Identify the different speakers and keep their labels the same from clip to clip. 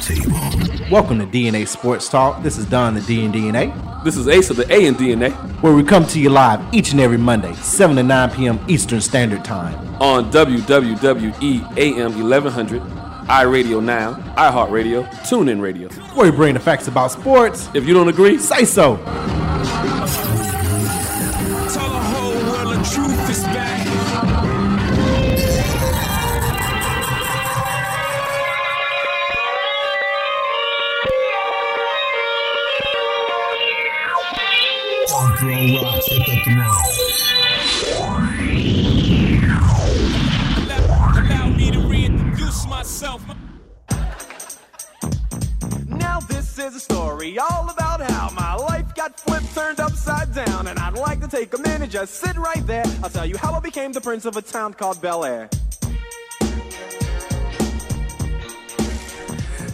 Speaker 1: table.
Speaker 2: Welcome to DNA Sports Talk. This is Don the D and DNA,
Speaker 3: This is Ace of the A in DNA
Speaker 2: where we come to you live each and every Monday, 7 to 9 p.m. Eastern Standard Time.
Speaker 3: on E WWWE AM 1100, iRadio Now, iHeartRadio, TuneIn Radio.
Speaker 2: Where we bring the facts about sports.
Speaker 3: If you don't agree,
Speaker 2: Say so.
Speaker 4: Tell the whole world the truth is back.
Speaker 1: Punk rock at the throne.
Speaker 4: Allow- Allow me to reintroduce myself.
Speaker 5: Now this is a story all about how my life got flipped, turned upside down, and I'd like to take a minute, just sit right there. I'll tell you how I became the prince of a town called Bel Air.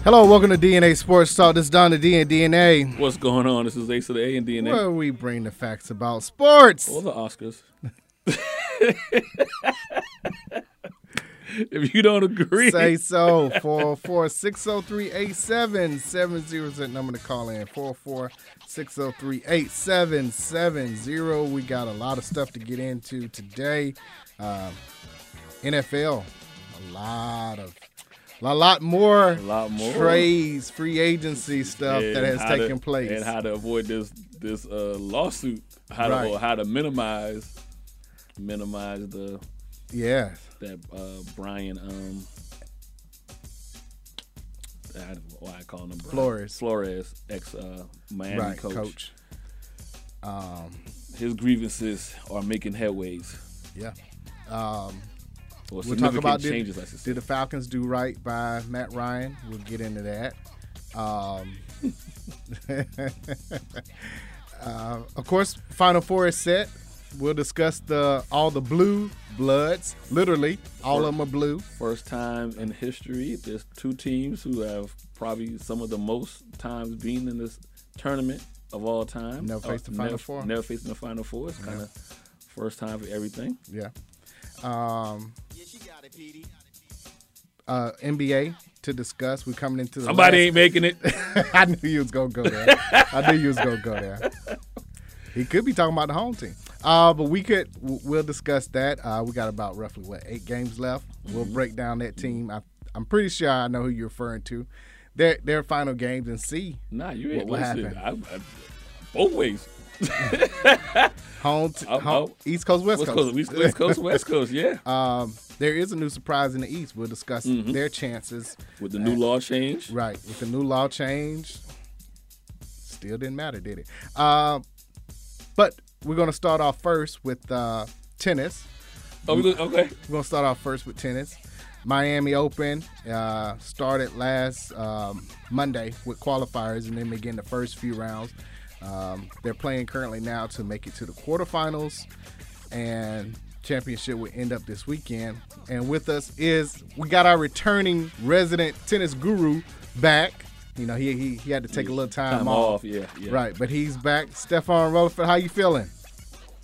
Speaker 6: Hello, welcome to DNA Sports Talk. This is Don the D and DNA,
Speaker 3: what's going on? This is Ace of the A in DNA.
Speaker 6: where we bring the facts about sports.
Speaker 3: Or the Oscars. if you don't agree,
Speaker 6: Say so. 404 603 8770 is that number to call in. 404 603 8770. We got a lot of stuff to get into today. Um NFL, a lot of. A lot more, a
Speaker 3: lot more.
Speaker 6: trades, free agency stuff that
Speaker 3: and
Speaker 6: has
Speaker 3: how to-
Speaker 6: taken place.
Speaker 3: and how to avoid this this uh, lawsuit, how
Speaker 6: Right.
Speaker 3: to or how to minimize minimize the
Speaker 6: yeah,
Speaker 3: that uh, Brian um I, why I call him Brian.
Speaker 6: Flores.
Speaker 3: Flores ex uh, Miami
Speaker 6: right,
Speaker 3: coach.
Speaker 6: coach.
Speaker 3: His grievances are making headways
Speaker 6: Yeah.
Speaker 3: or
Speaker 6: We'll talk
Speaker 3: significant
Speaker 6: about did,
Speaker 3: changes. I should say.
Speaker 6: did the Falcons do right by Matt Ryan? We'll get into that. Um, uh, of course, Final Four is set. We'll discuss the all the blue bloods. Literally, all of them are blue.
Speaker 3: First time in history, there's two teams who have probably some of the most times been in this tournament of all time.
Speaker 6: Never faced the
Speaker 3: Uh,
Speaker 6: Final
Speaker 3: never,
Speaker 6: Four.
Speaker 3: Never faced the final four. It's kind of first time for everything.
Speaker 6: Yeah. Um, uh, NBA to discuss. We're coming into the
Speaker 3: Somebody
Speaker 6: last-
Speaker 3: ain't making it.
Speaker 6: I knew you was gonna go there. I knew you was gonna go there. He could be talking about the home team, uh, but we could w- we'll discuss that. Uh, we got about roughly what eight games left. We'll
Speaker 3: Mm-hmm.
Speaker 6: break down that team. I, I'm pretty sure I know who you're referring to. Their their final games and see
Speaker 3: nah, you ain't
Speaker 6: What- what
Speaker 3: listening. I, I, both ways.
Speaker 6: home, t-
Speaker 3: Oh,
Speaker 6: home-
Speaker 3: oh.
Speaker 6: East Coast Uh, West,
Speaker 3: West Coast, East- West Coast, West Coast, yeah.
Speaker 6: There is a new surprise in the East. We'll discuss
Speaker 3: Mm-hmm.
Speaker 6: their chances.
Speaker 3: With the new law change,
Speaker 6: Right. With the new law change, still didn't matter, did it? Uh, but we're going to start off first with uh, tennis.
Speaker 3: Oh, we look, okay.
Speaker 6: We're going to start off first with tennis. Miami Open uh, started last um, Monday with qualifiers and then begin the first few rounds. Um, they're playing currently now to make it to the quarterfinals, and championship will end up this weekend. And with us is we got our returning resident tennis guru back. You know he he, he had to take a little time,
Speaker 3: Time
Speaker 6: off,
Speaker 3: off, yeah, yeah.
Speaker 6: right? But he's back. Stefan Rutherford, how you feeling?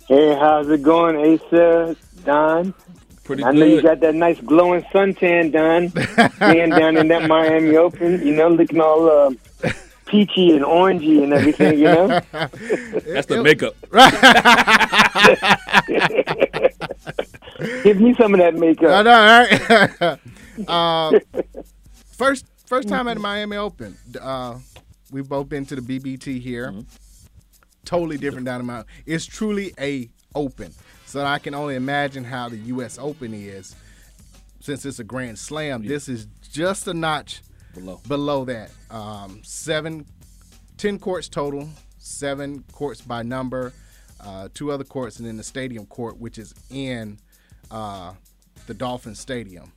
Speaker 7: Hey, how's it going, Asa, Don?
Speaker 3: Pretty
Speaker 7: I
Speaker 3: good.
Speaker 7: know you got that nice glowing suntan, Don. Being down in that Miami Open, you know, looking all uh, peachy and orangey and everything, you know?
Speaker 3: That's the makeup.
Speaker 7: Give me some of that
Speaker 6: I
Speaker 7: makeup.
Speaker 6: know, right? Uh, first, first time at the Miami Open. D- Uh, we've both been to the BBT here. Totally different down in Miami. It's truly a open, so I can only imagine how the U.S. Open is, since it's a Grand Slam. This is just a notch
Speaker 3: Below.
Speaker 6: below that. Um, seven, ten courts total, seven courts by number, uh, two other courts, and then the stadium court, which is in uh, the Dolphin Stadium.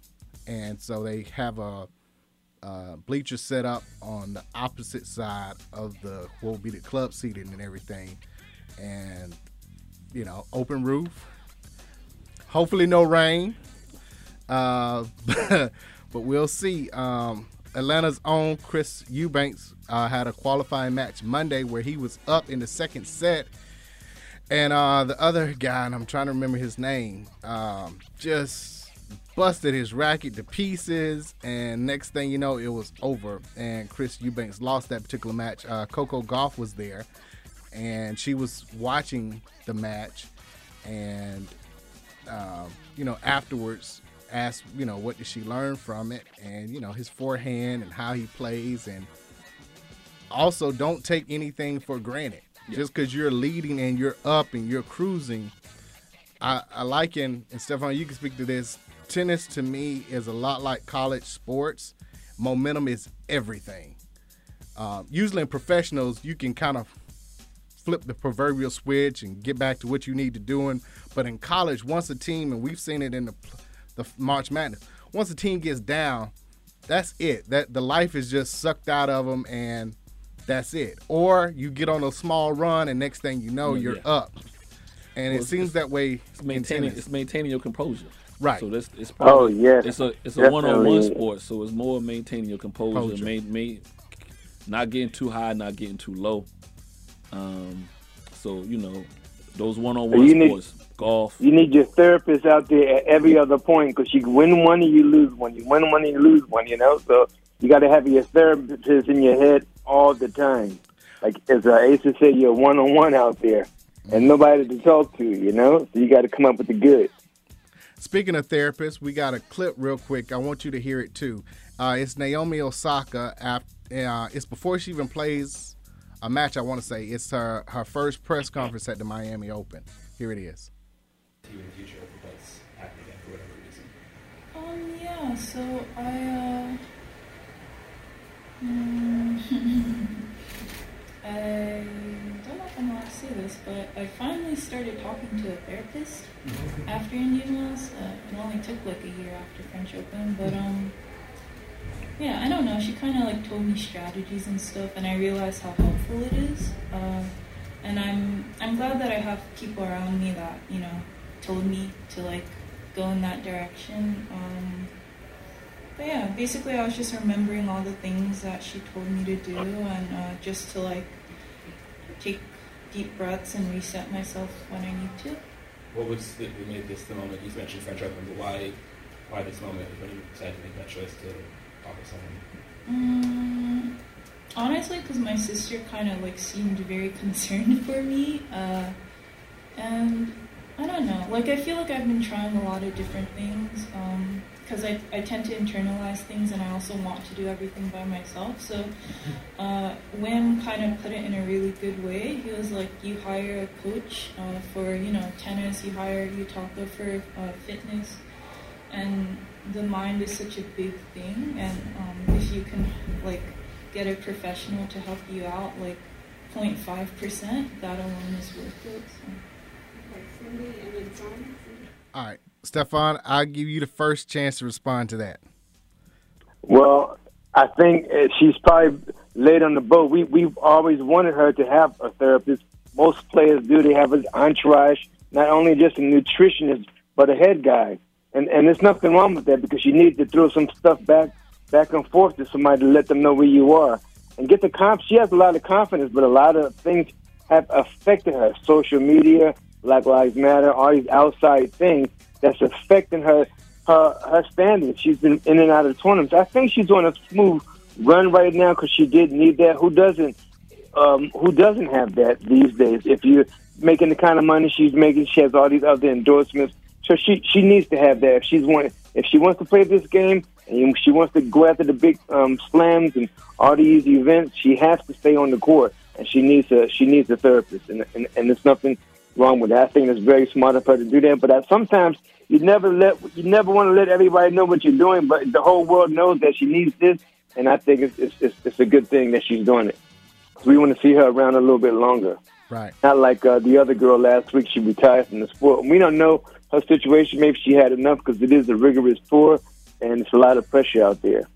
Speaker 6: And so they have a, uh bleacher set up on the opposite side of the what will be the club seating and everything, and you know open roof. Hopefully no rain. Uh, but we'll see. Um, Atlanta's own Chris Eubanks uh, had a qualifying match Monday where he was up in the second set. And uh, the other guy, and I'm trying to remember his name, um, just busted his racket to pieces, and next thing you know, it was over. And Chris Eubanks lost that particular match. Uh, Coco Golf was there, and she was watching the match, and uh, you know afterwards asked you know what did she learn from it, and you know his forehand and how he plays, and also don't take anything for granted. Just because you're leading and you're up and you're cruising, I, I liken, and Stefan, you can speak to this. Tennis to me is a lot like college sports. Momentum is everything. Um, usually in professionals, you can kind of flip the proverbial switch and get back to what you need to doing. But in college, once a team, and we've seen it in the, the March Madness, once a team gets down, that's it. That the life is just sucked out of them, and that's it. Or you get on a small run, and next thing you know, you're
Speaker 3: Mm, yeah.
Speaker 6: up. And it
Speaker 3: Well,
Speaker 6: seems that way.
Speaker 3: It's
Speaker 6: in
Speaker 3: maintaining
Speaker 6: tennis.
Speaker 3: it's maintaining your composure.
Speaker 6: Right.
Speaker 3: So that's it's
Speaker 7: Oh, yes.
Speaker 3: It's a it's a
Speaker 7: Definitely.
Speaker 3: one on one sport, so it's more maintaining your composure,
Speaker 6: Composure.
Speaker 3: Main, main, not getting too high, not getting too low. Um, so you know, those one on one
Speaker 7: You need-
Speaker 3: sports, golf.
Speaker 7: You need your therapist out there at every other point because you win one and you lose one. You win one and you lose one, you know? So you got to have your therapist in your head all the time. Like, as uh, Asa said, you're one on one out there and nobody to talk to, you know? So you got to come up with the good.
Speaker 6: Speaking of therapists, we got a clip real quick. I want you to hear it too. Uh, it's Naomi Osaka. After, uh, it's before she even plays a match. I want to say it's her her first press conference at the Miami Open. Here it is.
Speaker 8: you in the future if it does happen again for whatever
Speaker 9: Um,
Speaker 8: reason?
Speaker 9: yeah, so I, uh. mm, I don't know if I'm allowed to say this, but I finally started talking to a therapist after Indian Wells. Uh, it only took like a year after French Open, but, um. Yeah, I don't know. She kind of like told me strategies and stuff, and I realized how helpful it is. Uh, and I'm I'm glad that I have people around me that you know told me to like go in that direction. Um, but yeah, basically, I was just remembering all the things that she told me to do, and uh, just to like take deep breaths and reset myself when I need to.
Speaker 8: What was the, we made this the moment you mentioned French Open, but why why this moment when you decided to make that choice to talk to someone?
Speaker 9: Mm, honestly, because my sister kind of like seemed very concerned for me, uh, and I don't know. Like I feel like I've been trying a lot of different things because I I tend to internalize things, and I also want to do everything by myself. So uh, Wim kind of put it in a really good way. He was like, you hire a coach uh, for you know tennis, you hire Utaka for uh, fitness and the mind is such a big thing and um, if you can like get a professional to help you out like 0.5% that alone is worth it so.
Speaker 6: All right, Stefan, I'll give you the first chance to respond to that.
Speaker 7: Well, I think uh, she's probably late on the boat. We we've always wanted her to have a therapist. Most players do. They have an entourage, not only just a nutritionist, but a head guy. And and there's nothing wrong with that because you need to throw some stuff back back and forth to somebody to let them know where you are and get the comp. She has a lot of confidence, but a lot of things have affected her. Social media, Black Lives Matter, all these outside things that's affecting her her her standing. She's been in and out of tournaments. I think she's on a smooth run right now because she did need that. Who doesn't? Um, who doesn't have that these days? If you're making the kind of money she's making, she has all these other endorsements. So she she needs to have that. If she's want if she wants to play this game and she wants to go after the big um, slams and all these events, she has to stay on the court and she needs a she needs a therapist. And and, and there's nothing wrong with that. I think it's very smart of her to do that. But I, sometimes you never let you never want to let everybody know what you're doing, but the whole world knows that she needs this. And I think it's it's, it's, it's a good thing that she's doing it. 'Cause we want to see her around a little bit longer.
Speaker 6: Right.
Speaker 7: Not like uh, the other girl last week. She retired from the sport. And We don't know her situation. Maybe she had enough because it is a rigorous tour, and it's a lot of pressure out there.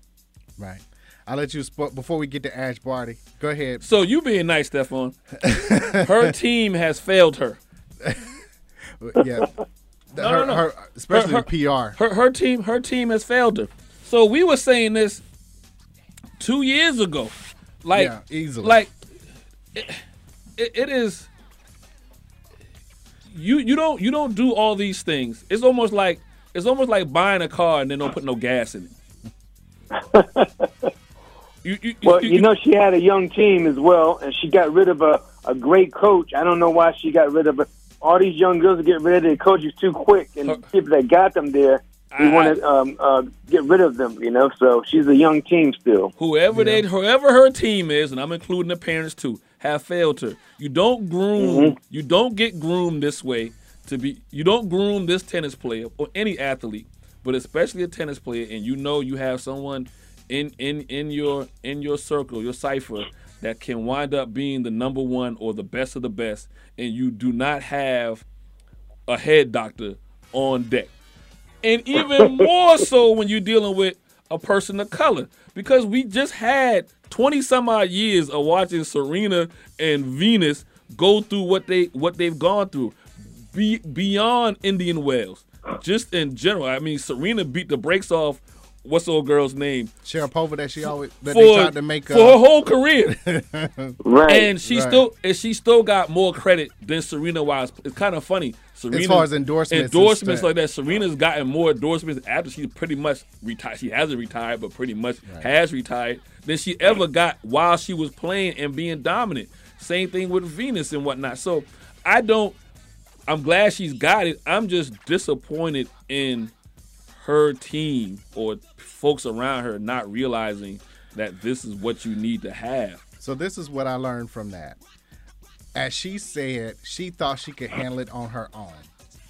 Speaker 6: Right. I'll let you sp- before we get to Ash Barty. Go ahead.
Speaker 3: So you being nice, Stefan. her team has failed her.
Speaker 6: Uh, Yeah.
Speaker 3: No,
Speaker 6: her,
Speaker 3: no, no.
Speaker 6: her- especially
Speaker 3: Her-
Speaker 6: the PR.
Speaker 3: Her her team her team has failed her. So we were saying this two years ago, like
Speaker 6: Yeah, easily.
Speaker 3: like it, it is. You you don't you don't do all these things. It's almost like It's almost like buying a car and then don't put no gas in it. you, you,
Speaker 7: Well, you know, she had a young team as well, and she got rid of a, a great coach. I don't know why she got rid of a, all these young girls get rid of their coaches too quick, and the people that got them there, we
Speaker 3: I-
Speaker 7: want to um, uh, get rid of them. You know, so she's a young team still.
Speaker 3: whoever they, whoever her team is, and I'm including the parents too, have failed her. You don't groom, you don't get groomed this way to be. You don't groom this tennis player or any athlete, but especially a tennis player. And you know you have someone in in in your in your circle, your cipher that can wind up being the number one or the best of the best, and you do not have a head doctor on deck. And even more so when you're dealing with a person of color. Because we just had 20 some odd years of watching Serena and Venus go through what they what they've gone through. Be, beyond Indian Wells. Just in general. I mean Serena beat the brakes off what's the old girl's name
Speaker 6: Sharapova that she always that they
Speaker 3: for,
Speaker 6: tried to make uh,
Speaker 3: for
Speaker 6: up.
Speaker 3: her whole career.
Speaker 7: Right.
Speaker 3: and she
Speaker 6: Right.
Speaker 3: still and she still got more credit than Serena Wise. It's kind of funny. Serena,
Speaker 6: far as endorsements and
Speaker 3: endorsements
Speaker 6: stuff.
Speaker 3: like that. Serena's gotten more endorsements after she pretty much retired. She hasn't retired, but pretty much has retired than she ever got while she was playing and being dominant. Same thing with Venus and whatnot. So I don't. I'm glad she's got it. I'm just disappointed in her team or folks around her not realizing that this is what you need to have.
Speaker 6: So this is what I learned from that. As she said, she thought she could handle it on her own,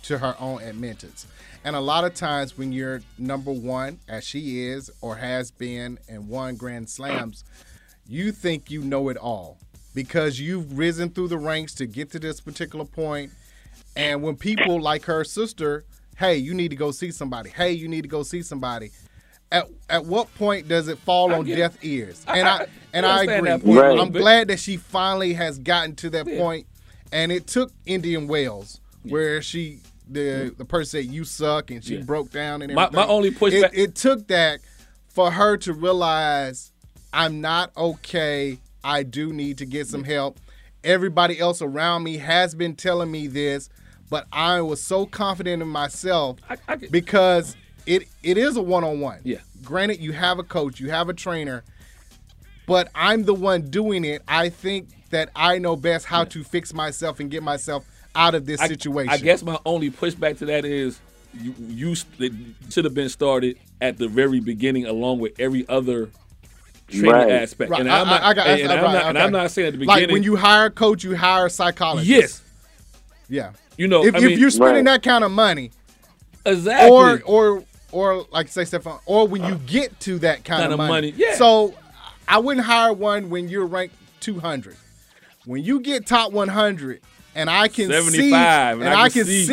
Speaker 6: to her own admittance. And a lot of times when you're number one, as she is or has been, and won grand slams, you think you know it all because you've risen through the ranks to get to this particular point. And when people like her sister, hey, you need to go see somebody. Hey, you need to go see somebody. At, at what point does it fall on
Speaker 3: get-
Speaker 6: deaf ears? And I,
Speaker 3: I-
Speaker 6: and
Speaker 3: I
Speaker 6: I
Speaker 3: understand
Speaker 6: agree.
Speaker 3: that point
Speaker 7: a Right.
Speaker 6: I'm
Speaker 7: little
Speaker 3: bit.
Speaker 6: glad that she finally has gotten to that
Speaker 3: Yeah.
Speaker 6: point, and it took Indian Wells where she the the person said you suck and she
Speaker 3: Yeah.
Speaker 6: broke down and
Speaker 3: My-
Speaker 6: everything.
Speaker 3: my only
Speaker 6: it,
Speaker 3: pushback-
Speaker 6: it took that for her to realize I'm not okay. I do need to get some help. Everybody else around me has been telling me this, but I was so confident in myself
Speaker 3: I- I get-
Speaker 6: because it it is a one on one.
Speaker 3: Yeah.
Speaker 6: Granted, you have a coach, you have a trainer, but I'm the one doing it. I think that I know best how to fix myself and get myself out of this
Speaker 3: I-
Speaker 6: situation.
Speaker 3: I guess my only pushback to that is you, you s- it should have been started at the very beginning, along with every other training
Speaker 7: Right.
Speaker 3: aspect.
Speaker 6: Right.
Speaker 3: And
Speaker 6: I-
Speaker 3: I'm
Speaker 6: I-
Speaker 3: not,
Speaker 6: I got-
Speaker 3: and, and I'm
Speaker 6: right,
Speaker 3: not, and I'm
Speaker 6: okay.
Speaker 3: not saying at the beginning.
Speaker 6: Like when you hire a coach, you hire a psychologist.
Speaker 3: yes,
Speaker 6: Yeah.
Speaker 3: you know,
Speaker 6: if,
Speaker 3: I
Speaker 6: if
Speaker 3: mean,
Speaker 6: you're spending
Speaker 7: Right.
Speaker 6: that kind of money,
Speaker 3: exactly.
Speaker 6: or or or like say Stefan, or when you get to that kind, of
Speaker 3: Kind of
Speaker 6: money.
Speaker 3: money, yeah.
Speaker 6: So I wouldn't hire one when you're ranked 200. When you get top 100, and I can see,
Speaker 3: 75, and I can
Speaker 6: see.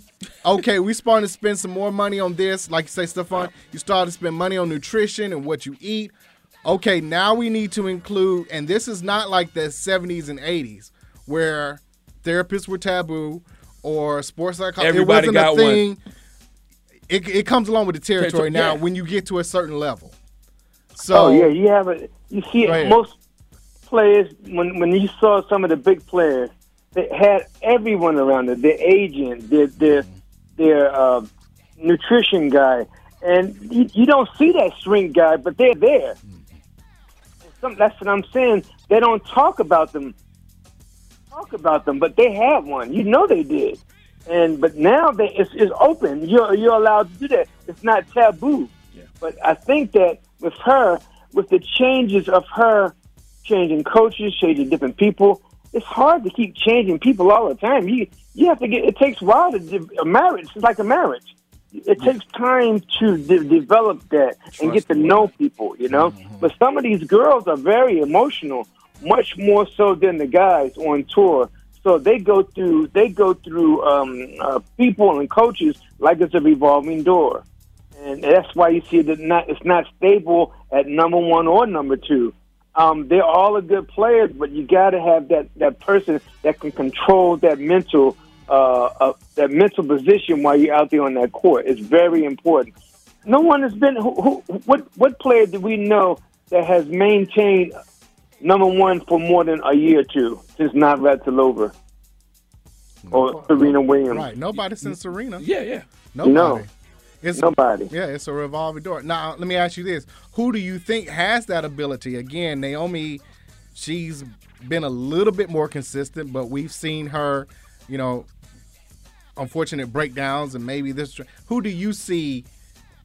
Speaker 3: see.
Speaker 6: okay, we starting to spend some more money on this. Like you say, Stefan, you start to spend money on nutrition and what you eat. Okay, now we need to include, and this is not like the 70s and 80s where therapists were taboo or sports psychology.
Speaker 3: Everybody
Speaker 6: it wasn't
Speaker 3: got
Speaker 6: a
Speaker 3: one.
Speaker 6: thing it, it comes along with the territory
Speaker 3: Territory,
Speaker 6: now
Speaker 3: yeah.
Speaker 6: when you get to a certain level. So
Speaker 7: oh yeah, you have a you see
Speaker 6: Go ahead.
Speaker 7: most players when when you saw some of the big players, they had everyone around them, their agent, their their
Speaker 6: Mm-hmm.
Speaker 7: their uh, nutrition guy, and you, you don't see that shrink guy, but they're there. Some, that's what I'm saying. They don't talk about them, talk about them, but they had one. You know they did, and but now they it's, it's open. You're you're allowed to do that. It's not taboo. But I think that with her, with the changes of her changing coaches, changing different people, it's hard to keep changing people all the time. You you have to get. It takes a while to de- a marriage. It's like a marriage. It takes time to de- develop that and get to know people. You know, but some of these girls are very emotional, much more so than the guys on tour. So they go through they go through um, uh, people and coaches like it's a revolving door and that's why you see that not it's not stable at number one or number two. Um, they're all a good players, but you got to have that that person that can control that mental uh, uh, that mental position while you're out there on that court. It's very important. No one has been who, who what what player do we know that has maintained number one for more than a year or two since not Ratilova or Serena Williams?
Speaker 6: right, nobody since Serena.
Speaker 3: yeah, yeah.
Speaker 6: Nobody.
Speaker 7: No.
Speaker 6: It's,
Speaker 7: Nobody.
Speaker 6: Yeah, it's a revolving door. Now, let me ask you this: Who do you think has that ability? Again, Naomi, she's been a little bit more consistent, but we've seen her, you know, unfortunate breakdowns and maybe this. Who do you see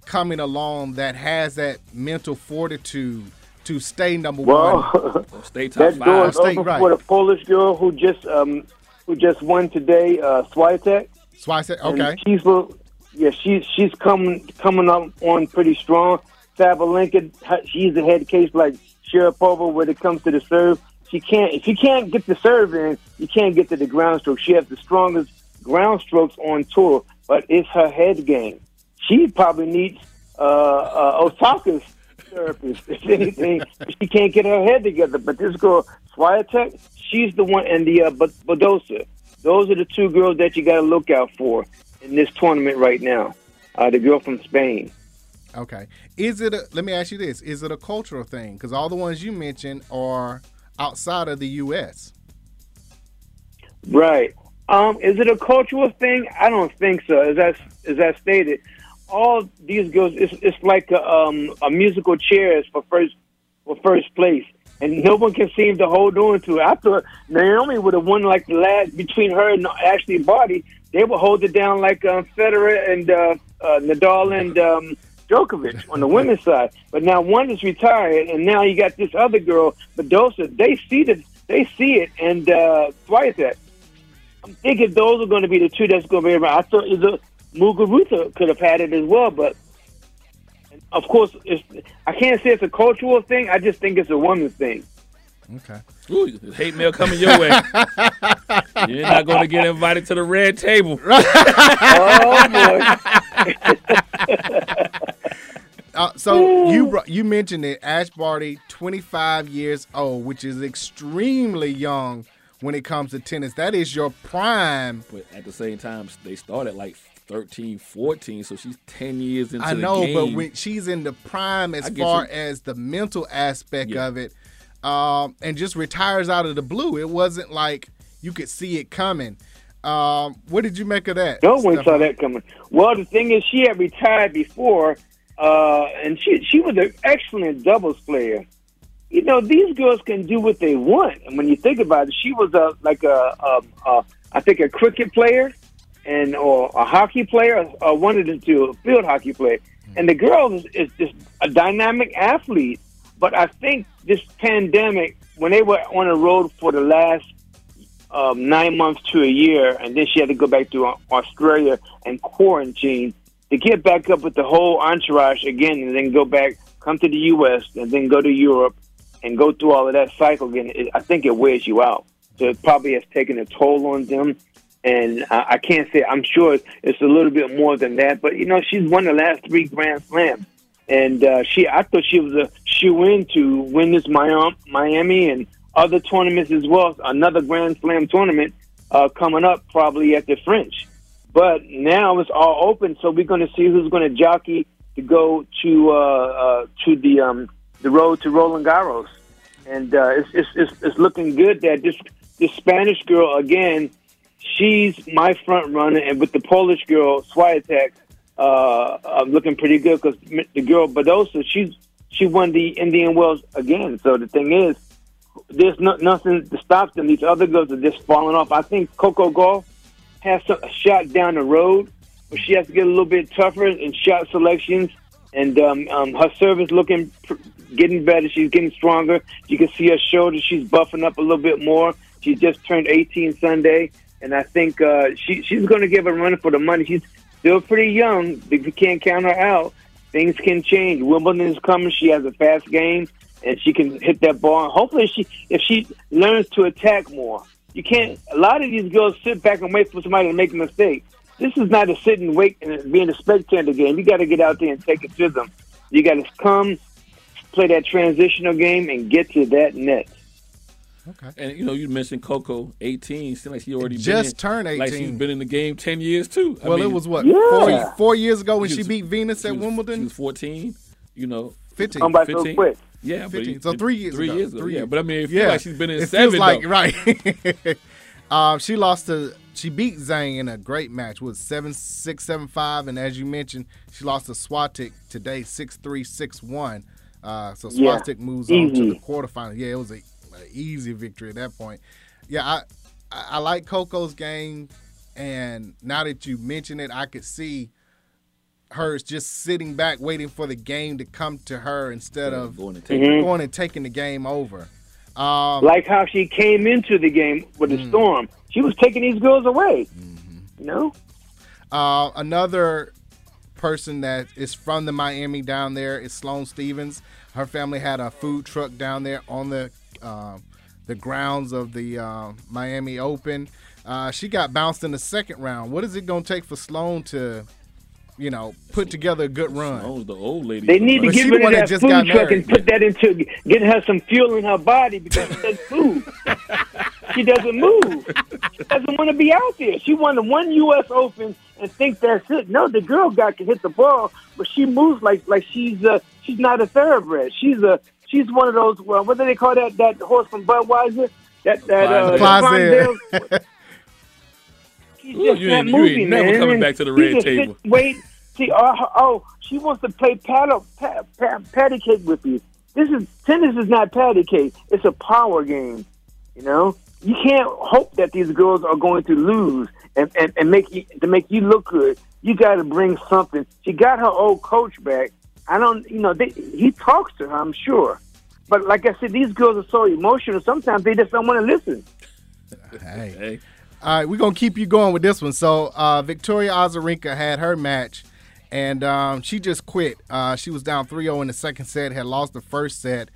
Speaker 6: coming along that has that mental fortitude to stay number one?
Speaker 7: Well,
Speaker 3: Stay top
Speaker 7: that door
Speaker 3: five.
Speaker 7: is
Speaker 6: State,
Speaker 7: open
Speaker 6: right.
Speaker 7: for the Polish girl who just um, who just won today, uh, Swiatek.
Speaker 6: So I said,
Speaker 7: And
Speaker 6: okay,
Speaker 7: she's look, yeah, she's she's coming coming up on pretty strong. Sabalenka, ha- she's a head case like Sharapova when it comes to the serve. She can't if you can't get the serve in, you can't get to the ground stroke. She has the strongest ground strokes on tour, but it's her head game. She probably needs uh, uh, Osaka's therapist if anything. she can't get her head together. But this girl Swiatek, she's the one, and the uh, Bud- Badosa. Those are the two girls that you got to look out for in this tournament right now. Uh, the girl from Spain.
Speaker 6: okay. Is it? A, let me ask you this: Is it a cultural thing? Because all the ones you mentioned are outside of the U.S.
Speaker 7: Right. Um, is it a cultural thing? I don't think so. As I, as I stated, all these girls, it's, it's like a, um, a musical chairs for first for first place, and no one can seem to hold on to it. I thought Naomi would have won like the last between her and Ashley Barty. They would hold it down like um, Federer and uh, uh, Nadal and um, Djokovic on the women's side. But now one is retired, and now you got this other girl, Bedosa. They see the, they see it, and uh, Swiatek thinking those are going to be the two that's going to be around. I thought either Muguruza could have had it as well, but of course, it's, I can't say it's a cultural thing. I just think it's a woman thing.
Speaker 6: Okay.
Speaker 3: Ooh, there's hate mail coming your way. You're not going to get invited to the red table.
Speaker 7: Oh boy!
Speaker 6: Uh, so you brought, you mentioned it. Ash Barty, 25 years old, which is extremely young when it comes to tennis. That is your prime.
Speaker 3: But at the same time, they started like 13, 14, so she's 10 years into
Speaker 6: I
Speaker 3: the
Speaker 6: know,
Speaker 3: game.
Speaker 6: but when she's in the prime as
Speaker 3: I get
Speaker 6: far
Speaker 3: you.
Speaker 6: as the mental aspect
Speaker 3: Yeah.
Speaker 6: of it, um, and just retires out of the blue. It wasn't like you could see it coming. Um, what did you make of that?
Speaker 7: No one saw
Speaker 6: Stefan?
Speaker 7: that coming. Well, the thing is, she had retired before, uh, and she she was an excellent doubles player. You know, these girls can do what they want, and when you think about it, she was a like a, um uh, I think a cricket player, and or a hockey player, or, or one of the two, a field hockey player. And the girl is, is just a dynamic athlete. But I think this pandemic, when they were on the road for the last um, nine months to a year, and then she had to go back to Au- Australia and quarantine to get back up with the whole entourage again, and then go back, come to the U.S., and then go to Europe, and go through all of that cycle again. It, I think it wears you out. So it probably has taken a toll on them, and I, I can't say I'm sure it's a little bit more than that. But you know, she's won the last three Grand Slams, and uh, she I thought she was a shoe in to win this Miami, Miami and other tournaments as well. Another Grand Slam tournament uh, coming up probably at the French, but now it's all open. So we're going to see who's going to jockey to go to uh, uh, to the um, the road to Roland Garros, and uh, it's, it's it's it's looking good that this this Spanish girl again. She's my front runner, and with the Polish girl Swiatek, uh, I'm looking pretty good because the girl Badosa, she's she won the Indian Wells again. So the thing is, there's no, nothing to stop them. These other girls are just falling off. I think Coco Golf has some, a shot down the road, but she has to get a little bit tougher in shot selections. And um, um, her service looking pr- getting better. She's getting stronger. You can see her shoulders. She's buffing up a little bit more. She just turned 18 Sunday, and I think uh, she she's going to give a run for the money. She's still pretty young. If you can't count her out, things can change. Wimbledon is coming. She has a fast game, and she can hit that ball. And hopefully, she if she learns to attack more. You can't. A lot of these girls sit back and wait for somebody to make a mistake. This is not a sit and wait and being a spectator game. You got to get out there and take it to them. You got to come, play that transitional game, and get to that net.
Speaker 3: And you know, you mentioned Coco, 18. Seems like she already been
Speaker 6: Just
Speaker 3: in-
Speaker 6: turned
Speaker 3: Like
Speaker 6: 18.
Speaker 3: she's been in the game 10 years too. I
Speaker 6: Well,
Speaker 3: mean,
Speaker 6: it was what
Speaker 7: Yeah.
Speaker 6: four, four years ago when
Speaker 3: She
Speaker 6: she
Speaker 3: was-
Speaker 6: beat Venus
Speaker 3: she
Speaker 6: at
Speaker 3: was- She
Speaker 6: Wimbledon.
Speaker 3: was 14. You know,
Speaker 6: Fifteen.
Speaker 7: Come back so
Speaker 3: 15?
Speaker 7: quick.
Speaker 3: yeah, but
Speaker 6: 15.
Speaker 3: it-
Speaker 6: So three years
Speaker 3: three
Speaker 6: ago.
Speaker 3: years ago,
Speaker 6: Three
Speaker 3: yeah.
Speaker 6: years.
Speaker 3: But I mean, it feels like she's been in seven.
Speaker 6: Feels like
Speaker 3: though.
Speaker 6: right. um, Uh, she lost to She beat Zhang in a great match. Was seven six seven five, and as you mentioned, she lost to Swatik today six three six one. Uh, so
Speaker 7: Yeah.
Speaker 6: Swatik moves on to
Speaker 7: Easy.
Speaker 6: the quarterfinals. Yeah, it was a, a easy victory at that point. Yeah, I I, I like Coco's game, and now that you mention it, I could see hers just sitting back waiting for the game to come to her instead of
Speaker 3: Going and taking
Speaker 6: going and taking the game over. Um,
Speaker 7: Like how she came into the game with the storm. She was taking these girls away. You know?
Speaker 6: Uh, another person that is from the Miami down there is Sloan Stevens. Her family had a food truck down there on the um the grounds of the uh, Miami Open. Uh, she got bounced in the second round. What is it going to take for Sloan to, you know, put together a good run?
Speaker 3: Owns the old lady.
Speaker 7: They need to
Speaker 6: But she
Speaker 7: get
Speaker 6: the
Speaker 7: rid
Speaker 6: one
Speaker 7: of
Speaker 6: that
Speaker 7: that
Speaker 6: just
Speaker 7: food
Speaker 6: got
Speaker 7: truck
Speaker 6: married.
Speaker 7: and put that into getting her some fuel in her body because she doesn't food. she doesn't move. She doesn't want to be out there. She won the one U.S. Open and think that's it. No, the girl got can hit the ball, but she moves like like she's uh she's not a thoroughbred. She's a she's one of those. Well, what do they call that that horse from Budweiser? That that uh,
Speaker 6: Plaza.
Speaker 7: Fondale- She's
Speaker 3: Ooh,
Speaker 7: just
Speaker 3: you
Speaker 7: that
Speaker 3: ain't- you
Speaker 7: movie,
Speaker 3: ain't never
Speaker 7: man.
Speaker 3: coming
Speaker 7: And
Speaker 3: back to the
Speaker 7: she
Speaker 3: red
Speaker 7: just sit-
Speaker 3: table.
Speaker 7: wait, she oh, her- oh she wants to play paddle pa, pa, patty cake with you. This is tennis is not patty cake. It's a power game. You know, you can't hope that these girls are going to lose and and, and make you, to make you look good. You got to bring something. She got her old coach back. I don't, you know, they, he talks to her. I'm sure. But like I said, these girls are so emotional. Sometimes they just don't want to listen.
Speaker 6: Hey.
Speaker 3: Hey,
Speaker 6: All right, we're gonna keep you going with this one. So uh, Victoria Azarenka had her match, and um, she just quit. Uh, she was down 3-0 in the second set, had lost the first set,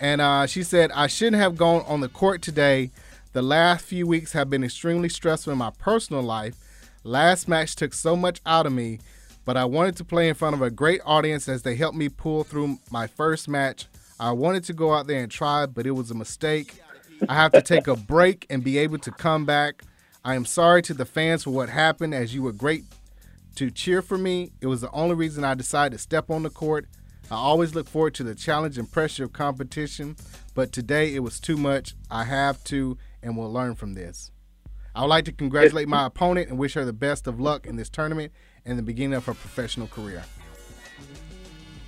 Speaker 6: and uh, she said, "I shouldn't have gone on the court today. The last few weeks have been extremely stressful in my personal life. Last match took so much out of me, but I wanted to play in front of a great audience as they helped me pull through my first match. I wanted to go out there and try, but it was a mistake. I have to take a break and be able to come back. I am sorry to the fans for what happened, as you were great to cheer for me. It was the only reason I decided to step on the court. I always look forward to the challenge and pressure of competition, but today it was too much. I have to and will learn from this. I would like to congratulate my opponent and wish her the best of luck in this tournament and the beginning of her professional career.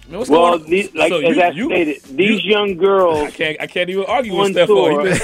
Speaker 3: man, what's
Speaker 7: Well,
Speaker 3: going on?
Speaker 7: these, like
Speaker 3: So
Speaker 7: as
Speaker 3: you-
Speaker 7: I
Speaker 3: you-
Speaker 7: stated, these
Speaker 3: you-
Speaker 7: young girls
Speaker 3: I can't. I can't even argue with
Speaker 7: on
Speaker 3: Stefan. You've
Speaker 7: tour,
Speaker 3: been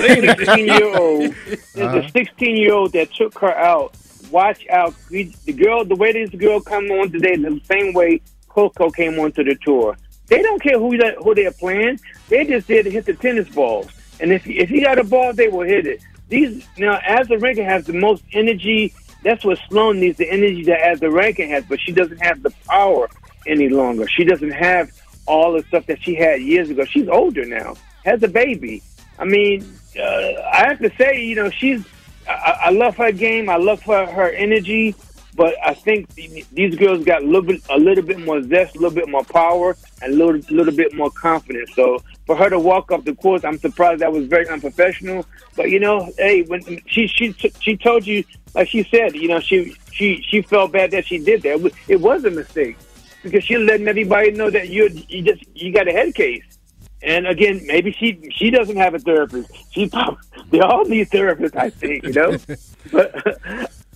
Speaker 3: saying it.
Speaker 7: 16 year old, the 16 year old that took her out. Watch out, We- the girl. The way this girl come on today, the same way Coco came onto the tour. They don't care who that, who they're playing. They just there to hit the tennis balls. And if if you got a ball, they will hit it. These now Azarenka has the most energy. That's what Sloan needs, the energy that Azarenka has, but she doesn't have the power any longer. She doesn't have all the stuff that she had years ago. She's older now, has a baby. I mean, uh, I have to say, you know, she's. I, I love her game. I love her her energy, but I think th- these girls got a little bit a little bit more zest, a little bit more power, and a little little bit more confidence. So for her to walk off the course, I'm surprised that was very unprofessional. But you know, hey, when she she t- she told you, like she said, you know, she she she felt bad that she did that. It was- It was a mistake because she's letting everybody know that you you just you got a head case. And again, maybe she she doesn't have a therapist. She prob- they all need therapists, I think, you know. but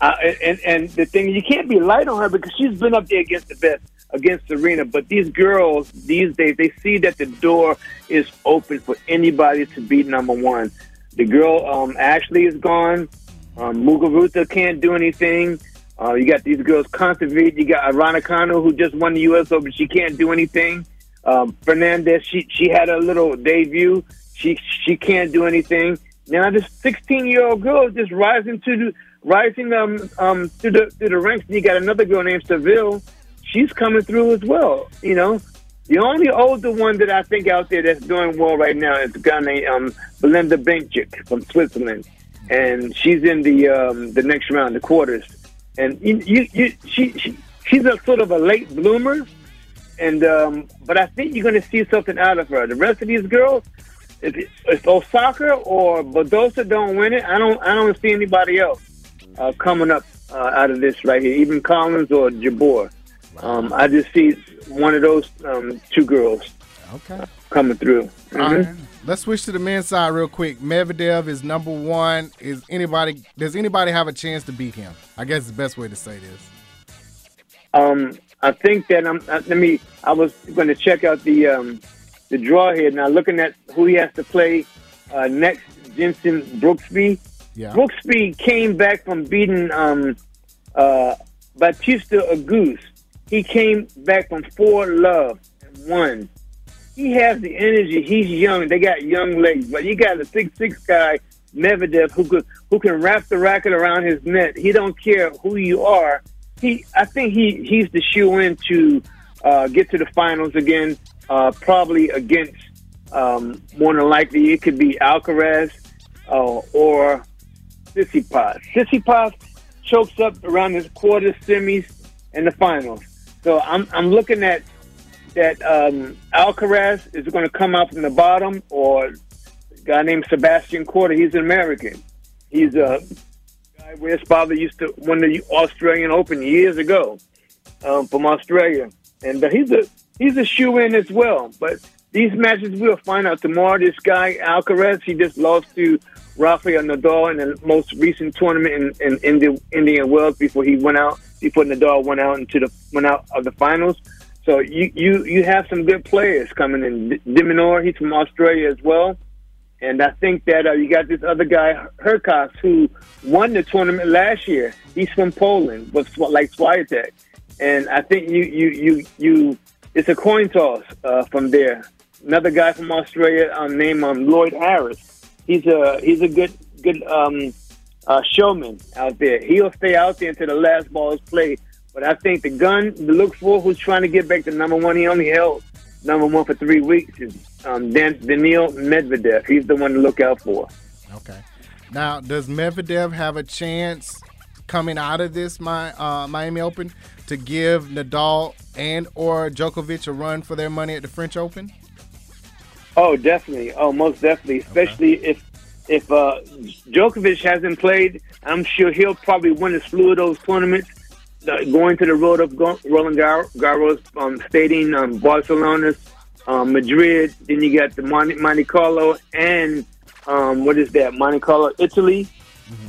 Speaker 7: uh, and and the thing you can't be light on her because she's been up there against the best, against Serena. But these girls these days they see that the door is open for anybody to be number one. The girl um, Ashley is gone. Um, Muguruza can't do anything. Uh, you got these girls constantly. You got Aranacano who just won the U.S. Open. She can't do anything. Um, Fernandez, she she had a little debut. She she can't do anything. Now this 16 year old girl is just rising to the rising um um through the through the ranks. And you got another girl named Seville. She's coming through as well. You know, the only older one that I think out there that's doing well right now is a girl named um, Belinda Bencic from Switzerland, and she's in the um, the next round, the quarters. And you, you, you she, she she's a sort of a late bloomer and um, but I think you're going to see something out of her. The rest of these girls, if it's Osaka or Badosa don't win it, I don't I don't see anybody else uh, coming up uh, out of this right here. Even Collins or Jabor, um, I just see one of those um, two girls
Speaker 6: Okay.
Speaker 7: coming through.
Speaker 6: Uh,
Speaker 7: Mm-hmm.
Speaker 8: All right. Let's switch to the men's side real quick. Medvedev is number one. Is anybody does anybody have a chance to beat him? I guess is the best way to say this.
Speaker 7: Um, I think that I'm. I, let me. I was going to check out the um, the draw here. Now looking at who he has to play uh, next, Jensen Brooksby.
Speaker 8: Yeah.
Speaker 7: Brooksby came back from beating um, uh, Batista Agoose. He came back from four love and won. He has the energy. He's young. They got young legs, but you got a six six guy, Medvedev, who could who can wrap the racket around his net. He don't care who you are. He, I think he he's the shoe in to uh, get to the finals again. Uh, probably against um, more than likely it could be Alcaraz uh, or Sissipas. Sissipas chokes up around his quarters, semis, and the finals. So I'm I'm looking at that um, Alcaraz is going to come out from the bottom, or a guy named Sebastian Corda. He's an American. He's a guy where his father used to win the Australian Open years ago um, from Australia, and uh, he's a he's a shoe in as well. But these matches we'll find out tomorrow. This guy Alcaraz, he just lost to Rafael Nadal in the most recent tournament in, in Indian, Indian Wells before he went out before Nadal went out into the went out of the finals. So you you you have some good players coming in. D- Diminor, he's from Australia as well. And I think that uh, you got this other guy, Herkox, who won the tournament last year. He's from Poland, but sw- like Swiatek. And I think you, you, you, you. It's a coin toss uh, from there. Another guy from Australia, um, named um, Lloyd Harris. He's a he's a good good um, uh, showman out there. He'll stay out there until the last ball is played. But I think the gun to look for, who's trying to get back to number one, he only held number one for three weeks, is um, Dan- Daniil Medvedev. He's the one to look out for.
Speaker 8: Okay. Now, does Medvedev have a chance coming out of this my uh, Miami Open to give Nadal and or Djokovic a run for their money at the French Open?
Speaker 7: Oh, definitely. Oh, most definitely. Especially if if uh, Djokovic hasn't played, I'm sure he'll probably win a slew of those tournaments. The, going to the road of Go- Roland Gar- Garros um, Stadium, um, Barcelona, um, Madrid. Then you got the Monte, Monte Carlo and um, what is that? Monte Carlo, Italy.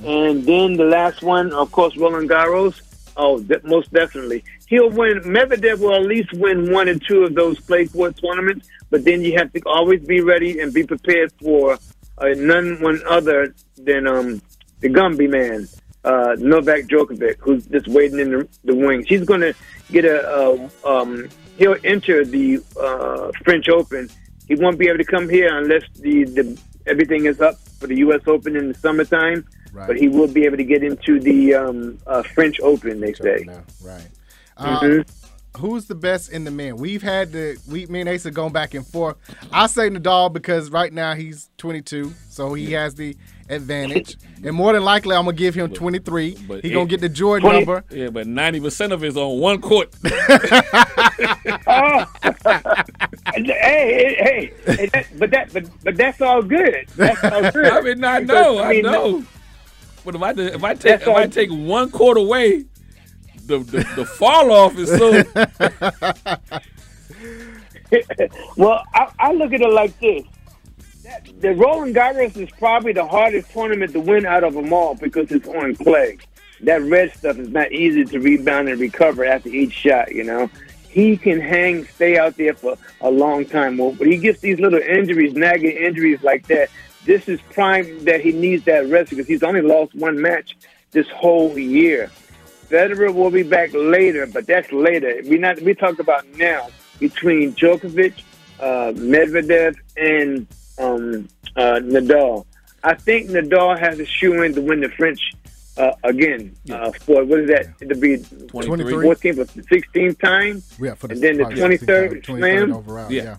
Speaker 7: And then the last one, of course, Roland Garros. Oh, de- most definitely. He'll win. Medvedev will at least win one or two of those clay court tournaments. But then you have to always be ready and be prepared for uh, none one other than um, the Gumby man, uh, Novak Djokovic, who's just waiting in the, the wings. He's going to get a. Uh, um, he'll enter the uh, French Open. He won't be able to come here unless the, the everything is up for the U.S. Open in the summertime.
Speaker 8: Right.
Speaker 7: But he will be able to get into the um, uh, French Open. They say.
Speaker 8: No, right. Uh,
Speaker 7: Mm-hmm.
Speaker 8: Who's the best in the men? We've had the we me and Ace have gone back and forth. I say Nadal because right now he's 22, so he has the advantage, and more than likely I'm gonna give him 23.
Speaker 3: but
Speaker 8: he gonna
Speaker 3: it-
Speaker 8: get the Jordan
Speaker 7: 20
Speaker 8: number.
Speaker 3: Yeah, but ninety percent of it's on one court.
Speaker 7: hey, hey, hey! and that- but that, but, but that's all good. That's all good.
Speaker 3: I mean, I
Speaker 7: Because,
Speaker 3: know, I,
Speaker 7: mean,
Speaker 3: know. But if I did- if I take if
Speaker 7: all-
Speaker 3: I take one court away, the the, the fall off is so.
Speaker 7: Well, I, I look at it like this: that, the Roland Garros is probably the hardest tournament to win out of them all because it's on clay. That red stuff is not easy to rebound and recover after each shot. You know, he can hang, stay out there for a long time. Well, when he gets these little injuries, nagging injuries like that, this is prime that he needs that rest because he's only lost one match this whole year. Federer will be back later, but that's later. We not we talked about now between Djokovic, uh, Medvedev, and um, uh, Nadal. I think Nadal has a shoe in to win the French uh, again uh, for what is that? It'll be
Speaker 8: 23.
Speaker 7: 14th or 16th time.
Speaker 8: Yeah, for
Speaker 7: and then the
Speaker 8: probably
Speaker 7: 23rd
Speaker 8: 23rd
Speaker 7: slam.
Speaker 8: overall.
Speaker 3: Yeah.
Speaker 8: yeah.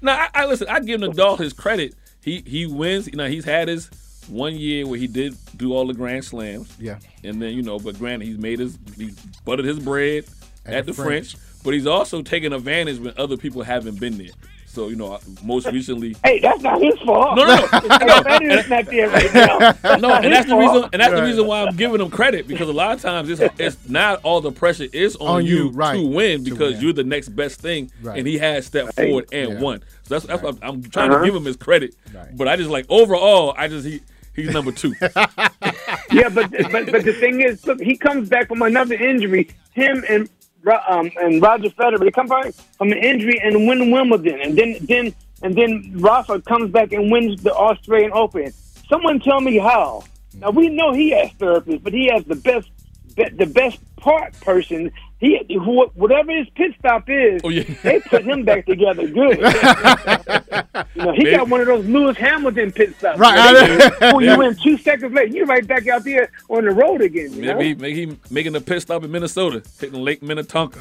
Speaker 3: Now I, I listen. I give Nadal his credit. He he wins. You know he's had his one year where he did do all the Grand Slams.
Speaker 8: Yeah.
Speaker 3: And then you know, but granted, he's made his he's buttered his bread at,
Speaker 8: At
Speaker 3: the
Speaker 8: the
Speaker 3: French. but he's also taken advantage when other people haven't been there. So you know, most recently,
Speaker 7: Hey, that's not his fault.
Speaker 3: no, no, no,
Speaker 7: that is not there right now. That's
Speaker 3: no,
Speaker 7: not
Speaker 3: and
Speaker 7: his
Speaker 3: that's the
Speaker 7: fault.
Speaker 3: reason, and that's the reason why I'm giving him credit because a lot of times it's it's not all the pressure is on,
Speaker 8: On
Speaker 3: you,
Speaker 8: you, right,
Speaker 3: to win
Speaker 8: to
Speaker 3: because
Speaker 8: win.
Speaker 3: you're the next best thing,
Speaker 8: Right.
Speaker 3: and he has stepped forward and
Speaker 8: Yeah.
Speaker 3: won. So that's, that's what I'm, I'm trying
Speaker 7: Uh-huh.
Speaker 3: to give him his credit.
Speaker 6: Right.
Speaker 3: But I just like overall, I just he he's number two.
Speaker 7: Yeah, but but but the thing is, look, he comes back from another injury. Him and Ro- um, and Roger Federer, they come back from an injury and win Wimbledon, and then then and then Rafa comes back and wins the Australian Open. Someone tell me how. Now we know he has therapists, but he has the best be, the best part person. He wh- whatever his pit stop is,
Speaker 3: Oh, yeah.
Speaker 7: they put him back together good. you know, he got one of those Lewis Hamilton pit stops.
Speaker 6: Right,
Speaker 7: where they
Speaker 6: I know.
Speaker 7: just pull you in two seconds later. You're right back out there on the road again. You know?
Speaker 3: Maybe, he- maybe he making a pit stop in Minnesota, hitting Lake Minnetonka.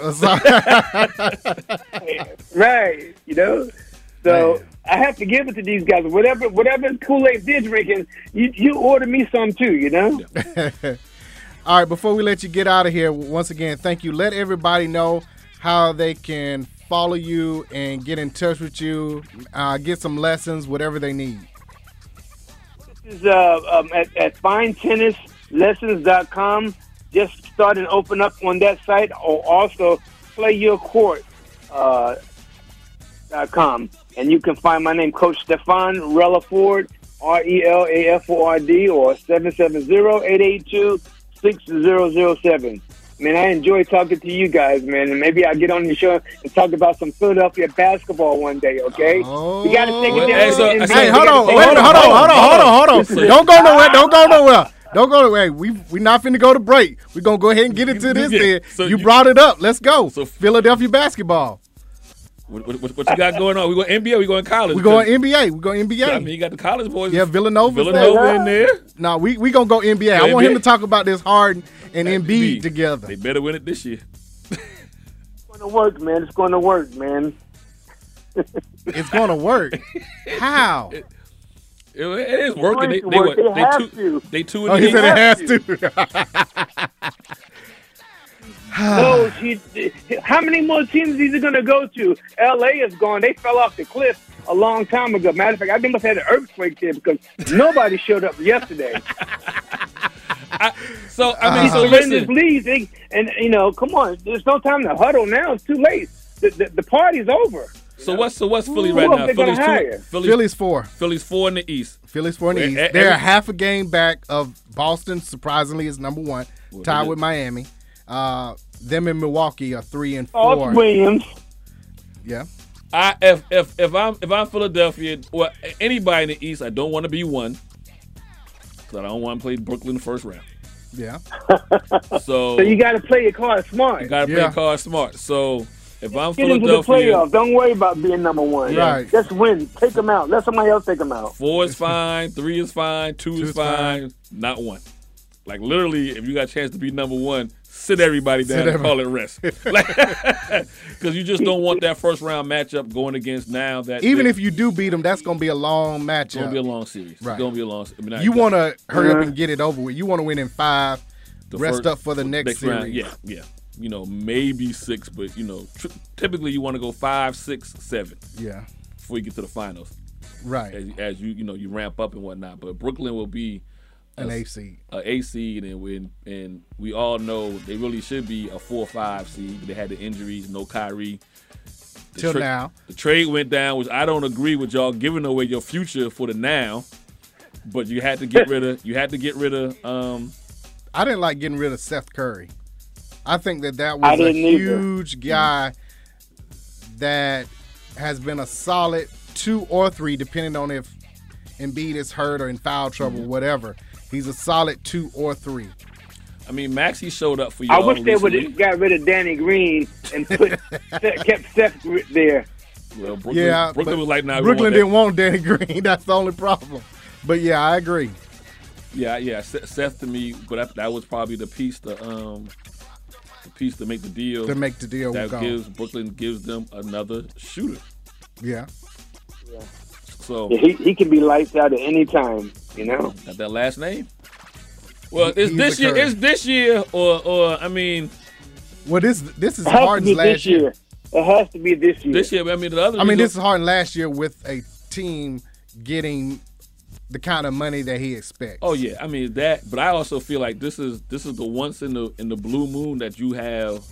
Speaker 7: Right, you know. So I have to give it to these guys. Whatever, whatever Kool Aid did drinking, you you order me some too. You know.
Speaker 6: All right, before we let you get out of here, once again, thank you. Let everybody know how they can follow you and get in touch with you, uh, get some lessons, whatever they need.
Speaker 7: is uh, um, at, at finetennislessons.com. Just start and open up on that site, or also playyourcourt.com. Uh, dot com. and you can find my name, Coach Stefan Relaford, R E L A F O R D, or 770-882-6007. Man, I enjoy talking to you guys, man, and maybe I'll get on your show and talk about some Philadelphia basketball one day, okay? we got to take
Speaker 3: Oh.
Speaker 7: it down.
Speaker 3: Hey, so-
Speaker 7: to the NBA.
Speaker 6: Hey, hold on,
Speaker 7: We
Speaker 6: wait,
Speaker 7: gotta
Speaker 6: hold
Speaker 7: take
Speaker 6: on,
Speaker 7: it
Speaker 6: hold
Speaker 7: down.
Speaker 6: on, hold on, hold on, hold on. Don't go nowhere. Don't go nowhere. Don't go nowhere. We we not finna go to break. We gonna go ahead and get into this.
Speaker 3: Yeah,
Speaker 6: Then
Speaker 3: so
Speaker 6: you
Speaker 3: you-
Speaker 6: brought it up. Let's go.
Speaker 3: So-
Speaker 6: Philadelphia basketball.
Speaker 3: What, what, what- what you got going on? We going NBA? We going college?
Speaker 6: We going NBA. We going
Speaker 3: I
Speaker 6: NBA.
Speaker 3: mean, you got the college boys.
Speaker 6: Yeah, Villanova's there.
Speaker 3: Villanova in there.
Speaker 6: Nah, we we gonna go NBA. I
Speaker 3: Go
Speaker 6: want him
Speaker 3: NBA.
Speaker 6: to talk about this Harden and
Speaker 3: B.
Speaker 6: Embiid together.
Speaker 3: They better win it this year.
Speaker 7: It's going to work, man. It's going to work, man.
Speaker 6: It's gonna work. How?
Speaker 3: It, it is working. They,
Speaker 7: It's
Speaker 3: they,
Speaker 7: going to work.
Speaker 3: were-
Speaker 7: It has
Speaker 3: they two.
Speaker 7: to.
Speaker 3: They two
Speaker 6: Oh,
Speaker 3: and
Speaker 6: he said it
Speaker 3: eight.
Speaker 6: has to.
Speaker 3: Ah.
Speaker 7: no, she, how many more teams is he going to go to? L.A. is gone. They fell off the cliff a long time ago. Matter of fact, I think must have had an earthquake there because nobody showed up yesterday.
Speaker 3: So I mean, so
Speaker 6: Uh-huh.
Speaker 7: When this
Speaker 3: listen.
Speaker 7: leaves, they, and you know, come on, there's no time to huddle now. It's too late. The, the, the party's over.
Speaker 3: So what's so what's Philly
Speaker 7: Who
Speaker 3: right
Speaker 7: else
Speaker 3: now?
Speaker 7: they
Speaker 3: Philly's
Speaker 7: gonna
Speaker 3: two.
Speaker 7: hire?
Speaker 3: Philly's,
Speaker 6: Phillies four.
Speaker 3: Philly's four in the East.
Speaker 6: Phillies four in the
Speaker 3: Well,
Speaker 6: East.
Speaker 3: e-
Speaker 6: They're
Speaker 3: every-
Speaker 6: half a game back of Boston. Surprisingly, is number one, tied
Speaker 3: they-
Speaker 6: with Miami. Uh, them in Milwaukee are three and
Speaker 7: Alt
Speaker 6: four.
Speaker 7: Williams.
Speaker 6: Yeah,
Speaker 3: I if if if I'm if I'm Philadelphia or anybody in the East, I don't want to be one. 'Cause I don't want to play Brooklyn first round.
Speaker 6: yeah.
Speaker 3: So,
Speaker 7: So you got to play your card smart.
Speaker 3: you gotta play
Speaker 6: Yeah.
Speaker 3: cards smart. So if I'm
Speaker 7: Get into the
Speaker 3: Philadelphia,
Speaker 7: playoffs. Don't worry about being number one.
Speaker 6: Right.
Speaker 7: Just win. Take them out. Let somebody else take them out.
Speaker 3: four is fine, three is fine, two, is
Speaker 6: is
Speaker 3: fine, not one. Like literally, if you got a chance to be number one, sit everybody down and call it rest. Because you just don't want that first round matchup going against now that
Speaker 6: Even
Speaker 3: that-
Speaker 6: if you do beat them, that's gonna be a long
Speaker 3: it's gonna
Speaker 6: matchup.
Speaker 3: be a long series,
Speaker 6: Right.
Speaker 3: it's gonna be a long. se- I mean, not-
Speaker 6: you want to hurry up and get it over with. You want to win in five.
Speaker 3: the
Speaker 6: rest
Speaker 3: first-
Speaker 6: up for the next, series.
Speaker 3: round. Yeah, yeah. You know, maybe six, but you know, tr- typically you want to go five, six, seven
Speaker 6: yeah,
Speaker 3: before you get to the finals.
Speaker 6: right.
Speaker 3: As, as you you know you ramp up and whatnot, but Brooklyn will be
Speaker 6: An eighth seed.
Speaker 3: a A seed, and we and we all know they really should be a four or five seed. But they had the injuries, no Kyrie. The
Speaker 6: Till now.
Speaker 3: the trade went down, which I don't agree with y'all giving away your future for the now. But you had to get rid of you had to get rid of um
Speaker 6: I didn't like getting rid of Seth Curry. I think that that
Speaker 7: I
Speaker 6: was a
Speaker 7: didn't either.
Speaker 6: huge guy that has been a solid two or three, depending on if Embiid is hurt or in foul trouble,
Speaker 3: Mm-hmm.
Speaker 6: whatever. He's a solid two or three.
Speaker 3: I mean Maxie showed up for you.
Speaker 7: I wish they would have got rid of Danny Green and put Steph- kept Steph Gr- there.
Speaker 3: Well, Brooklyn,
Speaker 6: Yeah,
Speaker 3: Brooklyn
Speaker 6: but
Speaker 3: was like, "Nah, we
Speaker 6: Brooklyn
Speaker 3: want that."
Speaker 6: didn't want Danny Green. That's the only problem. But yeah, I agree.
Speaker 3: Yeah, yeah. Seth, Seth to me, but that, that was probably the piece to um, the piece to make the deal
Speaker 6: To make the deal
Speaker 3: that
Speaker 6: go,
Speaker 3: gives Brooklyn gives them another shooter.
Speaker 6: yeah,
Speaker 3: So
Speaker 7: Yeah, he, he can be lights out at any time, you know.
Speaker 3: got that last name. Well,
Speaker 6: He-
Speaker 3: it's
Speaker 6: he's
Speaker 3: this
Speaker 6: the
Speaker 3: year.
Speaker 6: curry.
Speaker 3: It's this year, or or I mean,
Speaker 6: well, this this is
Speaker 7: It has to
Speaker 6: Harden's
Speaker 7: be
Speaker 6: last
Speaker 7: this
Speaker 6: year.
Speaker 7: year. It has to be this year.
Speaker 3: this year. but I mean, the other.
Speaker 6: I mean,
Speaker 3: reason-
Speaker 6: this is Harden last year with a team getting the kind of money that he expects.
Speaker 3: Oh yeah, I mean that, but I also feel like this is this is the once in the in the blue moon that you have,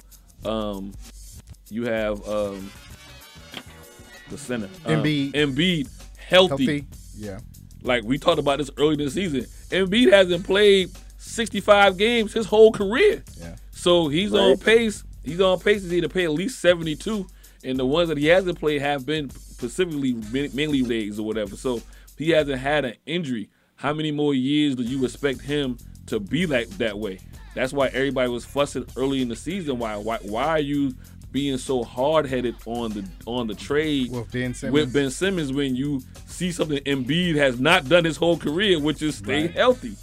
Speaker 3: um, you have um, the center. um,
Speaker 6: Embiid.
Speaker 3: Embiid healthy.
Speaker 6: Healthy. Yeah.
Speaker 3: Like we talked about this earlier this season. Embiid hasn't played 65 games his whole career.
Speaker 6: Yeah.
Speaker 3: So he's on pace. He's on pace to either play at least 72, and the ones that he hasn't played have been specifically min- mainly legs or whatever. So he hasn't had an injury. How many more years do you expect him to be like that way? That's why everybody was fussing early in the season. Why? Why? Why are you being so hard headed on the on the trade
Speaker 6: With Ben Simmons.
Speaker 3: with Ben Simmons when you see something Embiid has not done his whole career, which is stay
Speaker 6: Right.
Speaker 3: healthy.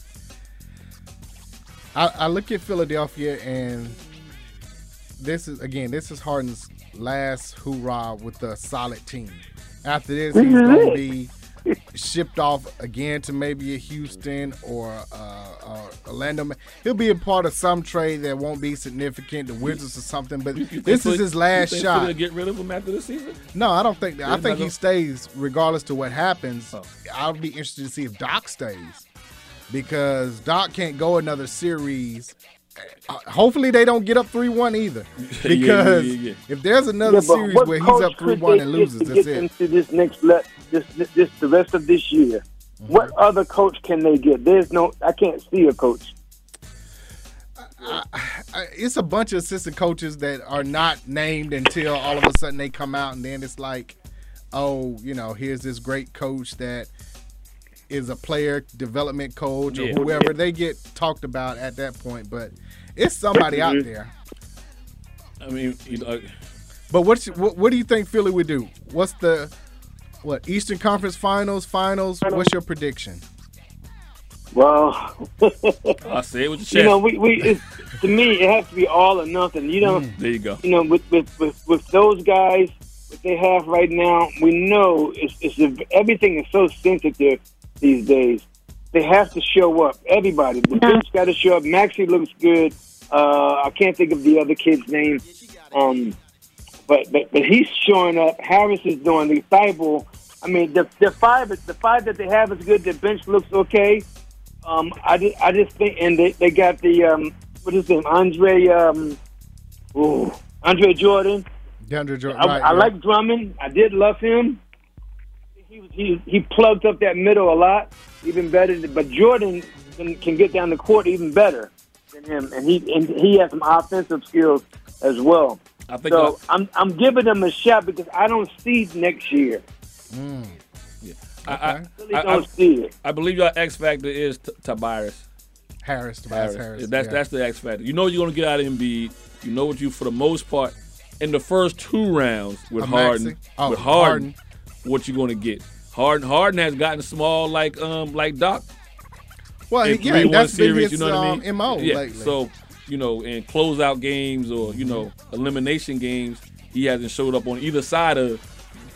Speaker 6: I, I look at Philadelphia and this is again this is Harden's last hoorah with a solid team. After this, he's gonna be shipped off again to maybe a Houston or uh, or Orlando. He'll be a part of some trade that won't be significant, the Wizards or something. But
Speaker 3: You
Speaker 6: this
Speaker 3: think
Speaker 6: is his
Speaker 3: Philly-
Speaker 6: last
Speaker 3: you think
Speaker 6: shot.
Speaker 3: Philly Get rid of him after the season.
Speaker 6: No, I don't think that. I
Speaker 3: They're
Speaker 6: think
Speaker 3: not
Speaker 6: he
Speaker 3: gonna-
Speaker 6: stays regardless to what happens.
Speaker 3: Oh.
Speaker 6: I'll be interested to see if Doc stays because Doc can't go another series. Uh, Hopefully, they don't get up 3 1 either.
Speaker 3: yeah, yeah,
Speaker 6: Because
Speaker 3: yeah.
Speaker 6: if there's
Speaker 10: but
Speaker 6: another series
Speaker 10: what
Speaker 6: where he's
Speaker 10: coach
Speaker 6: up
Speaker 10: could
Speaker 6: 3 1
Speaker 10: they
Speaker 6: and
Speaker 10: get
Speaker 6: loses,
Speaker 10: to get
Speaker 6: that's it.
Speaker 10: them to this next le- this, this this the rest of this year.
Speaker 6: Mm-hmm.
Speaker 10: What other coach can they get? There's no. I can't see a coach.
Speaker 6: Uh, It's a bunch of assistant coaches that are not named until all of a sudden they come out, and then it's like, oh, you know, here's this great coach that is a player development coach or
Speaker 3: Yeah.
Speaker 6: whoever they get talked about at that point. But it's somebody out there.
Speaker 3: I mean, you know,
Speaker 6: But what's, what what do you think Philly would do? What's the what Eastern Conference Finals? Finals? What's your prediction?
Speaker 10: Well,
Speaker 3: I say it with your chest.
Speaker 7: You know, we, we it's, to me it has to be all or nothing. You
Speaker 6: Mm.
Speaker 7: know,
Speaker 3: there you go.
Speaker 7: you know, with with, with, with those guys what they have right now, we know it's, it's everything is so sensitive these days. They have to show up. Everybody, the bitch got to show up. Maxie looks good. Uh, I can't think of the other kid's name, um, but, but but he's showing up. Harris is doing the Thibault. I mean, the the five the five that they have is good. The bench looks okay. Um, I just I just think, and they, they got the um, what is his name, Andre. Um, Ooh, Andre Jordan.
Speaker 6: DeAndre Jordan.
Speaker 7: I,
Speaker 6: right,
Speaker 7: I
Speaker 6: yeah.
Speaker 7: like Drummond. I did love him. He was he he plugged up that middle a lot, even better. than- But Jordan can, can get down the court even better than him, and he and he has some offensive skills as well.
Speaker 3: I think
Speaker 7: So I'm I'm giving them a shot because I don't see next year.
Speaker 3: I, I,
Speaker 7: Really
Speaker 3: I,
Speaker 7: don't
Speaker 3: I-
Speaker 7: see it.
Speaker 3: I believe your X factor is t- Tobias.
Speaker 6: Harris. Tobias Harris.
Speaker 3: That's
Speaker 6: yeah.
Speaker 3: that's the X factor. You know you're gonna get out of Embiid. You know what you for the most part in the first two rounds with
Speaker 6: A Maxey?
Speaker 3: Harden.
Speaker 6: Oh,
Speaker 3: with Harden, what you gonna get? Harden Harden has gotten small like um like Doc
Speaker 6: well,
Speaker 3: in
Speaker 6: yeah,
Speaker 3: three one
Speaker 6: that's been
Speaker 3: series.
Speaker 6: his
Speaker 3: You know what I mean?
Speaker 6: um, mo
Speaker 3: yeah.
Speaker 6: lately.
Speaker 3: So you know in closeout games or you know elimination games, he hasn't showed up on either side of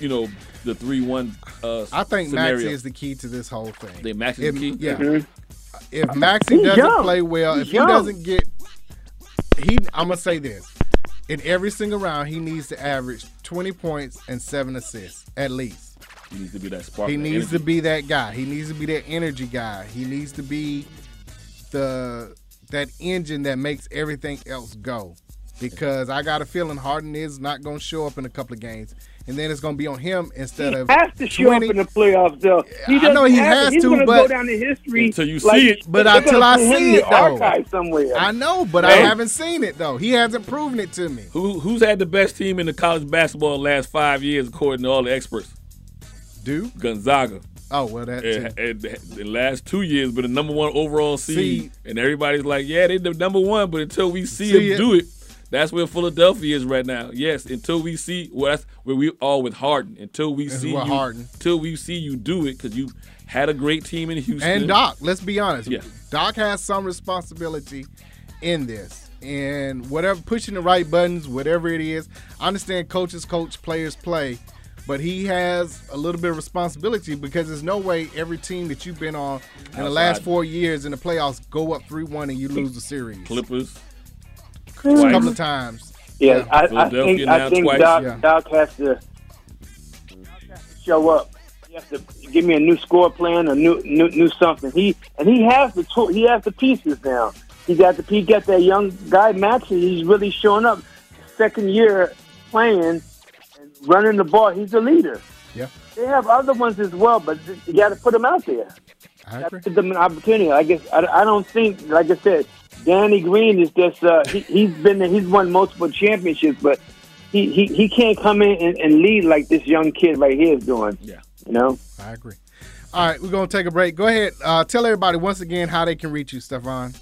Speaker 3: you know the three one. Uh,
Speaker 6: I think
Speaker 3: scenario.
Speaker 6: Maxi is the key to this whole thing.
Speaker 3: Think Maxey's
Speaker 6: If-
Speaker 3: the key?
Speaker 6: Yeah. If Maxi doesn't
Speaker 7: young.
Speaker 6: play well, if
Speaker 7: young.
Speaker 6: he doesn't get, he I'm gonna say this: in every single round, he needs to average 20 points and seven assists at least.
Speaker 3: He needs to be that spark.
Speaker 6: He
Speaker 3: and
Speaker 6: needs
Speaker 3: Oh, energy.
Speaker 6: to be that guy. He needs to be that energy guy. He needs to be the that engine that makes everything else go. Because I got a feeling Harden is not going to show up in a couple of games, and then it's going to be on him instead
Speaker 7: He
Speaker 6: of
Speaker 7: has to show up
Speaker 6: 20
Speaker 7: in the playoffs, though. He
Speaker 6: I
Speaker 7: doesn't
Speaker 6: know he
Speaker 7: have
Speaker 6: has
Speaker 7: He's
Speaker 6: to,
Speaker 7: gonna
Speaker 6: but-
Speaker 7: go down in history
Speaker 3: Until you see it.
Speaker 6: But
Speaker 7: they're
Speaker 6: until
Speaker 7: gonna
Speaker 6: I
Speaker 7: put him
Speaker 6: see
Speaker 7: in the
Speaker 6: it, though.
Speaker 7: archive somewhere.
Speaker 6: I know, but I
Speaker 3: Hey.
Speaker 6: haven't seen it though. He hasn't proven it to me.
Speaker 3: Who who's had the best team in the college basketball the last five years according to all the experts?
Speaker 6: Do?
Speaker 3: Gonzaga.
Speaker 6: Oh well, that too.
Speaker 3: And, and the last two years been the number one overall seed,
Speaker 6: See-
Speaker 3: and everybody's like, yeah, they the number one, but until we see,
Speaker 6: See
Speaker 3: them
Speaker 6: it.
Speaker 3: do it, that's where Philadelphia is right now. Yes, until we see, well, that's where we are with Harden. Until we see
Speaker 6: with
Speaker 3: you,
Speaker 6: Harden.
Speaker 3: until we see you do it, because you had a great team in Houston.
Speaker 6: And Doc, let's be honest.
Speaker 3: Yeah.
Speaker 6: Doc has some responsibility in this. And whatever pushing the right buttons, whatever it is, I understand coaches coach, players play, but he has a little bit of responsibility because there's no way every team that you've been on in the last
Speaker 3: Outside.
Speaker 6: four years in the playoffs go up three one and you lose the series.
Speaker 3: Clippers.
Speaker 6: a couple
Speaker 3: Twice.
Speaker 6: of times.
Speaker 10: yeah, I, I
Speaker 3: Philadelphia
Speaker 10: think
Speaker 3: now
Speaker 10: I think
Speaker 3: twice.
Speaker 10: Doc,
Speaker 6: Yeah.
Speaker 10: Doc has to Doc has to show up. He has to give me a new score plan, a new new, new something. He and he has the tool, he has the pieces now. He got the he got that young guy Maxey. He's really showing up. Second year playing, and
Speaker 7: running the ball. He's the leader.
Speaker 6: Yeah.
Speaker 7: They have other ones as well, but you got to put them out there.
Speaker 6: I
Speaker 7: Got to
Speaker 6: agree.
Speaker 7: give them an opportunity. Like I guess I, I don't think, like I said, Danny Green is just uh, he, he's been there, he's won multiple championships, but he, he, he can't come in and, and lead like this young kid right here is doing.
Speaker 3: Yeah.
Speaker 7: You know.
Speaker 6: I agree. All right, we're gonna take a break. Go ahead. Uh, tell everybody once again how they can reach you, Stefan.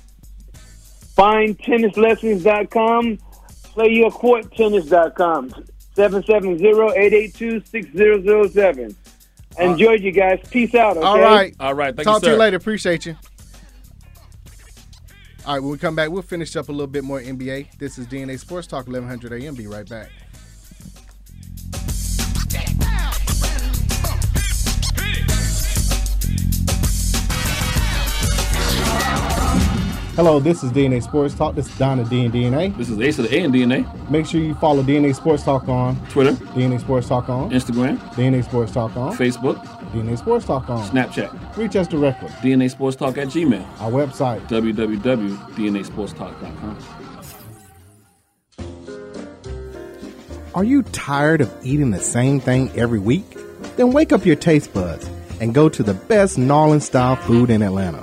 Speaker 7: Find tennislessons.com. Play your court tennis.com. 770-882-6007. Enjoy you guys. Peace out. Okay?
Speaker 6: All right.
Speaker 3: All right, thank
Speaker 6: Talk
Speaker 3: you, sir.
Speaker 6: to you later. Appreciate you. All right, when we come back, we'll finish up a little bit more NBA. This is DNA Sports Talk 1100 AM. Be right back. Hello, this is DNA Sports Talk. This is Donna D and DNA.
Speaker 3: This is Ace of the A and DNA.
Speaker 6: Make sure you follow DNA Sports Talk on
Speaker 3: Twitter,
Speaker 6: DNA Sports Talk on
Speaker 3: Instagram,
Speaker 6: DNA Sports Talk on
Speaker 3: Facebook,
Speaker 6: DNA Sports Talk on.
Speaker 3: Snapchat,
Speaker 6: Reach us directly.
Speaker 3: DNA Sports Talk at Gmail,
Speaker 6: Our website
Speaker 3: www.dnasportstalk.com.
Speaker 11: Are you tired of eating the same thing every week? Then wake up your taste buds and go to the best gnarling style food in Atlanta.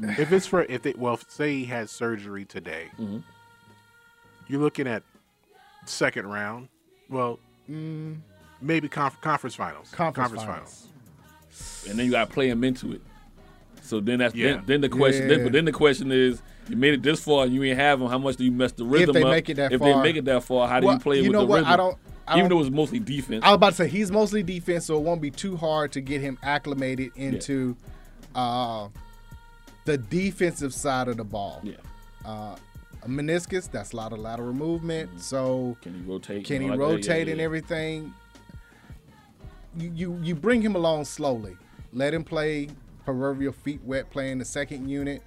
Speaker 1: if it's for if it well if- say he had surgery today,
Speaker 6: Mm-hmm.
Speaker 1: you're looking at second round. Well, maybe conf- conference finals.
Speaker 6: Mm. Conference
Speaker 1: finals.
Speaker 3: and then you got to play him into it. So then that's
Speaker 1: Yeah.
Speaker 3: then, then the question. Then,
Speaker 6: Yeah.
Speaker 3: but then the question is, you made it this far, and you ain't have him. How much do you mess the rhythm
Speaker 6: they
Speaker 3: up?
Speaker 6: make it that
Speaker 3: if
Speaker 6: far.
Speaker 3: they make it that far, how do
Speaker 6: Well,
Speaker 3: you play
Speaker 6: you
Speaker 3: with
Speaker 6: know
Speaker 3: the
Speaker 6: what? I
Speaker 3: rhythm?
Speaker 6: don't- I
Speaker 3: Even
Speaker 6: don't-
Speaker 3: though it's mostly defense.
Speaker 6: I was about to say he's mostly defense, so it won't be too hard to get him acclimated into uh, the defensive side of the ball.
Speaker 3: Yeah.
Speaker 6: Uh, a meniscus, that's a lot of lateral movement. So
Speaker 3: Mm-hmm. can he rotate?
Speaker 6: Can
Speaker 3: and
Speaker 6: he
Speaker 3: all that? Yeah,
Speaker 6: rotate
Speaker 3: yeah,
Speaker 6: and
Speaker 3: yeah.
Speaker 6: everything? You, you you bring him along slowly. Let him play proverbial feet wet, playing the second unit,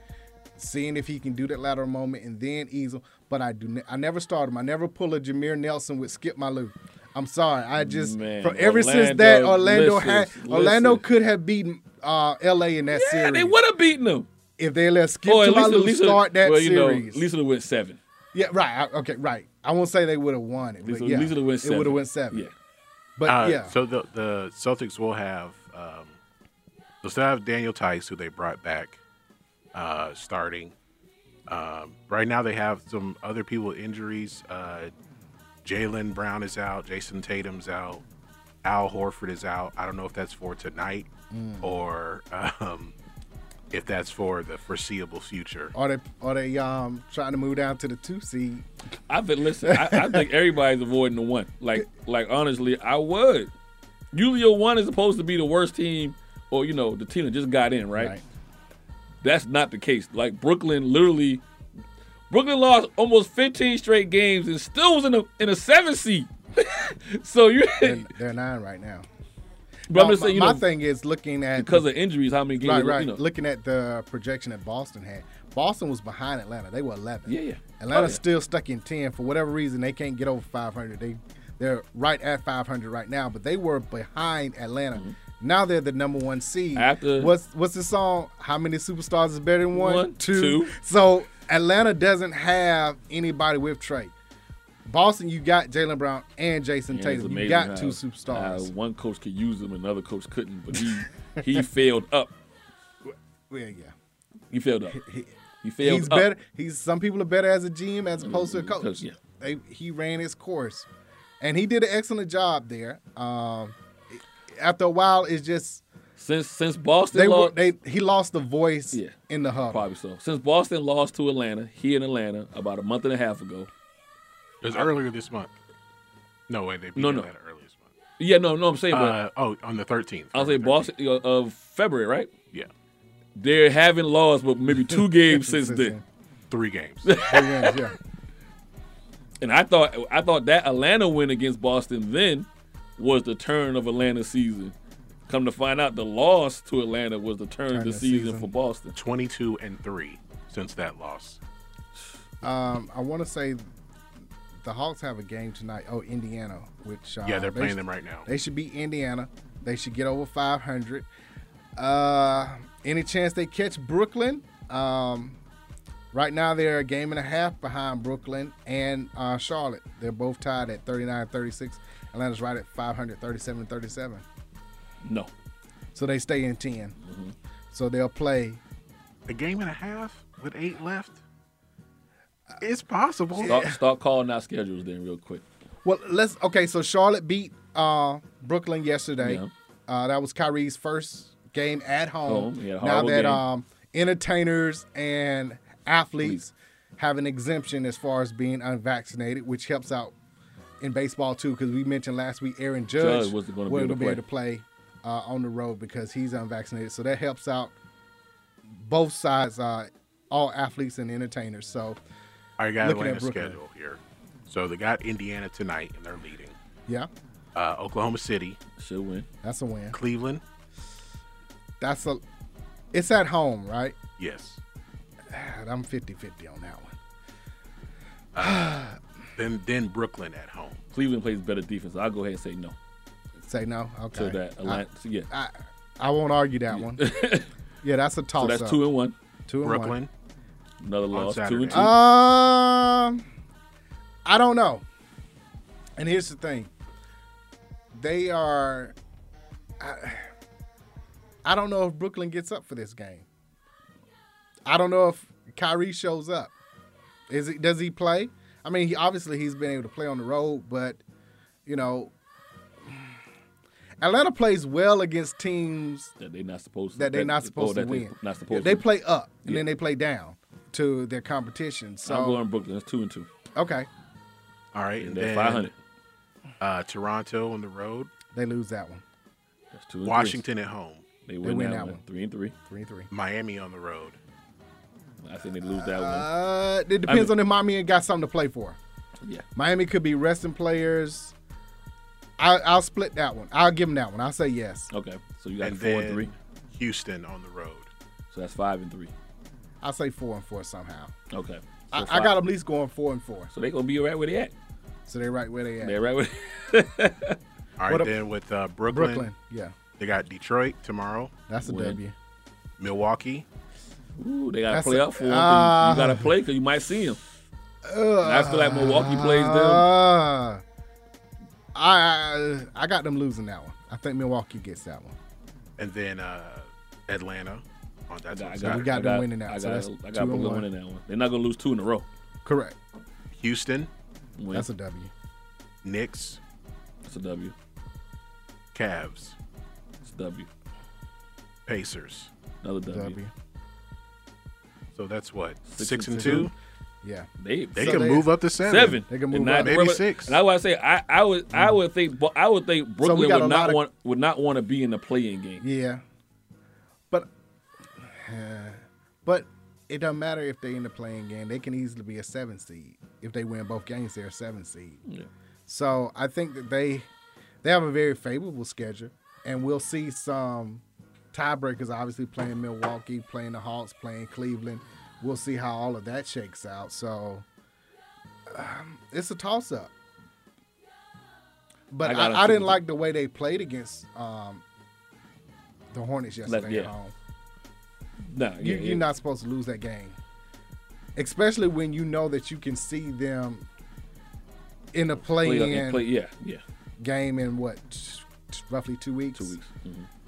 Speaker 6: seeing if he can do that lateral moment, and then ease him. But I do ne- I never start him. I never pull a Jameer Nelson with skip my loop. I'm sorry. I just
Speaker 3: Man,
Speaker 6: from ever since that
Speaker 3: Orlando,
Speaker 6: Orlando had
Speaker 3: listen,
Speaker 6: Orlando
Speaker 3: listen.
Speaker 6: could have beaten uh, LA in that
Speaker 3: Yeah,
Speaker 6: series
Speaker 3: they would have beaten him.
Speaker 6: if they let skip
Speaker 3: Or
Speaker 6: to
Speaker 3: at
Speaker 6: my
Speaker 3: least, at
Speaker 6: loop
Speaker 3: least
Speaker 6: start that
Speaker 3: well, you know,
Speaker 6: series.
Speaker 3: at least it would win seven.
Speaker 6: yeah, right. I- okay, right. I won't say they would have won it,
Speaker 3: least
Speaker 6: but
Speaker 3: it- at
Speaker 6: yeah,
Speaker 3: least it would've went
Speaker 6: It would have went seven.
Speaker 3: seven. Yeah.
Speaker 6: But
Speaker 1: Uh,
Speaker 6: yeah,
Speaker 1: So the the Celtics will have um, they'll still have Daniel Tice, who they brought back, uh, starting. Um, right now they have some other people with injuries. Uh, Jalen Brown is out. Jason Tatum's out. Al Horford is out. I don't know if that's for tonight
Speaker 6: Mm.
Speaker 1: or um, if that's for the foreseeable future.
Speaker 6: Are they are they um trying to move down to the two seed?
Speaker 3: I've been listening. I, I think everybody's avoiding the one. Like, like honestly, I would. Usually, your one is supposed to be the worst team, or you know, the team that just got in, right? That's not the case. Like Brooklyn, literally, Brooklyn lost almost 15 straight games and still was in a in a seven seed. so you,
Speaker 6: They're, they're nine right now.
Speaker 3: but I'm
Speaker 6: No,
Speaker 3: just
Speaker 6: my,
Speaker 3: saying, you
Speaker 6: my
Speaker 3: know,
Speaker 6: thing is looking at
Speaker 3: because of injuries, how many games?
Speaker 6: right,
Speaker 3: you
Speaker 6: right.
Speaker 3: know.
Speaker 6: Looking at the projection that Boston had, Boston was behind Atlanta. They were eleven.
Speaker 3: Yeah, yeah.
Speaker 6: Atlanta's
Speaker 3: Oh, yeah.
Speaker 6: still stuck in ten for whatever reason. They can't get over five hundred. They they're right at five hundred right now, but they were behind Atlanta. Now they're the number one seed.
Speaker 3: Mm-hmm. After-
Speaker 6: what's what's the song? How many superstars is better than one?
Speaker 3: One,
Speaker 6: two.
Speaker 3: two.
Speaker 6: So Atlanta doesn't have anybody with Trey. Boston, you got Jalen Brown and Jason
Speaker 3: And it's
Speaker 6: Tatum. You
Speaker 3: amazing
Speaker 6: got
Speaker 3: how-
Speaker 6: two superstars.
Speaker 3: how one coach could use them, another coach couldn't. But he he failed up.
Speaker 6: yeah, yeah.
Speaker 3: He failed up.
Speaker 6: He,
Speaker 3: He failed
Speaker 6: He's
Speaker 3: up. Mm-hmm.
Speaker 6: better. He's some people are better as a GM as opposed to a coach.
Speaker 3: yeah.
Speaker 6: They, he ran his course, and he did an excellent job there. Um, after a while, it's just
Speaker 3: Since since Boston
Speaker 6: they were
Speaker 3: lost,
Speaker 6: they he lost the voice in the hub.
Speaker 3: Probably so. Since Boston lost to Atlanta, here in Atlanta, about a month and a half ago.
Speaker 1: It was earlier this month. No way, they beat
Speaker 3: No, no.
Speaker 1: Atlanta earlier this month.
Speaker 3: Yeah, no, no, I'm saying,
Speaker 1: Uh,
Speaker 3: but
Speaker 1: oh, on the thirteenth.
Speaker 3: I'll say Boston uh, of February, right?
Speaker 1: Yeah.
Speaker 3: They haven't lost, but maybe two games since then.
Speaker 1: Three games.
Speaker 6: Oh, yeah.
Speaker 3: And I thought I thought that Atlanta win against Boston then was the turn of Atlanta's season. Come to find out, the loss to Atlanta was the turn of the season, for Boston.
Speaker 1: Twenty-two and three since that loss.
Speaker 6: Um, I want to say the Hawks have a game tonight. Oh, Indiana, which uh,
Speaker 1: Yeah, they're
Speaker 6: they
Speaker 1: playing
Speaker 6: sh-
Speaker 1: them right now.
Speaker 6: They should beat Indiana. They should get over 500. Uh, any chance they catch Brooklyn? Um, right now they're a game and a half behind Brooklyn and uh, Charlotte. They're both tied at 39-36. Atlanta's right at 537-37.
Speaker 3: No.
Speaker 6: So they stay in 10. So they'll play
Speaker 1: a game and a half with eight left. It's possible.
Speaker 3: Start, start calling out schedules then, real quick.
Speaker 6: Well, let's okay. So Charlotte beat uh, Brooklyn yesterday.
Speaker 3: Yeah.
Speaker 6: Uh, that was Kyrie's first game at home.
Speaker 3: Home, yeah,
Speaker 6: now
Speaker 3: horrible
Speaker 6: that
Speaker 3: game.
Speaker 6: um, entertainers and athletes have an exemption as far as being unvaccinated, which helps out in baseball too, because we mentioned last week Aaron Judge,
Speaker 3: Judge wasn't gonna be
Speaker 6: wasn't
Speaker 3: able to
Speaker 6: gonna play uh, on the road because he's unvaccinated. So that helps out both sides, uh, all athletes and entertainers. So
Speaker 1: I got
Speaker 6: looking at
Speaker 1: Atlanta's
Speaker 6: Brooklyn.
Speaker 1: schedule here. So they got Indiana tonight, and they're leading.
Speaker 6: Yeah,
Speaker 1: Uh, Oklahoma City
Speaker 3: should win.
Speaker 6: that's a win.
Speaker 1: Cleveland,
Speaker 6: That's a. It's at home, right?
Speaker 1: yes.
Speaker 6: I'm 50 50 on that one.
Speaker 1: Uh, then then Brooklyn at home.
Speaker 3: Cleveland plays better defense. I'll go ahead and say no.
Speaker 6: Say no. Okay.
Speaker 3: To that Atlanta. yeah.
Speaker 6: I, I won't argue that one. yeah, that's a
Speaker 3: so
Speaker 6: toss.
Speaker 3: that's two and one.
Speaker 6: Two and one. Brooklyn.
Speaker 3: Another loss. Two and two.
Speaker 6: Uh, Um, I don't know. And here's the thing. They are. I, I don't know if Brooklyn gets up for this game. I don't know if Kyrie shows up. Is it? Does he play? I mean, he, obviously he's been able to play on the road, but you know, Atlanta plays well against teams
Speaker 3: that they're not supposed to.
Speaker 6: That they're not
Speaker 3: that-
Speaker 6: supposed
Speaker 3: oh,
Speaker 6: to
Speaker 3: that they
Speaker 6: win.
Speaker 3: not supposed
Speaker 6: They
Speaker 3: to.
Speaker 6: play up and then they play down to their competition. So
Speaker 3: I'm going Brooklyn. It's two and two.
Speaker 6: Okay,
Speaker 1: All right, and then
Speaker 3: they're 500.
Speaker 1: Uh, Toronto on the road.
Speaker 6: they lose that one.
Speaker 3: That's two and three.
Speaker 1: Washington at home.
Speaker 3: They win, that, one. Three and three.
Speaker 6: Three and three.
Speaker 1: Miami on the road.
Speaker 3: I think they lose that one.
Speaker 6: Uh, it depends on if Miami got something to play for.
Speaker 3: Yeah.
Speaker 6: Miami could be resting players. I, I'll split that one. I'll give them that one. I'll say yes.
Speaker 3: Okay, so you got
Speaker 1: And
Speaker 3: four and
Speaker 1: then
Speaker 3: three.
Speaker 1: Houston on the road.
Speaker 3: So that's five and three.
Speaker 6: I'll say four and four somehow.
Speaker 3: Okay.
Speaker 6: I, I
Speaker 3: So five.
Speaker 6: got 'em at least going four and four.
Speaker 3: So they gonna be right where they at.
Speaker 6: So they're right where they at.
Speaker 3: They right where.
Speaker 1: All right,
Speaker 6: What up-
Speaker 1: then with uh, Brooklyn.
Speaker 6: Brooklyn, yeah.
Speaker 1: They got Detroit tomorrow.
Speaker 6: That's a
Speaker 1: Win.
Speaker 6: W.
Speaker 1: Milwaukee.
Speaker 3: Ooh, they gotta
Speaker 1: That's
Speaker 3: play
Speaker 1: a-
Speaker 3: up for him.
Speaker 1: Ah.
Speaker 3: you gotta play because you might see him. And I feel like Milwaukee plays them.
Speaker 6: Uh, I I got them losing that one. I think Milwaukee gets that one.
Speaker 1: and then uh, Atlanta. Oh, On that
Speaker 3: I
Speaker 6: got- we got them winning that,
Speaker 3: I
Speaker 6: so
Speaker 3: got,
Speaker 6: that's
Speaker 3: I
Speaker 6: two
Speaker 3: got
Speaker 6: and
Speaker 3: Brooklyn
Speaker 6: one.
Speaker 3: winning that one. They're not gonna lose two in a row.
Speaker 6: Correct.
Speaker 1: Houston.
Speaker 3: Win.
Speaker 6: That's a W.
Speaker 1: Knicks.
Speaker 3: That's a W.
Speaker 1: Cavs.
Speaker 3: It's a W.
Speaker 1: Pacers.
Speaker 3: Another W.
Speaker 1: So that's what six,
Speaker 3: Six
Speaker 1: and
Speaker 3: and
Speaker 1: two.
Speaker 6: Yeah.
Speaker 3: They
Speaker 1: They can move up to seven.
Speaker 3: Seven.
Speaker 1: They can move
Speaker 3: And
Speaker 1: up.
Speaker 3: I-
Speaker 1: Maybe
Speaker 3: remember-
Speaker 1: six.
Speaker 3: And I would say I, I would I would think but I would think
Speaker 6: Mm. we
Speaker 3: Brooklyn
Speaker 6: got a lot
Speaker 3: would not
Speaker 6: of-
Speaker 3: want would not want to be in the playing game.
Speaker 6: Yeah. But uh, but it doesn't matter if they in the playing game. They can easily be a seven seed. If they win both games, they're a seven seed.
Speaker 3: Yeah.
Speaker 6: So I think that they they have a very favorable schedule. And we'll see some tiebreakers obviously playing Milwaukee, playing the Hawks, playing Cleveland. We'll see how all of that shakes out. So um, it's a toss up. But I,
Speaker 3: I gotta
Speaker 6: I,
Speaker 3: see
Speaker 6: didn't
Speaker 3: what-
Speaker 6: like the way they played against um, the Hornets yesterday
Speaker 3: yeah.
Speaker 6: at home.
Speaker 3: No,
Speaker 6: you,
Speaker 3: yeah,
Speaker 6: you're
Speaker 3: yeah.
Speaker 6: not supposed to lose that game, especially when you know that you can see them in a play-in
Speaker 3: and play- yeah, yeah.
Speaker 6: game in what t- t- roughly two weeks. Two
Speaker 3: weeks.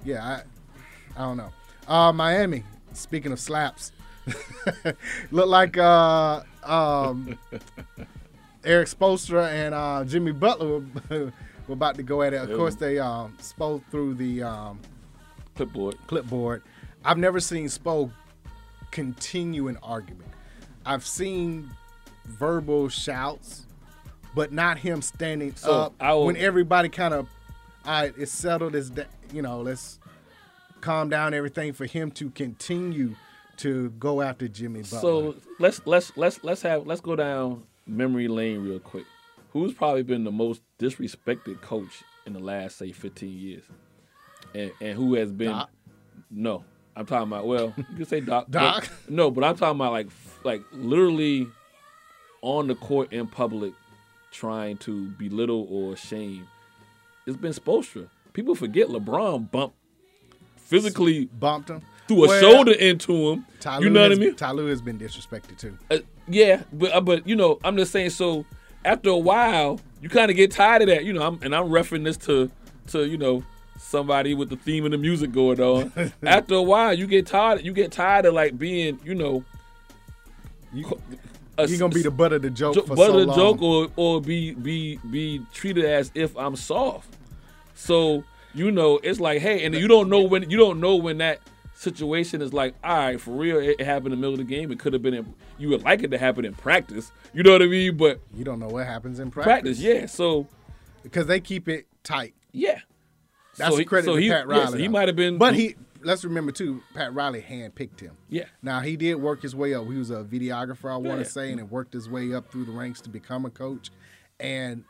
Speaker 6: Yeah, I, I don't know. Uh, Miami. Speaking of slaps, look like uh, um, Eric Spoelstra and uh, Jimmy Butler were, were about to go at it. Of
Speaker 3: They
Speaker 6: course,
Speaker 3: were.
Speaker 6: they um, spoke through the um,
Speaker 3: clipboard.
Speaker 6: Clipboard. I've never seen Spo continue an argument. I've seen verbal shouts, but not him standing
Speaker 3: So,
Speaker 6: up
Speaker 3: I will-
Speaker 6: when everybody kind of, all right, it's settled. It's da- you know, let's calm down everything for him to continue to go after Jimmy Butler.
Speaker 3: So let's let's let's let's have let's go down memory lane real quick. Who's probably been the most disrespected coach in the last say 15 years? and, and who has been no. I'm talking about well, you could say Doc. but-
Speaker 6: Doc?
Speaker 3: no, but I'm talking about like f- like literally on the court in public trying to belittle or shame. It's been Spolstra. People forget LeBron bumped physically
Speaker 6: bumped him
Speaker 3: through a
Speaker 6: Well,
Speaker 3: shoulder into him.
Speaker 6: Tyloo
Speaker 3: you know what I
Speaker 6: has-
Speaker 3: mean?
Speaker 6: Tyloo has been disrespected too.
Speaker 3: Uh, yeah, but uh, but you know, I'm just saying. So after a while, you kind of get tired of that, you know. I'm, and I'm referring this to to you know somebody with the theme of the music going on. after a while, you get tired. You get tired of like being, you know, you
Speaker 6: You're gonna be the butt of the joke for
Speaker 3: butt
Speaker 6: so
Speaker 3: of the
Speaker 6: long.
Speaker 3: joke or or be be be treated as if I'm soft. So you know, it's like hey, and you don't know when you don't know when that situation is like, all right, for real, it happened in the middle of the game. It could have been in, you would like it to happen in practice. You know what I mean? But
Speaker 6: You don't know what happens in practice.
Speaker 3: practice, yeah. So
Speaker 6: because they keep it tight.
Speaker 3: Yeah,
Speaker 6: that's
Speaker 3: So
Speaker 6: a
Speaker 3: he-
Speaker 6: credit
Speaker 3: so
Speaker 6: to
Speaker 3: he-
Speaker 6: Pat
Speaker 3: yeah, so
Speaker 6: Riley.
Speaker 3: he
Speaker 6: though.
Speaker 3: might have been-
Speaker 6: but he. Let's remember too, Pat Riley handpicked him.
Speaker 3: Yeah.
Speaker 6: Now he did work his way up. He was a videographer, I want
Speaker 3: Yeah.
Speaker 6: to say, and it worked his way up through the ranks to become a coach. And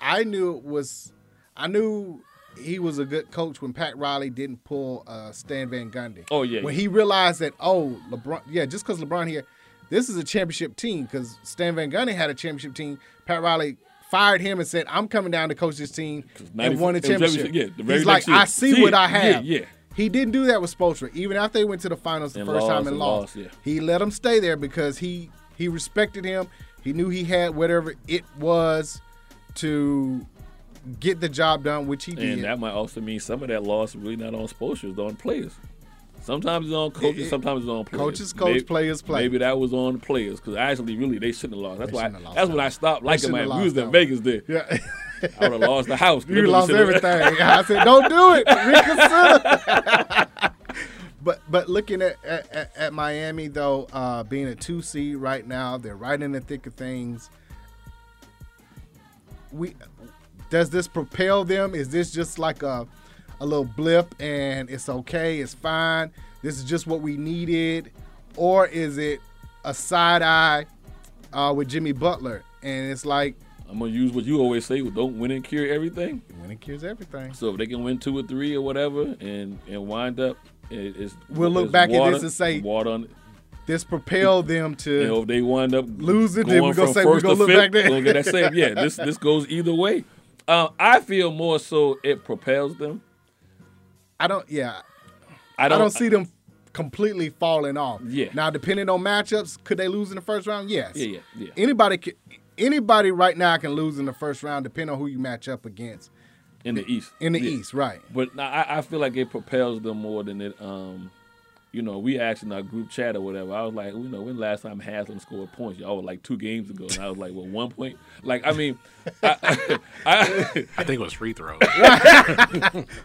Speaker 6: I knew it was, I knew he was a good coach when Pat Riley didn't pull uh, Stan Van Gundy.
Speaker 3: Oh, yeah.
Speaker 6: When he realized that, oh, LeBron, yeah, just because LeBron here, this is a championship team. Because Stan Van Gundy had a championship team. Pat Riley fired him and said, "I'm coming down to coach this team and
Speaker 3: 90
Speaker 6: won the
Speaker 3: it was every-
Speaker 6: championship."
Speaker 3: yeah, the very
Speaker 6: He's like,
Speaker 3: next year.
Speaker 6: "I see,
Speaker 3: See
Speaker 6: what
Speaker 3: it.
Speaker 6: I have."
Speaker 3: Yeah, yeah.
Speaker 6: He didn't do that with Spoelstra. Even after they went to the finals the
Speaker 3: And
Speaker 6: first
Speaker 3: lost
Speaker 6: time and
Speaker 3: and
Speaker 6: lost,
Speaker 3: lost, yeah.
Speaker 6: he let him stay there because he he respected him. He knew he had whatever it was to get the job done, which he did.
Speaker 3: and that might also mean some of that loss is really not on sponsors, it's on players. Sometimes it's on coaches,
Speaker 6: It- it-
Speaker 3: sometimes it's on players.
Speaker 6: coaches coach, players play.
Speaker 3: Maybe that was on the players because actually, really, they shouldn't have lost. That's
Speaker 6: They
Speaker 3: why.
Speaker 6: shouldn't have lost
Speaker 3: that's
Speaker 6: that
Speaker 3: when I
Speaker 6: one.
Speaker 3: stopped
Speaker 6: They
Speaker 3: liking
Speaker 6: shouldn't
Speaker 3: my.
Speaker 6: have
Speaker 3: We
Speaker 6: lost
Speaker 3: was
Speaker 6: that
Speaker 3: in Vegas then.
Speaker 6: Yeah.
Speaker 3: I would have lost the house.
Speaker 6: You
Speaker 3: Literally
Speaker 6: lost
Speaker 3: should've-
Speaker 6: everything. I said, don't do it. Reconsider. but but looking at, at, at- at Miami though, uh, being a two seed right now, they're right in the thick of things. We does this propel them? Is this just like a a little blip and it's okay, it's fine. This is just what we needed, or is it a side eye uh, with Jimmy Butler? And it's like
Speaker 3: I'm gonna use what you always say: don't win and cure everything.
Speaker 6: winning cures everything.
Speaker 3: So if they can win two or three or whatever, and and wind up, it, it's
Speaker 6: We'll look
Speaker 3: it's
Speaker 6: back at
Speaker 3: water-
Speaker 6: this and say-
Speaker 3: water on.
Speaker 6: This propelled them to
Speaker 3: You know, if they wind up
Speaker 6: losing, then we're gonna
Speaker 3: going from
Speaker 6: say we're
Speaker 3: first
Speaker 6: gonna
Speaker 3: to
Speaker 6: look
Speaker 3: fifth,
Speaker 6: back there.
Speaker 3: we're gonna say, yeah, this this goes either way. Um, I feel more so it propels them.
Speaker 6: I don't. Yeah,
Speaker 3: I don't-
Speaker 6: see them completely falling off.
Speaker 3: Yeah.
Speaker 6: Now, depending on matchups, could they lose in the first round? Yes.
Speaker 3: Yeah, yeah, yeah.
Speaker 6: Anybody can. Anybody right now can lose in the first round, depending on who you match up against.
Speaker 3: in the East.
Speaker 6: In the
Speaker 3: Yeah.
Speaker 6: East, right?
Speaker 3: But no, I, I feel like it propels them more than it. Um, you know, we asked in our group chat or whatever. I was like, you know, when last time Haslam scored points? Y'all were like two games ago, and I was like, well, one point. Like, I mean, I, I,
Speaker 1: I think it was free throws.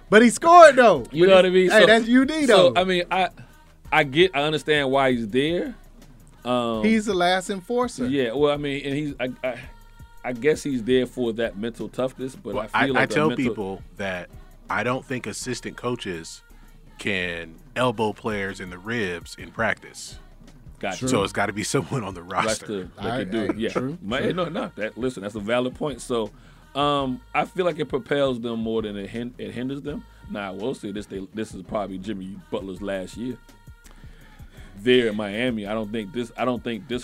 Speaker 6: but he scored though.
Speaker 3: You know what I mean?
Speaker 6: Hey, that's UD
Speaker 3: so,
Speaker 6: though.
Speaker 3: I mean, I, I get, I understand why he's there. Um,
Speaker 6: He's the last enforcer.
Speaker 3: yeah. Well, I mean, and he's, I, I, I guess he's there for that mental toughness. But
Speaker 1: Well,
Speaker 3: I
Speaker 1: I,
Speaker 3: feel
Speaker 1: I
Speaker 3: like the
Speaker 1: tell
Speaker 3: mental-
Speaker 1: people that I don't think assistant coaches can elbow players in the ribs in practice.
Speaker 3: Gotcha.
Speaker 1: So it's got to be someone on the roster.
Speaker 3: Roster, They could do it. Yeah. My- No, no. That listen, that's a valid point. So, um, I feel like it propels them more than it, hin- it hinders them. Now, I will say this: they, this is probably Jimmy Butler's last year there in Miami. I don't think this. I don't think this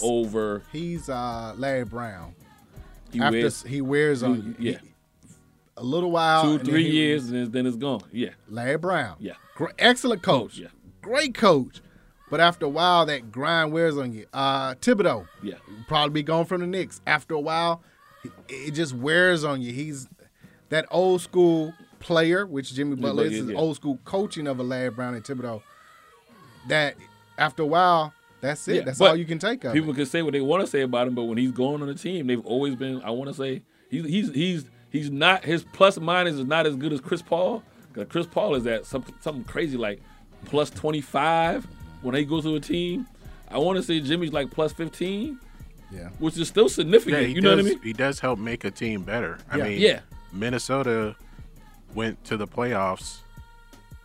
Speaker 6: He's-
Speaker 3: over.
Speaker 6: He's uh, Larry Brown.
Speaker 3: He
Speaker 6: After
Speaker 3: wears-
Speaker 6: he wears on you.
Speaker 3: Yeah,
Speaker 6: a little while,
Speaker 3: two,
Speaker 6: and then
Speaker 3: three
Speaker 6: he-
Speaker 3: years, and then it's gone. Yeah,
Speaker 6: Larry Brown.
Speaker 3: Yeah.
Speaker 6: Gr- excellent coach.
Speaker 3: Yeah.
Speaker 6: Great coach. But after a while, that grind wears on you. Uh, Thibodeau.
Speaker 3: Yeah.
Speaker 6: Probably be gone from the Knicks. After a while, it, it just wears on you. He's that old school player, which Jimmy Butler
Speaker 3: Butler
Speaker 6: is,
Speaker 3: is,
Speaker 6: is
Speaker 3: yeah.
Speaker 6: old school coaching of a Larry Brown and Thibodeau. That after a while, that's it.
Speaker 3: Yeah,
Speaker 6: that's
Speaker 3: but
Speaker 6: all you can take of
Speaker 3: People
Speaker 6: it.
Speaker 3: can say what they want to say about him, but when he's going on the team, they've always been. I want to say he's he's he's he's not his plus minus is not as good as Chris Paul. 'Cause Chris Paul is at some, something crazy like plus twenty five when he goes to a team. I want to say Jimmy's like plus fifteen,
Speaker 6: Yeah.
Speaker 3: which is still significant.
Speaker 1: he
Speaker 3: you know
Speaker 1: does-
Speaker 3: what I mean?
Speaker 1: He does help make a team better. I
Speaker 3: Yeah.
Speaker 1: mean,
Speaker 3: Yeah.
Speaker 1: Minnesota went to the playoffs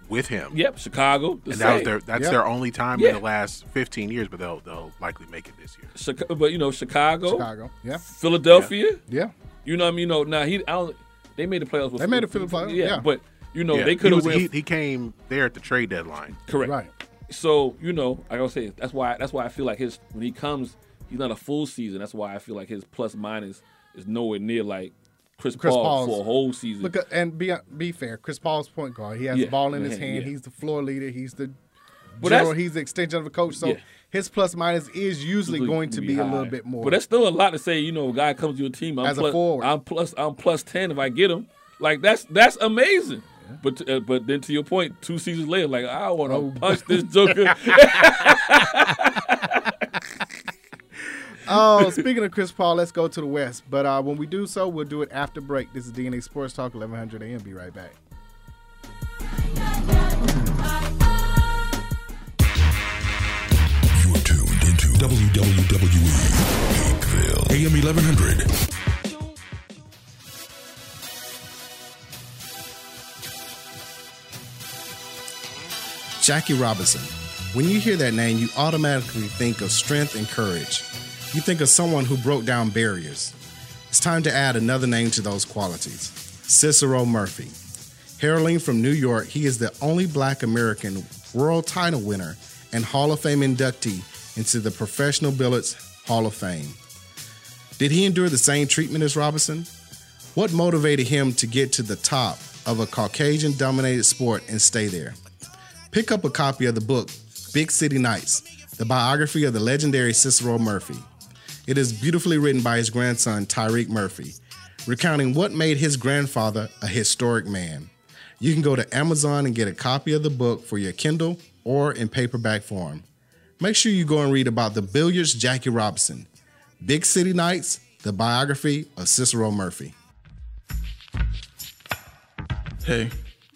Speaker 1: with him.
Speaker 3: Yep, Chicago. the
Speaker 1: and that was
Speaker 3: same.
Speaker 1: their that's
Speaker 3: Yep.
Speaker 1: their only time
Speaker 3: Yeah.
Speaker 1: in the last 15 years, but they'll they'll likely make it this year.
Speaker 3: Chica- but you know Chicago,
Speaker 6: Chicago, yeah.
Speaker 3: Philadelphia,
Speaker 6: Yeah.
Speaker 3: You know what I mean? You know, now he, I don't, they made the playoffs. With
Speaker 6: They made the Philly playoffs, yeah.
Speaker 3: but You know,
Speaker 1: Yeah,
Speaker 3: they
Speaker 1: he
Speaker 3: could have
Speaker 1: was-
Speaker 3: went
Speaker 1: He, he came there at the trade deadline.
Speaker 3: Correct. Right. So you know, like I was saying, that's why that's why I feel like his when he comes, he's not a full season. That's why I feel like his plus minus is nowhere near like Chris,
Speaker 8: Chris
Speaker 3: Paul
Speaker 8: Paul's-
Speaker 3: for a whole season.
Speaker 8: Look, uh, and be be fair. Chris Paul's point guard. He has
Speaker 3: Yeah,
Speaker 8: the ball in
Speaker 3: in
Speaker 8: his
Speaker 3: hand,
Speaker 8: hand.
Speaker 3: yeah.
Speaker 8: He's the floor leader. He's the
Speaker 3: But
Speaker 8: general.
Speaker 3: that's-
Speaker 8: He's the extension of a coach. So
Speaker 3: Yeah.
Speaker 8: his plus minus is usually going to be a little
Speaker 3: high.
Speaker 8: bit more.
Speaker 3: But that's still a lot to say. You know, a guy comes to your team I'm
Speaker 8: As a
Speaker 3: plus,
Speaker 8: forward.
Speaker 3: I'm plus I'm plus ten if I get him. Like that's that's amazing. But uh, but then to your point, two seasons later, like I want to punch this joker.
Speaker 8: Oh, speaking of Chris Paul, let's go to the West. But uh, when we do so, we'll do it after break. This is DNA Sports Talk 1100 AM. Be right back.
Speaker 12: WWE Pinkville. AM 1100.
Speaker 6: Jackie Robinson. When you hear that name, you automatically think of strength and courage. You think of someone who broke down barriers. It's time to add another name to those qualities Cicero Murphy. Heralding from New York, he is the only black American world title winner and Hall of Fame inductee into the Professional Billiards Hall of Fame. Did he endure the same treatment as Robinson? What motivated him to get to the top of a Caucasian dominated sport and stay there? Pick up a copy of the book, Big City Nights, the biography of the legendary Cicero Murphy. It is beautifully written by his grandson, Tyreek Murphy, recounting what made his grandfather a historic man. You can go to Amazon and get a copy of the book for your Kindle or in paperback form. Make sure you go and read about the billiards Jackie Robinson, Big City Nights, the biography of Cicero Murphy.
Speaker 5: Hey,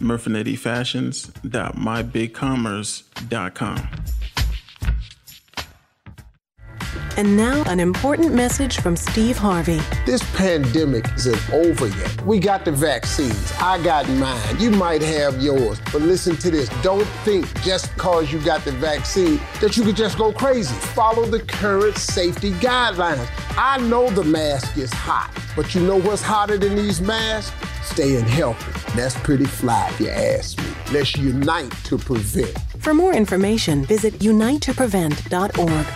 Speaker 5: murfinettifashions.mybigcommerce.com.
Speaker 13: And now, an important message from Steve Harvey.
Speaker 14: This pandemic isn't over yet. We got the vaccines. I got mine. You might have yours. But listen to this. Don't think just because you got the vaccine that you could just go crazy. Follow the current safety guidelines. I know the mask is hot, but you know what's hotter than these masks? Staying healthy. That's pretty fly if you ask me. Let's unite to prevent.
Speaker 13: For more information, visit unitetoprevent.org.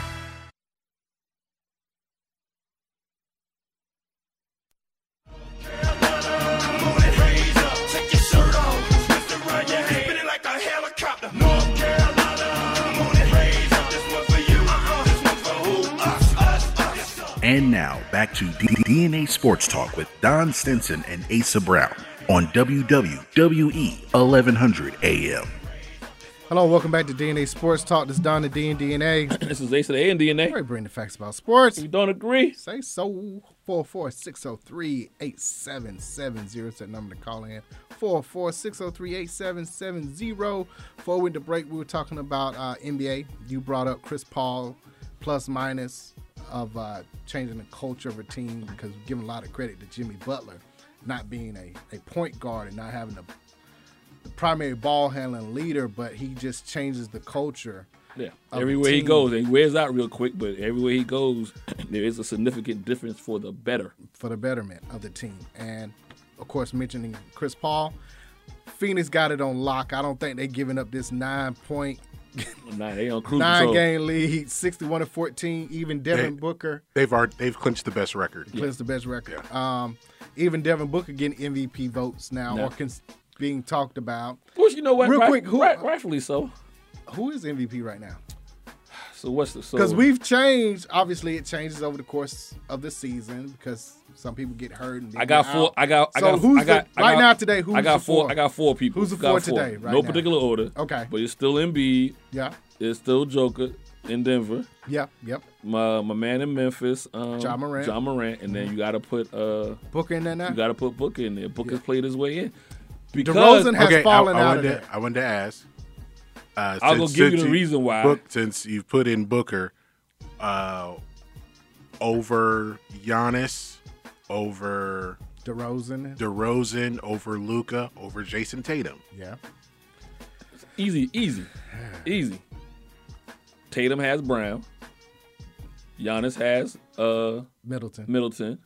Speaker 15: And now back to D- DNA Sports Talk with Don Stinson and Asa Brown on E WWE 1100 AM.
Speaker 8: Hello, welcome back to DNA Sports Talk. This is Don the D and DNA.
Speaker 3: this is Ace of the A and DNA.
Speaker 8: We bring the facts about sports.
Speaker 3: You don't agree?
Speaker 8: Say so. 44603-8770 is that number to call in. 44603-8770. Before we went to break, we were talking about uh, NBA. You brought up Chris Paul plus minus of uh, changing the culture of a team because we're giving a lot of credit to Jimmy Butler not being a, a point guard and not having a the primary ball handling leader, but he just changes the culture.
Speaker 3: Yeah,
Speaker 8: of the
Speaker 3: everywhere he
Speaker 8: team.
Speaker 3: goes, and he wears out real quick. But everywhere he goes, there is a significant difference for the better.
Speaker 8: for the betterment of the team. And of course, mentioning Chris Paul, Phoenix got it on lock. I don't think they giving up this nine point,
Speaker 3: Nah, they on cruise
Speaker 8: nine
Speaker 3: control.
Speaker 8: game lead, sixty-one to fourteen. Even Devin
Speaker 1: They-
Speaker 8: Booker
Speaker 1: They've already, they've clinched the best record.
Speaker 8: plays the best record. Um, even Devin Booker getting MVP votes now,
Speaker 1: No.
Speaker 8: or cons- being talked about.
Speaker 3: Which you know what?
Speaker 8: Real
Speaker 3: Right-
Speaker 8: quick, who,
Speaker 3: right- rightfully so.
Speaker 8: Who is MVP right now?
Speaker 3: So what's the so?
Speaker 8: Because we've changed. Obviously, it changes over the course of the season because some people get hurt. And they
Speaker 3: I got
Speaker 8: get
Speaker 3: four.
Speaker 8: out.
Speaker 3: I got. I
Speaker 8: so
Speaker 3: got.
Speaker 8: who's
Speaker 3: I got
Speaker 8: the,
Speaker 3: I
Speaker 8: right
Speaker 3: got-
Speaker 8: now today? Who's
Speaker 3: I got
Speaker 8: the
Speaker 3: four,
Speaker 8: four?
Speaker 3: I got four people.
Speaker 8: Who's the
Speaker 3: Got
Speaker 8: four today? Right
Speaker 3: no
Speaker 8: now?
Speaker 3: particular order.
Speaker 8: Okay.
Speaker 3: But it's still Embiid.
Speaker 8: Yeah.
Speaker 3: It's still Joker in Denver.
Speaker 8: Yep. Yep.
Speaker 3: My my man in Memphis. Um,
Speaker 8: Ja Morant.
Speaker 3: John Morant, and then you got to put uh
Speaker 8: Booker in there now.
Speaker 3: You got to put Booker in there. Booker's played his way in. Because-
Speaker 8: DeRozan has
Speaker 1: Okay, I-
Speaker 8: fallen
Speaker 1: I,
Speaker 8: out of
Speaker 1: wanted
Speaker 8: there.
Speaker 1: to, I wanted to ask. Uh,
Speaker 3: I'll go
Speaker 1: since-
Speaker 3: give you
Speaker 1: since
Speaker 3: the reason why.
Speaker 1: Book, since you put in Booker uh, over Giannis, over
Speaker 8: DeRozan.
Speaker 1: DeRozan, over Luca, over Jason Tatum.
Speaker 8: Yeah.
Speaker 3: Easy, easy, easy. Tatum has Brown. Giannis has uh
Speaker 8: Middleton.
Speaker 3: Middleton.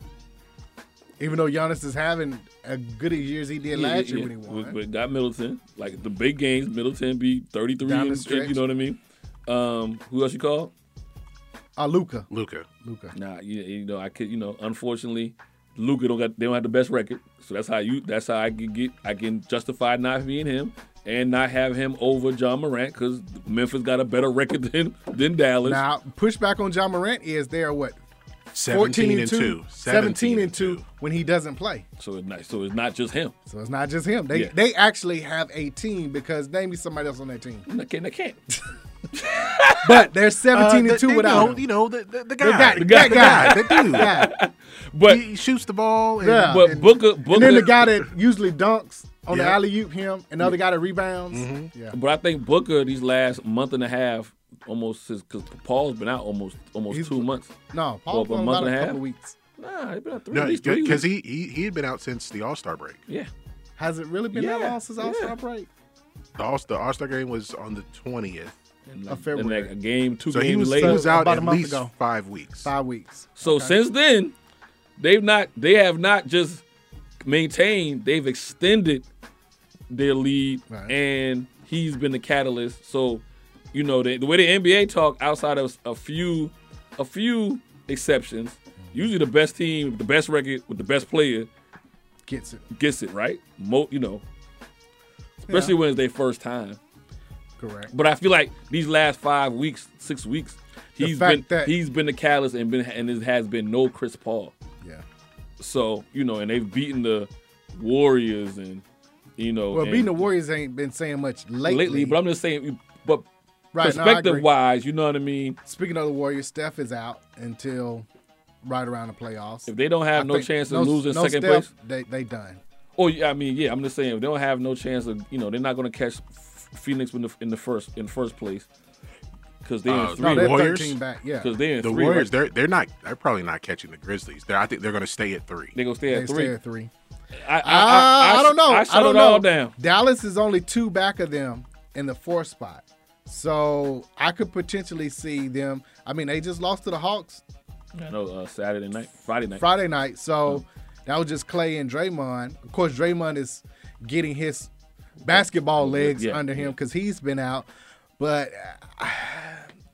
Speaker 8: Even though Giannis is having as good as years he did
Speaker 3: Yeah,
Speaker 8: last
Speaker 3: yeah,
Speaker 8: year when he
Speaker 3: yeah.
Speaker 8: won.
Speaker 3: But- But got Middleton. Like the big games, Middleton be 33
Speaker 8: Down
Speaker 3: and,
Speaker 8: the
Speaker 3: and-
Speaker 8: stretch.
Speaker 3: you know what I mean? Um, who else you call?
Speaker 8: Uh, Luca.
Speaker 1: Luca.
Speaker 8: Luca.
Speaker 3: Nah, you, you know, I could you know, unfortunately, Luca don't got they don't have the best record. So that's how you that's how I can get I can justify not being him and not have him over John Morant because Memphis got a better record than than Dallas.
Speaker 8: Now, pushback on John Morant is they are what?
Speaker 3: 17 and
Speaker 8: 14
Speaker 3: two.
Speaker 8: 17 and 2 when he doesn't play.
Speaker 3: So it's not so it's not just him.
Speaker 8: So it's not just him. They
Speaker 3: Yeah.
Speaker 8: they actually have a team because name me somebody else on that team.
Speaker 3: They can't. They can't.
Speaker 8: but they're 17
Speaker 1: Uh,
Speaker 8: and 2
Speaker 1: you
Speaker 8: without
Speaker 1: know,
Speaker 8: him.
Speaker 1: you know the, the, the
Speaker 8: The
Speaker 1: guy,
Speaker 8: guy- that guy, the dude.
Speaker 1: guy.
Speaker 3: But
Speaker 1: he shoots the ball. And,
Speaker 8: Yeah.
Speaker 1: and-
Speaker 8: and then the guy that usually dunks on the
Speaker 3: Yeah. Mm-hmm.
Speaker 8: alley oop him, and the other guy that rebounds. Yeah.
Speaker 3: But I think Booker these last month and a half, almost since because Paul's been out almost almost two months.
Speaker 8: No,
Speaker 3: Well, a
Speaker 8: Paul well,
Speaker 3: month and
Speaker 8: about a
Speaker 3: a half.
Speaker 8: couple weeks.
Speaker 3: Nah, it's been out three,
Speaker 1: No,
Speaker 3: at least three
Speaker 1: because he, he he had been out since the All Star break.
Speaker 3: Yeah.
Speaker 8: Has it really been that
Speaker 3: Yeah,
Speaker 8: long since All Star break?
Speaker 1: The All Star All Star game was on the twentieth
Speaker 8: Of February.
Speaker 3: a game, two
Speaker 1: So he
Speaker 3: games
Speaker 1: was,
Speaker 3: later.
Speaker 1: he was out
Speaker 8: About a
Speaker 1: at
Speaker 8: month
Speaker 1: least
Speaker 8: ago.
Speaker 1: five weeks.
Speaker 8: Five weeks.
Speaker 3: So since then, they've not they have not just maintained, they've extended their lead and he's been the catalyst. So, you know, the, the way the NBA talk outside of a few a few exceptions,
Speaker 8: Mm-hmm.
Speaker 3: usually the best team, the best record with the best player
Speaker 8: gets it.
Speaker 3: Gets it, right? Mo, you know. Especially when it's their first time.
Speaker 8: Correct.
Speaker 3: But I feel like these last five weeks, six weeks,
Speaker 8: The
Speaker 3: he's
Speaker 8: fact
Speaker 3: been
Speaker 8: that-
Speaker 3: he's been the catalyst and been and it has been no Chris Paul.
Speaker 8: Yeah.
Speaker 3: So you know, and they've beaten the Warriors and you know,
Speaker 8: Well,
Speaker 3: and
Speaker 8: beating the Warriors ain't been saying much lately.
Speaker 3: but I'm just saying, but
Speaker 8: Right, no, I agree.
Speaker 3: perspective wise, you know what I mean.
Speaker 8: Speaking of the Warriors, Steph is out until right around the playoffs.
Speaker 3: If they don't have no
Speaker 8: think
Speaker 3: chance of losing
Speaker 8: no
Speaker 3: second
Speaker 8: Steph,
Speaker 3: place-
Speaker 8: they they done.
Speaker 3: Oh yeah, I mean yeah, I'm just saying if they don't have no chance of you know they're not going to catch F- Phoenix in the in the first in first place because they're
Speaker 1: Uh,
Speaker 3: in three.
Speaker 1: the
Speaker 3: right?
Speaker 1: Warriors,
Speaker 3: because they're in
Speaker 1: the
Speaker 3: three.
Speaker 1: Warriors,
Speaker 3: right?
Speaker 1: they're they're not they're probably not catching the Grizzlies. They're, I think they're going to stay at three.
Speaker 3: They're going to stay
Speaker 8: They stay at three. Uh,
Speaker 3: I, I, I-
Speaker 8: I,
Speaker 3: I
Speaker 8: don't know.
Speaker 3: I
Speaker 8: I,
Speaker 3: shut
Speaker 8: don't
Speaker 3: it
Speaker 8: know.
Speaker 3: all down.
Speaker 8: Dallas is only two back of them in the fourth spot, so I could potentially see them. I mean, they just lost to the Hawks
Speaker 3: I know uh, Saturday night, Friday night,
Speaker 8: Friday night, so that was just Clay and Draymond. Of course, Draymond is getting his basketball legs
Speaker 3: Yeah,
Speaker 8: under him because he's been out, but uh,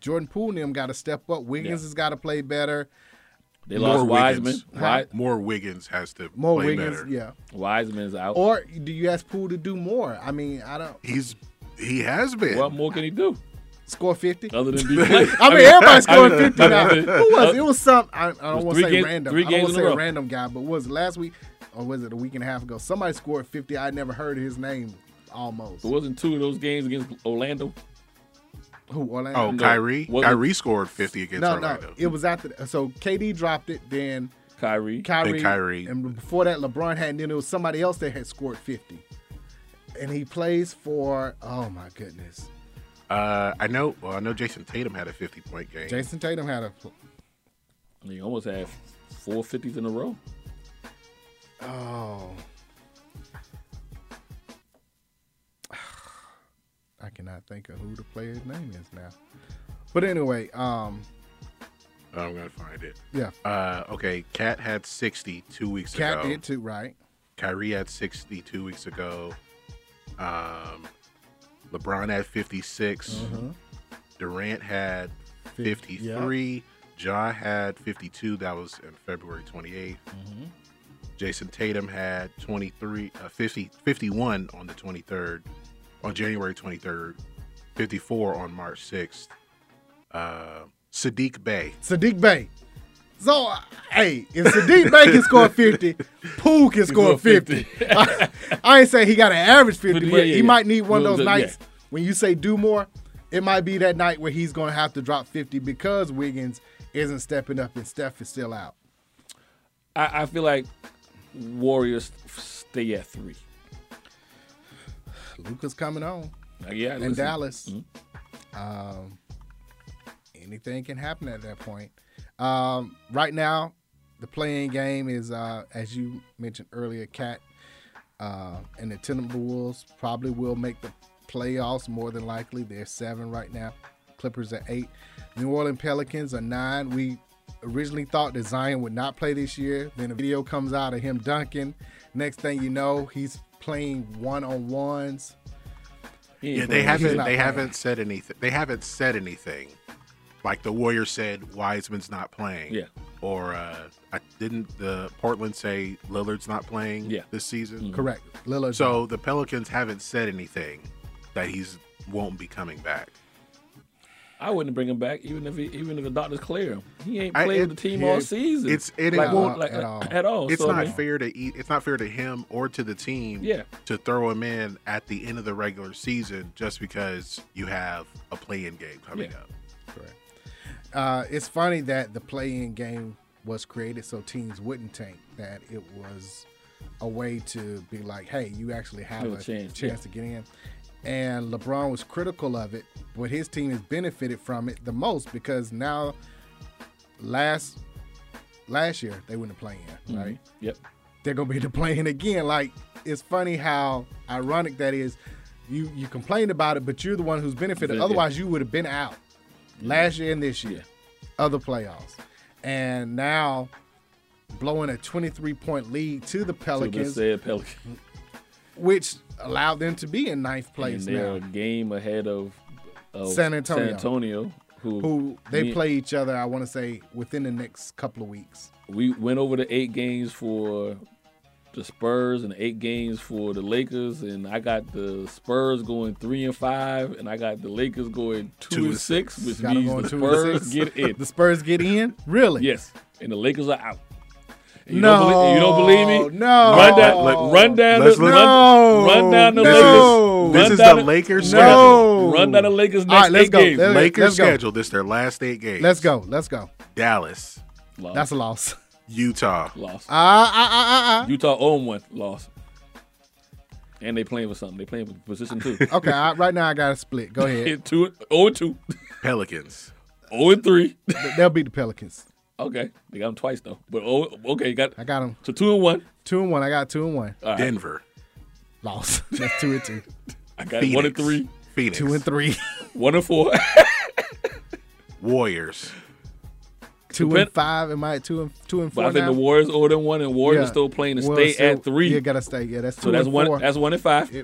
Speaker 8: Jordan Poole and them got to step up. Wiggins has got to play better.
Speaker 3: They lost Wiseman.
Speaker 1: Wiggins.
Speaker 3: Wi-
Speaker 1: More Wiggins has to
Speaker 8: More
Speaker 1: play
Speaker 8: Wiggins,
Speaker 1: better.
Speaker 8: yeah.
Speaker 3: Wiseman's out.
Speaker 8: Or do you ask Poole to do more? I mean, I don't.
Speaker 1: He's he has been.
Speaker 3: What more can he do?
Speaker 8: Score fifty.
Speaker 3: Other than be played.
Speaker 8: I mean, everybody's scoring 50 now. Who was it? It was some. I,
Speaker 3: It uh,
Speaker 8: I
Speaker 3: was
Speaker 8: don't want
Speaker 3: three
Speaker 8: to say
Speaker 3: games-
Speaker 8: random.
Speaker 3: three
Speaker 8: I don't
Speaker 3: games
Speaker 8: want
Speaker 3: in
Speaker 8: to
Speaker 3: a
Speaker 8: say
Speaker 3: row.
Speaker 8: a random guy, but was it last week or was it a week and a half ago? Somebody scored 50. I never heard his name almost.
Speaker 3: It wasn't two of those games against Orlando.
Speaker 8: Who, Orlando?
Speaker 1: Oh, Kyrie.
Speaker 3: wasn't-
Speaker 1: Kyrie scored fifty against
Speaker 8: no,
Speaker 1: Orlando.
Speaker 8: no. It was after. that. So KD dropped it, then
Speaker 3: Kyrie.
Speaker 8: Kyrie.
Speaker 1: Then Kyrie.
Speaker 8: And before that, LeBron had, and then it was somebody else that had scored 50. And he plays for, oh my goodness.
Speaker 1: Uh, I know. Well, I know Jason Tatum had a fifty-point game.
Speaker 8: Jason Tatum had a.
Speaker 3: He almost had four fifties in a row.
Speaker 8: Oh. I cannot think of who the player's name is now. But anyway, um,
Speaker 1: Oh, I'm gonna find it.
Speaker 8: Yeah.
Speaker 1: Uh, okay. Cat had sixty two weeks
Speaker 8: Cat
Speaker 1: ago.
Speaker 8: did too, right?
Speaker 1: Kyrie had sixty two weeks ago. Um, LeBron had fifty
Speaker 8: Mhm.
Speaker 1: Durant had fifty three. Ja had fifty two. That was in February twenty Jason Tatum had 23, uh, 50, 51 on the 23rd, on January 23rd, 54 on March 6th. Uh, Sadiq Bay.
Speaker 8: Sadiq Bay. So, uh, hey, if Sadiq Bay can score 50, Poole can score
Speaker 3: scored
Speaker 8: 50.
Speaker 3: 50.
Speaker 8: I, I ain't saying he got an average
Speaker 3: But
Speaker 8: 50, but,
Speaker 3: yeah, yeah,
Speaker 8: he
Speaker 3: yeah.
Speaker 8: might need one
Speaker 3: No,
Speaker 8: of those
Speaker 3: no, yeah.
Speaker 8: nights when you say do more. It might be that night where he's going to have to drop 50 because Wiggins isn't stepping up and Steph is still out.
Speaker 3: I, I feel like Warriors stay at three.
Speaker 8: Luca's coming on.
Speaker 3: Uh, yeah,
Speaker 8: in
Speaker 3: listen.
Speaker 8: Dallas. Um, anything can happen at that point. Um, right now, the playing game is, uh, as you mentioned earlier, Cat uh, and the Timberwolves probably will make the playoffs more than likely. They're seven right now. Clippers are eight. New Orleans Pelicans are nine. We originally thought that Zion would not play this year. Then a video comes out of him dunking. Next thing you know, he's playing one on ones.
Speaker 1: Yeah, they haven't. They haven't said anything. They haven't said anything. Like the Warriors said, Wiseman's not playing.
Speaker 3: Yeah.
Speaker 1: Or uh, I didn't the Portland say Lillard's not playing
Speaker 8: Yeah.
Speaker 1: this season?
Speaker 3: Mm-hmm.
Speaker 8: Correct. Lillard.
Speaker 1: So the Pelicans haven't said anything that he's won't be coming back.
Speaker 3: I wouldn't bring him back, even if he, even if the doctors clear him. He ain't
Speaker 1: I-
Speaker 3: played
Speaker 1: it-
Speaker 3: with the team
Speaker 1: yeah,
Speaker 3: all season.
Speaker 1: It's it,
Speaker 3: Like,
Speaker 1: won't
Speaker 3: like, at all.
Speaker 1: It's
Speaker 3: So, I
Speaker 1: not
Speaker 3: mean,
Speaker 1: fair to eat. It's not fair to him or to the team.
Speaker 3: Yeah.
Speaker 1: To throw him in at the end of the regular season just because you have a play-in game coming
Speaker 8: Yeah.
Speaker 1: up.
Speaker 8: Correct. Uh, it's funny that the play-in game was created so teams wouldn't tank. That it was a way to be like, hey, you actually have
Speaker 3: Have
Speaker 8: a,
Speaker 3: a
Speaker 8: chance,
Speaker 3: chance, yeah.
Speaker 8: to get in. And LeBron was critical of it, but his team has benefited from it the most because now, last last year they wouldn't play in, right?
Speaker 3: Yep.
Speaker 8: They're gonna be in the play-in again. Like it's funny how ironic that is. You you complained about it, but you're the one who's benefited.
Speaker 3: Yeah.
Speaker 8: Otherwise, you would have been out last year and this year, other playoffs, and now blowing a 23 point lead to the
Speaker 3: should've been
Speaker 8: Pelicans,
Speaker 3: Said Pelicans.
Speaker 8: which allowed them to be in ninth
Speaker 3: And
Speaker 8: place
Speaker 3: they're
Speaker 8: now.
Speaker 3: a game ahead of, of
Speaker 8: San Antonio.
Speaker 3: San Antonio, who
Speaker 8: Who they
Speaker 3: me-
Speaker 8: play each other? I want to say within the next couple of weeks.
Speaker 3: we went over the eight games for the Spurs and eight games for the Lakers, and I got the Spurs going three and five, and I got the Lakers going two, and six, which
Speaker 8: Got 'em
Speaker 3: means
Speaker 8: going
Speaker 3: the
Speaker 8: two and
Speaker 3: Spurs
Speaker 8: six.
Speaker 3: get in.
Speaker 8: The Spurs get in. Really?
Speaker 3: Yes, and the Lakers are out. And You
Speaker 8: no,
Speaker 3: don't believe, you don't believe me?
Speaker 8: No,
Speaker 3: Run down, run down
Speaker 8: Let's
Speaker 3: the
Speaker 8: look-
Speaker 3: run, run down the
Speaker 8: No.
Speaker 3: Lakers.
Speaker 8: This
Speaker 3: run
Speaker 8: is
Speaker 3: down
Speaker 8: the Lakers
Speaker 3: Run,
Speaker 8: schedule.
Speaker 3: run down the Lakers next
Speaker 8: All right, let's
Speaker 3: eight
Speaker 8: go.
Speaker 3: games.
Speaker 8: Let's-
Speaker 1: Lakers
Speaker 8: let's go.
Speaker 1: schedule this their last eight games.
Speaker 8: Let's go. Let's go.
Speaker 1: Dallas.
Speaker 3: Loss.
Speaker 8: That's a loss.
Speaker 1: Utah.
Speaker 3: Loss.
Speaker 8: Ah, ah, ah, ah, ah.
Speaker 3: Utah own one loss. And they playing for something. They playing for position two.
Speaker 8: Okay, I, right now I got a split. Go ahead.
Speaker 3: two, oh and two.
Speaker 1: Pelicans.
Speaker 3: Oh and three.
Speaker 8: They'll beat the Pelicans.
Speaker 3: Okay, they got them twice though. But oh, okay, got
Speaker 8: I got them.
Speaker 3: So two and one.
Speaker 8: Two and one. I got two and one.
Speaker 3: All right.
Speaker 1: Denver.
Speaker 8: Loss. That's two and two.
Speaker 3: I got one and three.
Speaker 1: Phoenix.
Speaker 8: Two and three.
Speaker 3: One and four.
Speaker 1: Warriors.
Speaker 8: two
Speaker 3: Depend-
Speaker 8: and five. Am I at two and two
Speaker 3: But
Speaker 8: and four?
Speaker 3: I think
Speaker 8: now?
Speaker 3: the Warriors older than one, and Warriors
Speaker 8: Yeah.
Speaker 3: are still playing to
Speaker 8: Warriors
Speaker 3: stay at
Speaker 8: still-
Speaker 3: three.
Speaker 8: Yeah, gotta stay. Yeah, that's two
Speaker 3: so that's
Speaker 8: and
Speaker 3: one.
Speaker 8: four.
Speaker 3: That's one and five.
Speaker 8: we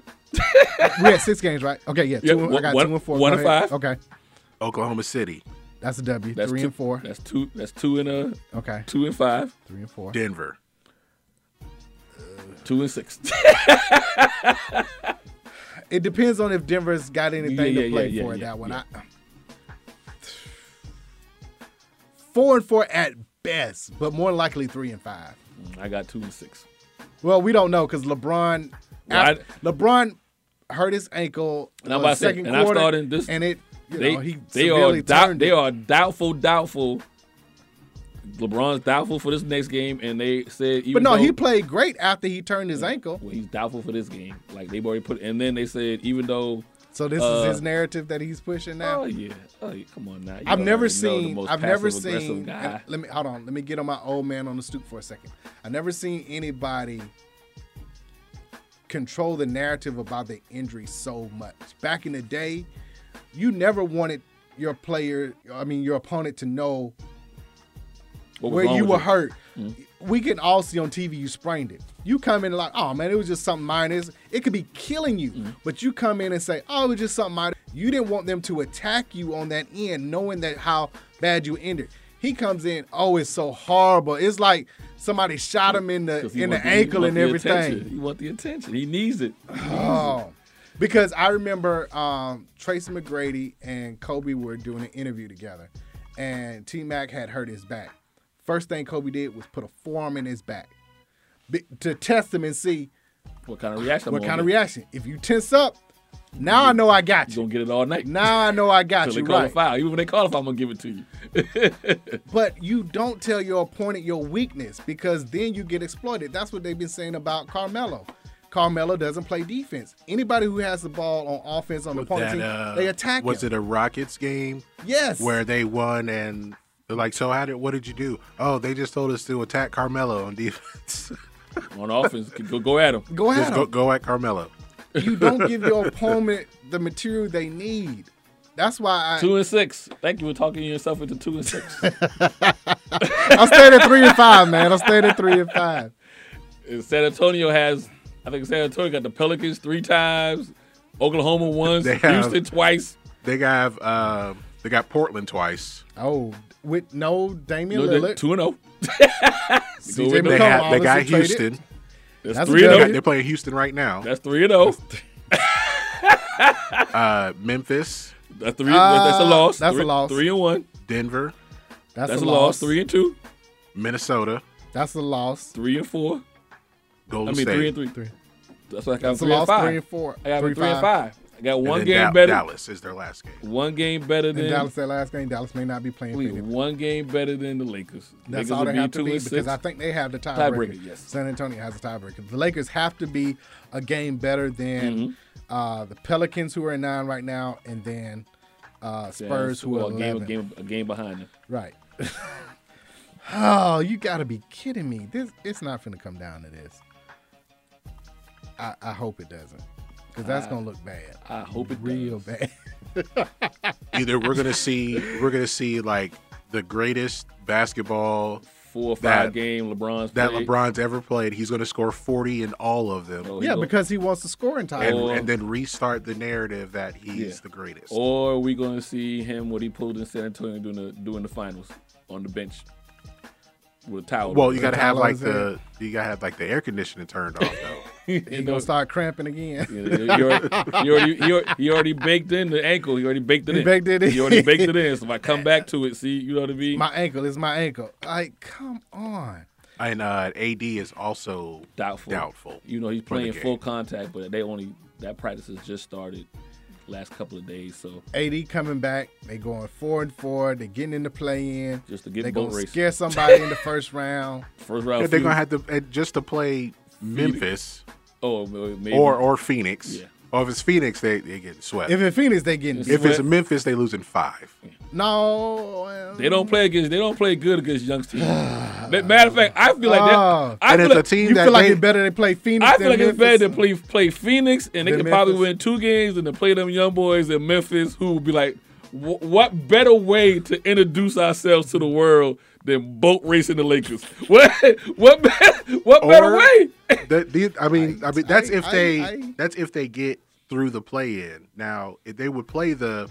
Speaker 8: had six games, right? Okay, yeah. Two
Speaker 3: Yeah,
Speaker 8: and, I got
Speaker 3: one-
Speaker 8: two and four.
Speaker 3: one
Speaker 8: Go
Speaker 3: and
Speaker 8: ahead.
Speaker 3: five.
Speaker 8: Okay,
Speaker 1: Oklahoma City.
Speaker 8: that's a W.
Speaker 3: That's
Speaker 8: three
Speaker 3: two,
Speaker 8: and four.
Speaker 3: That's two. That's two and a.
Speaker 8: Okay.
Speaker 3: Two and five.
Speaker 8: Three and four.
Speaker 1: Denver.
Speaker 3: Two and six.
Speaker 8: It depends on if Denver's got anything
Speaker 3: Yeah,
Speaker 8: to
Speaker 3: yeah,
Speaker 8: play
Speaker 3: yeah,
Speaker 8: for in
Speaker 3: yeah,
Speaker 8: that one.
Speaker 3: yeah.
Speaker 8: I, four and four at best, but more likely three and five.
Speaker 3: I got two and six.
Speaker 8: Well, we don't know because LeBron,
Speaker 3: Well, I-
Speaker 8: af- LeBron hurt his ankle in
Speaker 3: And I'm
Speaker 8: the
Speaker 3: about to say,
Speaker 8: second
Speaker 3: and I'm
Speaker 8: quarter,
Speaker 3: starting this.
Speaker 8: and it you
Speaker 3: they
Speaker 8: know he
Speaker 3: they
Speaker 8: severely
Speaker 3: are doubt,
Speaker 8: turned
Speaker 3: they
Speaker 8: it.
Speaker 3: are doubtful, doubtful. LeBron's doubtful for this next game, and they said even
Speaker 8: But no,
Speaker 3: though,
Speaker 8: he played great after he turned his ankle.
Speaker 3: well, he's doubtful for this game. Like they've already put, and then they said even though.
Speaker 8: So this
Speaker 3: uh,
Speaker 8: is his narrative that he's pushing now.
Speaker 3: Oh yeah, oh yeah. Come on now. You
Speaker 8: I've
Speaker 3: don't
Speaker 8: never
Speaker 3: already know the
Speaker 8: seen.
Speaker 3: most
Speaker 8: I've never
Speaker 3: passive-aggressive
Speaker 8: seen.
Speaker 3: guy.
Speaker 8: and Let me hold on. Let me get on my old man on the stoop for a second. I've never seen anybody control the narrative about the injury so much. Back in the day, you never wanted your player, I mean your opponent, to know
Speaker 3: What was
Speaker 8: where
Speaker 3: wrong
Speaker 8: you
Speaker 3: with Mm.
Speaker 8: were
Speaker 3: him?
Speaker 8: hurt. We can all see on TV you sprained it. You come in like, oh man, it was just something minor. It's- It could be killing you,
Speaker 3: Mm.
Speaker 8: but you come in and say, oh, it was just something minor. You didn't want them to attack you on that end, knowing that how bad you ended. He comes in, oh, it's so horrible. It's like somebody shot him in the
Speaker 3: 'Cause he
Speaker 8: in the
Speaker 3: want he
Speaker 8: ankle
Speaker 3: want
Speaker 8: and
Speaker 3: the
Speaker 8: everything.
Speaker 3: attention. He want the attention. He needs it. He needs it.
Speaker 8: Oh, because I remember um, Tracy McGrady and Kobe were doing an interview together, and T Mac had hurt his back. First thing Kobe did was put a forearm in his back be- to test him and see
Speaker 3: What kind of reaction? I'm
Speaker 8: what
Speaker 3: gonna
Speaker 8: kind of
Speaker 3: get?
Speaker 8: reaction. If you tense up, now I know I got you.
Speaker 3: You gonna get it all night?
Speaker 8: Now I know I got
Speaker 3: Till
Speaker 8: you.
Speaker 3: they call
Speaker 8: Right.
Speaker 3: a foul. Even when they call a foul, I'm gonna give it to you.
Speaker 8: But you don't tell your opponent your weakness because then you get exploited. That's what they've been saying about Carmelo. Carmelo doesn't play defense. Anybody who has the ball on offense on the opponent
Speaker 1: That,
Speaker 8: team,
Speaker 1: uh,
Speaker 8: they attack
Speaker 1: Was
Speaker 8: him.
Speaker 1: it a Rockets game?
Speaker 8: Yes.
Speaker 1: Where they won and they're like, so how did what did you do? Oh, they just told us to attack Carmelo on defense.
Speaker 3: on offense, go, go at him.
Speaker 8: Go at
Speaker 1: just Go,
Speaker 8: him.
Speaker 1: go at Carmelo.
Speaker 8: You don't give your opponent the material they need. That's why I,
Speaker 3: Two and six. Thank you for talking yourself into two and six.
Speaker 8: I'm staying at three and five, man. I'm staying at three and five.
Speaker 3: And San Antonio has, I think San Antonio got the Pelicans three times, Oklahoma once,
Speaker 1: They have-
Speaker 3: Houston twice.
Speaker 1: They got um, they got Portland twice.
Speaker 8: Oh, with no Damian
Speaker 1: No, they-
Speaker 8: Lillard.
Speaker 3: Two and zero.
Speaker 1: They, got, they got Houston.
Speaker 3: That's That's three and good. oh.
Speaker 1: They're playing Houston right now.
Speaker 3: That's three and oh. zero.
Speaker 1: Uh, Memphis.
Speaker 3: That's three.
Speaker 8: Ah,
Speaker 3: that's a loss.
Speaker 1: That's
Speaker 3: Three-
Speaker 1: a loss.
Speaker 3: Three and one.
Speaker 1: Denver.
Speaker 8: That's That's a a loss. loss.
Speaker 3: Three and two.
Speaker 1: Minnesota.
Speaker 8: That's a loss.
Speaker 3: Three and four.
Speaker 1: Golden
Speaker 3: I mean,
Speaker 1: State.
Speaker 3: three and three. Three. That's what I got.
Speaker 8: That's a
Speaker 3: three and
Speaker 8: loss,
Speaker 3: five.
Speaker 8: three and four.
Speaker 3: I got
Speaker 8: Three,
Speaker 3: three and
Speaker 8: five.
Speaker 3: five. I got
Speaker 1: And
Speaker 3: one
Speaker 1: then
Speaker 3: game
Speaker 1: Dal-
Speaker 3: better.
Speaker 1: Dallas is their last game.
Speaker 3: One game better
Speaker 8: And
Speaker 3: than
Speaker 8: Dallas, that last game, Dallas may not be playing.
Speaker 3: Wait,
Speaker 8: for them.
Speaker 3: one game better than the Lakers. Lakers
Speaker 8: That's all
Speaker 3: would
Speaker 8: they have to
Speaker 3: two
Speaker 8: be
Speaker 3: and
Speaker 8: because
Speaker 3: six.
Speaker 8: I think they have the tiebreaker.
Speaker 3: Tiebreaker, yes.
Speaker 8: San Antonio has a tiebreaker. The Lakers have to be a game better than
Speaker 3: Mm-hmm.
Speaker 8: uh, the Pelicans, who are in nine right now, and then uh,
Speaker 3: Yeah,
Speaker 8: Spurs, who
Speaker 3: well, a
Speaker 8: are
Speaker 3: game, a
Speaker 8: eleven.
Speaker 3: game, a game behind them.
Speaker 8: Right. oh, you gotta be kidding me! This it's not gonna come down to this. I, I hope it doesn't, because that's
Speaker 3: I-
Speaker 8: gonna look bad.
Speaker 3: I hope it
Speaker 8: real bad.
Speaker 1: Either we're gonna see we're gonna see like the greatest basketball
Speaker 3: four or
Speaker 1: that,
Speaker 3: five game LeBron's
Speaker 1: that
Speaker 3: played. Oh,
Speaker 1: LeBron's ever played. He's gonna score forty in all of them.
Speaker 8: yeah, because he wants to score in time.
Speaker 1: and, and then restart the narrative that he's the greatest.
Speaker 3: Or are we going to see him what he pulled in San Antonio during the during the finals on the bench with a towel?
Speaker 1: Well, you gotta have like the you gotta have like the air conditioning turned off though.
Speaker 8: He's gonna start cramping again.
Speaker 3: He already, he, already, he already- he already baked in the ankle. He already baked it
Speaker 8: He
Speaker 3: in.
Speaker 8: baked it in.
Speaker 3: He already baked it in. So if I come back to it, see, you know what I mean?
Speaker 8: my ankle is my ankle. Like, come on.
Speaker 1: and uh, AD is also doubtful. Doubtful.
Speaker 3: You know, he's
Speaker 1: for the
Speaker 3: playing
Speaker 1: game.
Speaker 3: full contact, but they only that practice has just started last couple of days. So
Speaker 8: AD coming back. They going four and four. They getting in the play in.
Speaker 3: Just to get
Speaker 8: they
Speaker 3: boat
Speaker 8: gonna
Speaker 3: racing.
Speaker 8: scare somebody in the first round.
Speaker 3: first
Speaker 1: Yeah,
Speaker 3: round,
Speaker 1: they're
Speaker 3: feud.
Speaker 1: gonna have to and just to play Memphis
Speaker 3: Oh, maybe.
Speaker 1: or or Phoenix.
Speaker 3: Yeah.
Speaker 1: Or if it's Phoenix, they they getting swept.
Speaker 8: If it's Phoenix, they getting
Speaker 1: if it's
Speaker 8: swept.
Speaker 1: Memphis, they losing five.
Speaker 8: No, well,
Speaker 3: They don't play against. They don't play good against youngsters. Ma- Matter of fact, I feel like
Speaker 8: Oh.
Speaker 1: Ah,
Speaker 3: that. I
Speaker 8: And
Speaker 3: feel
Speaker 8: it's a
Speaker 3: like,
Speaker 8: team You that feel like they- it's better they play Phoenix
Speaker 3: I feel
Speaker 8: than
Speaker 3: like it's
Speaker 8: Memphis?
Speaker 3: better to play play Phoenix, and they
Speaker 8: Than
Speaker 3: could probably
Speaker 8: Memphis?
Speaker 3: win two games, than to play them young boys in Memphis, who would be like, "Wh- what better way to introduce ourselves to the world than boat racing the Lakers? What what better, what better
Speaker 1: Or-
Speaker 3: way?
Speaker 1: The- the- I mean, I, mean that's
Speaker 3: I-
Speaker 1: if they
Speaker 3: I- I-
Speaker 1: that's if they get through the play in. Now, if they would play the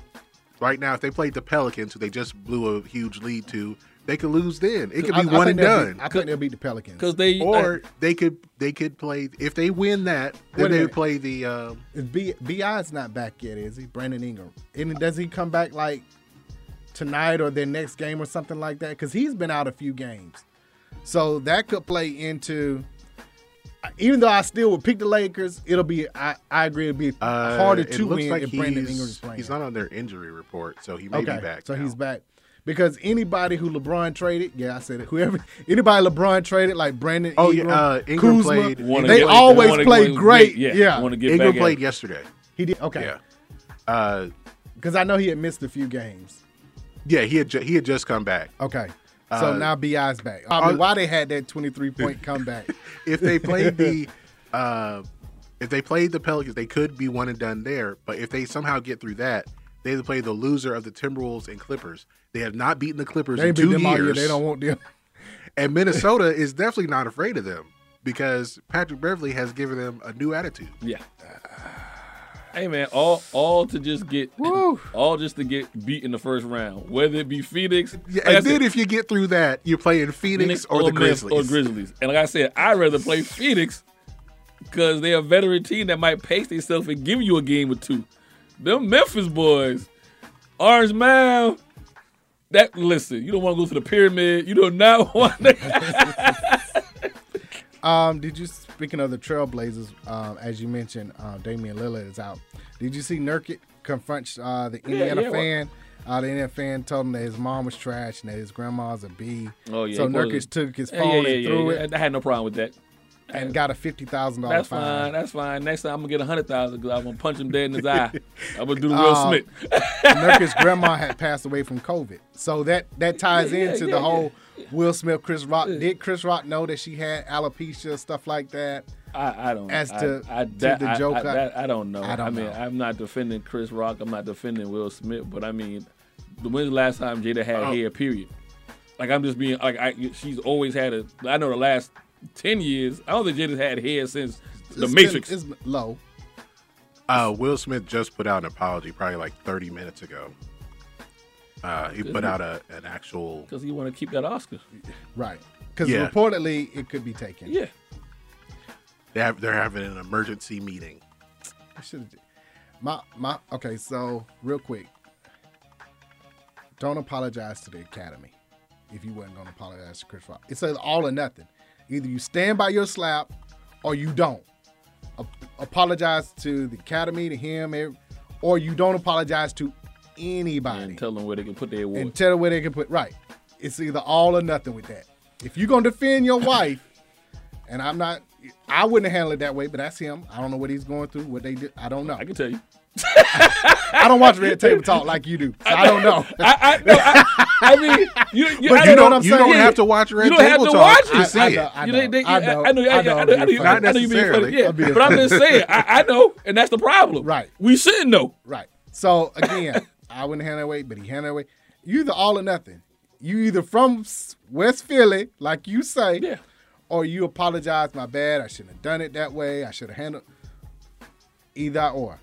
Speaker 1: right now, if they played the Pelicans, who they just blew a huge lead to, they could lose. Then it could
Speaker 8: I-
Speaker 1: be
Speaker 8: I
Speaker 1: one and
Speaker 8: think they'll beat-
Speaker 1: done.
Speaker 8: I think they'll beat the Pelicans
Speaker 3: 'Cause they- uh,
Speaker 1: or they could they could play if they win that,
Speaker 8: Wait
Speaker 1: then
Speaker 8: a
Speaker 1: they
Speaker 8: minute.
Speaker 1: would play the. Um,
Speaker 8: Is B Bi's not back yet, is he? Brandon Ingram. And does he come back like tonight or their next game or something like that? Because he's been out a few games, so that could play into. Even though I still would pick the Lakers, it'll be I, I agree it'll be
Speaker 1: uh,
Speaker 8: harder
Speaker 1: it
Speaker 8: to
Speaker 1: looks
Speaker 8: win
Speaker 1: like
Speaker 8: if Brandon
Speaker 1: he's-
Speaker 8: Ingram is playing.
Speaker 1: He's not on their injury report, so he may be back.
Speaker 8: So he's back. Because anybody who LeBron traded, yeah, I said it. Whoever anybody LeBron traded, like Brandon
Speaker 1: Oh, yeah,
Speaker 8: Ingram,
Speaker 1: uh, Ingram
Speaker 8: Kuzma,
Speaker 1: played- Wanna
Speaker 8: they
Speaker 1: get-
Speaker 8: always
Speaker 1: wanna-
Speaker 8: play
Speaker 1: wanna-
Speaker 8: great.
Speaker 1: yeah,
Speaker 8: Yeah,
Speaker 1: wanna get Ingram back at played it. yesterday.
Speaker 8: He did. Okay,
Speaker 1: Uh,
Speaker 8: because I know he had missed a few games.
Speaker 1: yeah, he had ju- he had just come back.
Speaker 8: Okay, so
Speaker 1: Uh,
Speaker 8: now Bi's back. I
Speaker 1: uh,
Speaker 8: mean, why they had that twenty-three point comeback?
Speaker 1: if they played the uh, if they played the Pelicans, they could be one and done there. But if they somehow get through that, they would play the loser of the Timberwolves and Clippers. They have not beaten the Clippers
Speaker 8: They
Speaker 1: in
Speaker 8: beat
Speaker 1: two
Speaker 8: them all year.
Speaker 1: years.
Speaker 8: They don't want them.
Speaker 1: And Minnesota is definitely not afraid of them because Patrick Beverly has given them a new attitude.
Speaker 3: Yeah. Hey man, all all to just get all just to get beat in the first round, whether it be Phoenix.
Speaker 1: Yeah,
Speaker 3: like I
Speaker 1: and
Speaker 3: said,
Speaker 1: then if you get through that, you're playing Phoenix, or, the
Speaker 3: Memph-
Speaker 1: Grizzlies.
Speaker 3: or Grizzlies. And like I said, I'd rather play Phoenix because they're a veteran team that might pace themselves and give you a game or two. Them Memphis boys, Orange Man, that listen, you don't want to go to the pyramid. You do not want to.
Speaker 8: Um, did you speaking of the Trailblazers? Um, as you mentioned, uh, Damian Lillard is out. Did you see Nurkic confront uh, the
Speaker 3: Yeah,
Speaker 8: Indiana
Speaker 3: yeah, what-
Speaker 8: fan? Uh, the Indiana fan told him that his mom was trash and that his grandma's a B.
Speaker 3: oh yeah.
Speaker 8: So
Speaker 3: he
Speaker 8: Nurkic
Speaker 3: posted-
Speaker 8: took his
Speaker 3: Yeah,
Speaker 8: phone
Speaker 3: yeah, yeah,
Speaker 8: and threw
Speaker 3: yeah.
Speaker 8: it.
Speaker 3: I had no problem with that.
Speaker 8: and got a fifty thousand dollar
Speaker 3: That's
Speaker 8: fine.
Speaker 3: fine. That's fine. Next time I'm gonna get a hundred thousand because I'm gonna punch him dead in his eye. I'm gonna do the Will
Speaker 8: Um,
Speaker 3: Smith.
Speaker 8: Nurkic's grandma had passed away from COVID, so that that ties
Speaker 3: Yeah, yeah,
Speaker 8: into
Speaker 3: yeah,
Speaker 8: the whole Will Smith, Chris Rock. Did Chris Rock know that she had alopecia, stuff like that?
Speaker 3: I, I don't.
Speaker 8: As
Speaker 3: I-
Speaker 8: to,
Speaker 3: I,
Speaker 8: to
Speaker 3: that-
Speaker 8: the
Speaker 3: I-
Speaker 8: joke,
Speaker 3: I, that- I don't know.
Speaker 8: I
Speaker 3: I,
Speaker 8: don't
Speaker 3: mean,
Speaker 8: know.
Speaker 3: I'm not defending Chris Rock. I'm not defending Will Smith. But I mean, the- when's the last time Jada had
Speaker 8: Oh.
Speaker 3: hair? Period. Like I'm just being like I. She's always had a. I know the last ten years. I don't think Jada's had hair since the
Speaker 8: It's been-
Speaker 3: Matrix.
Speaker 8: it's low.
Speaker 1: Uh, Will Smith just put out an apology probably like 30 minutes ago. Uh, he
Speaker 3: Good.
Speaker 1: put out a, an actual.
Speaker 3: Because he want to keep that Oscar.
Speaker 8: Right. Because
Speaker 1: Yeah.
Speaker 8: reportedly it could be taken.
Speaker 3: Yeah.
Speaker 1: They have, they're having an emergency meeting.
Speaker 8: I should have. My my. Okay, so real quick, don't apologize to the Academy if you wasn't gonna apologize to Chris Rock. It's an all or nothing. Either you stand by your slap, or you don't. A- apologize to the Academy, to him, ev- or you don't apologize to anybody.
Speaker 3: And tell them where they can put their award.
Speaker 8: and tell them where they can put right. It's either all or nothing with that. If you're gonna defend your wife, and I'm not, I wouldn't handle it that way. But that's him. I don't know what he's going through. What they did, I don't know. I
Speaker 3: can tell you.
Speaker 8: I don't watch Red Table Talk like you do. I don't know.
Speaker 3: I, I, no, I, I mean, you, you,
Speaker 8: But
Speaker 3: I
Speaker 8: you
Speaker 3: know
Speaker 8: don't-
Speaker 3: what I'm
Speaker 8: you
Speaker 3: saying.
Speaker 8: don't have to watch Red
Speaker 3: You don't have
Speaker 8: Table
Speaker 3: to
Speaker 8: Talk
Speaker 3: watch it.
Speaker 8: to see I know, it. I
Speaker 3: You know, they-
Speaker 8: know, I
Speaker 3: I-
Speaker 8: know,
Speaker 3: I know,
Speaker 8: I know
Speaker 3: I know, I know,
Speaker 8: I'm
Speaker 3: I know you
Speaker 8: being
Speaker 3: being funny.
Speaker 8: funny.
Speaker 3: Yeah,
Speaker 8: I'm being
Speaker 3: but I'm just
Speaker 8: funny.
Speaker 3: saying, I, I know, and that's the problem.
Speaker 8: Right.
Speaker 3: We shouldn't know.
Speaker 8: Right. So again, I wouldn't hand it away, but he handed it away. You either all or nothing. You either from S- West Philly, like you say, or you apologize. My bad. I shouldn't have done it that way. I should have handled either or.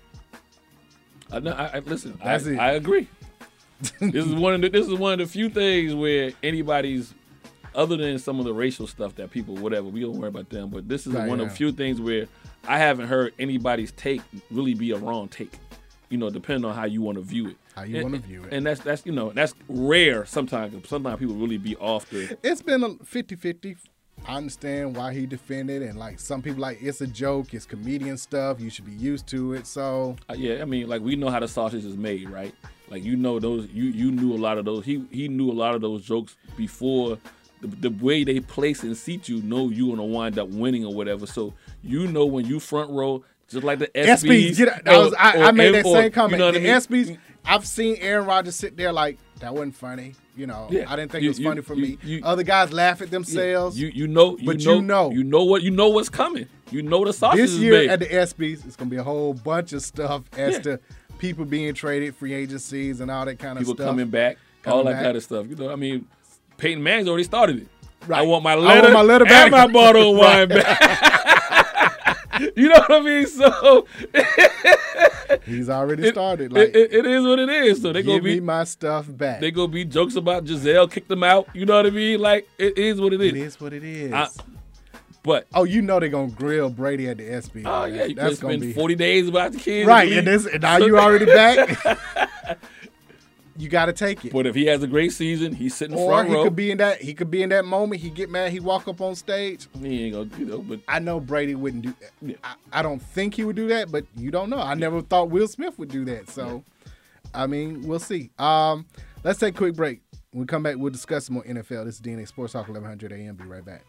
Speaker 3: I know. I, I, listen,
Speaker 8: That's
Speaker 3: I,
Speaker 8: it.
Speaker 3: I agree. this is one of the, this is one of the few things where anybody's other than some of the racial stuff that people whatever we don't worry about them, but this is
Speaker 8: Right,
Speaker 3: one of
Speaker 8: yeah.
Speaker 3: the few things where I haven't heard anybody's take really be a wrong take. You know, depending on how you want to view it.
Speaker 8: How you
Speaker 3: And-
Speaker 8: wanna view it.
Speaker 3: And that's that's you know that's rare. Sometimes sometimes people really be off the.
Speaker 8: It's been a 50-50. I understand why he defended, and like some people, like it's a joke. It's comedian stuff. You should be used to it. So
Speaker 3: Uh, yeah, I mean, like we know how the sausage is made, right? Like you know those, you you knew a lot of those. He he knew a lot of those jokes before. The, the way they place and seat you, know you gonna wind up winning or whatever. So you know when you front row, just like the SBs.
Speaker 8: SBs, get out. I, was, I,
Speaker 3: or-
Speaker 8: I made
Speaker 3: or-
Speaker 8: that
Speaker 3: or-
Speaker 8: same comment.
Speaker 3: You know what
Speaker 8: the
Speaker 3: I mean?
Speaker 8: SBs, I've seen Aaron Rodgers sit there like, that wasn't funny. You know,
Speaker 3: Yeah.
Speaker 8: I didn't think
Speaker 3: You-
Speaker 8: it was
Speaker 3: you-
Speaker 8: funny for
Speaker 3: you-
Speaker 8: me.
Speaker 3: you-
Speaker 8: Other guys laugh at themselves.
Speaker 3: You you know, you
Speaker 8: But
Speaker 3: know,
Speaker 8: you know.
Speaker 3: you know what you know what's coming. You know the sausage
Speaker 8: this
Speaker 3: is
Speaker 8: year
Speaker 3: made.
Speaker 8: at the SBs, it's going to be a whole bunch of stuff as
Speaker 3: Yeah.
Speaker 8: to people being traded, free agencies, and all that kind of
Speaker 3: people
Speaker 8: stuff.
Speaker 3: coming back, all
Speaker 8: Coming
Speaker 3: that
Speaker 8: back.
Speaker 3: kind of stuff. You know, I mean, Peyton Manning's already started it. I want my
Speaker 8: I
Speaker 3: letter,
Speaker 8: want my letter back.
Speaker 3: and my bottle of wine
Speaker 8: Right.
Speaker 3: back. you know what I mean? So
Speaker 8: He's already
Speaker 3: it-
Speaker 8: started.
Speaker 3: it-
Speaker 8: Like,
Speaker 3: it- it is what it is. So they gonna
Speaker 8: give
Speaker 3: be
Speaker 8: me my stuff back.
Speaker 3: they gonna be jokes about Giselle kicked them out. You know what I mean? Like it is what it is.
Speaker 8: It is what it is.
Speaker 3: I- but
Speaker 8: oh, you know they're going to grill Brady at the SBs.
Speaker 3: Oh yeah, you could
Speaker 8: That's going to be
Speaker 3: spend forty days about the kids,
Speaker 8: Right,
Speaker 3: leave.
Speaker 8: and, this, and now you already back. you got to take it.
Speaker 3: But if he has a great season, he's sitting
Speaker 8: Or
Speaker 3: front
Speaker 8: he
Speaker 3: row.
Speaker 8: could be in that. He could be in that moment. He get mad. He walk up on stage.
Speaker 3: He ain't gonna, you know. But
Speaker 8: I know Brady wouldn't do. That. I, I don't think he would do that. But you don't know. I never thought Will Smith would do that. So, I mean, we'll see. Um, let's take a quick break. When we come back, we'll discuss some more NFL. This is DNA Sports Talk 1100 AM. Be right back.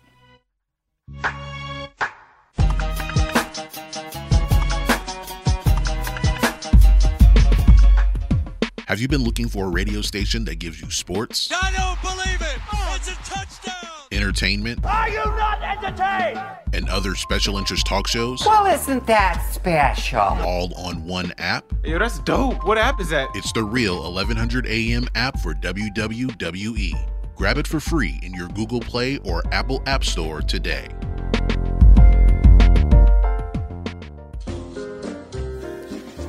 Speaker 15: Have you been looking for a radio station that gives you sports,
Speaker 4: I don't believe it. It's a touchdown.
Speaker 15: entertainment,
Speaker 4: Are you not entertained?
Speaker 15: and other special interest talk shows
Speaker 16: Well, isn't that special?
Speaker 15: all on one app?
Speaker 16: Yo, that's dope.
Speaker 15: What app is that? It's the real 1100 AM app for WWE. Grab it for free in your Google Play or Apple App Store today.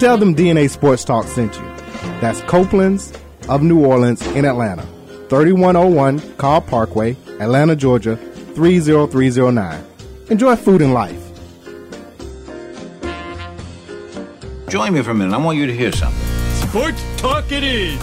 Speaker 6: Tell them DNA Sports Talk sent you. That's Copeland's of New Orleans in Atlanta. 3101 Carl Parkway, Atlanta, Georgia 30309. Enjoy food and life.
Speaker 17: Join me for a minute. I want you to hear something.
Speaker 18: Sports Talk It Is.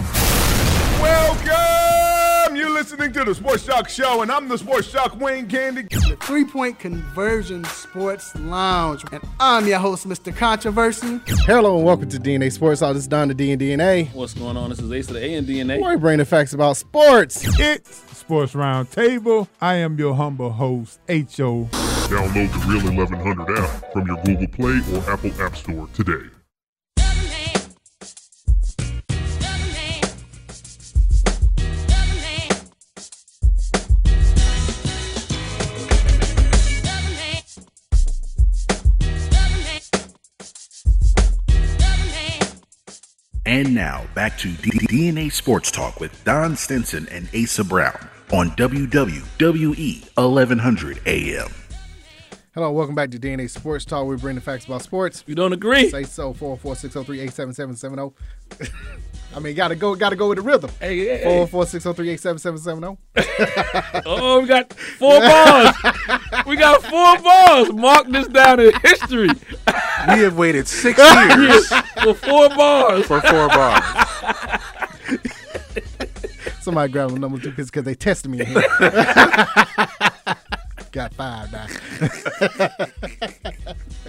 Speaker 18: Welcome! You're listening to the Sports Talk Show, and I'm the Sports Talk Wayne Candy.
Speaker 19: The Three Point Conversion Sports Lounge. And I'm your host, Mr. Controversy.
Speaker 8: Hello and welcome to DNA Sports. All this is Don the D and DNA.
Speaker 3: What's going on? This is Ace of the A and DNA.
Speaker 8: Where we bring the facts about sports.
Speaker 20: It's Sports Roundtable. I am your humble host, H.O.
Speaker 21: Download the Real 1100 app from your Google Play or Apple App Store today.
Speaker 15: And now back to D- DNA Sports Talk with Don Stinson and Asa Brown on E WWE 1100 AM.
Speaker 8: Hello, welcome back to DNA Sports Talk. We bring the facts about sports.
Speaker 3: You don't agree?
Speaker 8: Say so. Four four six zero three eight seven seven seven zero. I mean, gotta go, gotta go with the rhythm.
Speaker 3: Hey, hey,
Speaker 8: Four four six zero three eight seven seven seven zero.
Speaker 3: Oh, we got four bars. we got four bars. Mark this down in history.
Speaker 1: We have waited six years
Speaker 3: for four bars.
Speaker 1: For four bars.
Speaker 8: Somebody grab a number two because they tested me. In here. Got five now.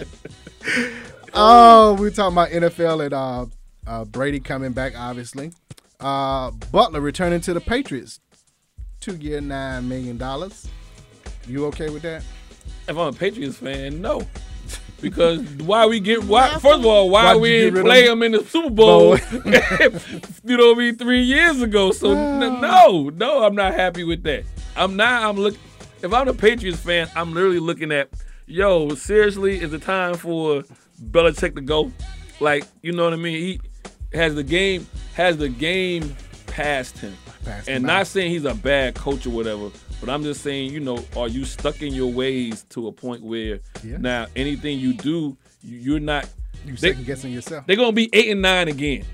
Speaker 8: oh, we were talking about NFL and uh, uh, Brady coming back, obviously. Uh, Butler returning to the Patriots, two year, nine million dollars. You okay with that?
Speaker 3: If I'm a Patriots fan, no. Because why we get why first of all why,
Speaker 8: Why'd you
Speaker 3: we
Speaker 8: get rid
Speaker 3: didn't
Speaker 8: of
Speaker 3: play
Speaker 8: him? Oh.
Speaker 3: him in the Super Bowl you know what I mean three years ago so n- no no I'm not happy with that I'm not I'm look if I'm a Patriots fan I'm literally looking at yo seriously is it time for Belichick to go like you know what I mean he has the game has the game passed him
Speaker 8: Passed
Speaker 3: and
Speaker 8: him
Speaker 3: not saying he's a bad coach or whatever but I'm just saying you know are you stuck in your ways to a point where
Speaker 8: Yeah.
Speaker 3: now, anything you do, you- you're not.
Speaker 8: You
Speaker 3: they,
Speaker 8: second guessing yourself.
Speaker 3: they're gonna be eight and nine again.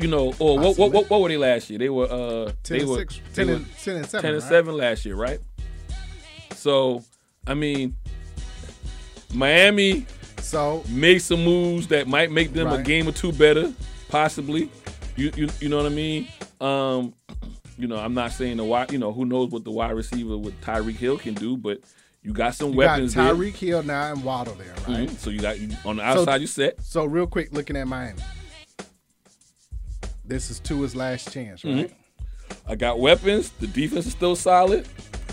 Speaker 3: You know, or what, what, what, what were they last year? They were uh,
Speaker 8: Ten
Speaker 3: they
Speaker 8: and
Speaker 3: were,
Speaker 8: six-
Speaker 3: they
Speaker 8: ten
Speaker 3: were
Speaker 8: and- ten and seven,
Speaker 3: ten and
Speaker 8: right?
Speaker 3: seven last year, right? So, I mean, Miami
Speaker 8: so
Speaker 3: make some moves that might make them a
Speaker 8: Right.
Speaker 3: game or two better, possibly. You you you know what I mean? Um, you know, I'm not saying the wide. You know, who knows what the wide receiver with Tyreek Hill can do, but you got some
Speaker 8: You
Speaker 3: weapons
Speaker 8: got
Speaker 3: there.
Speaker 8: Tyreek Hill now and Waddle there, right?
Speaker 3: Mhm. So you got you, on the outside. you set.
Speaker 8: So real quick, looking at Miami. This is Tua's last chance, right?
Speaker 3: I got weapons. The defense is still solid.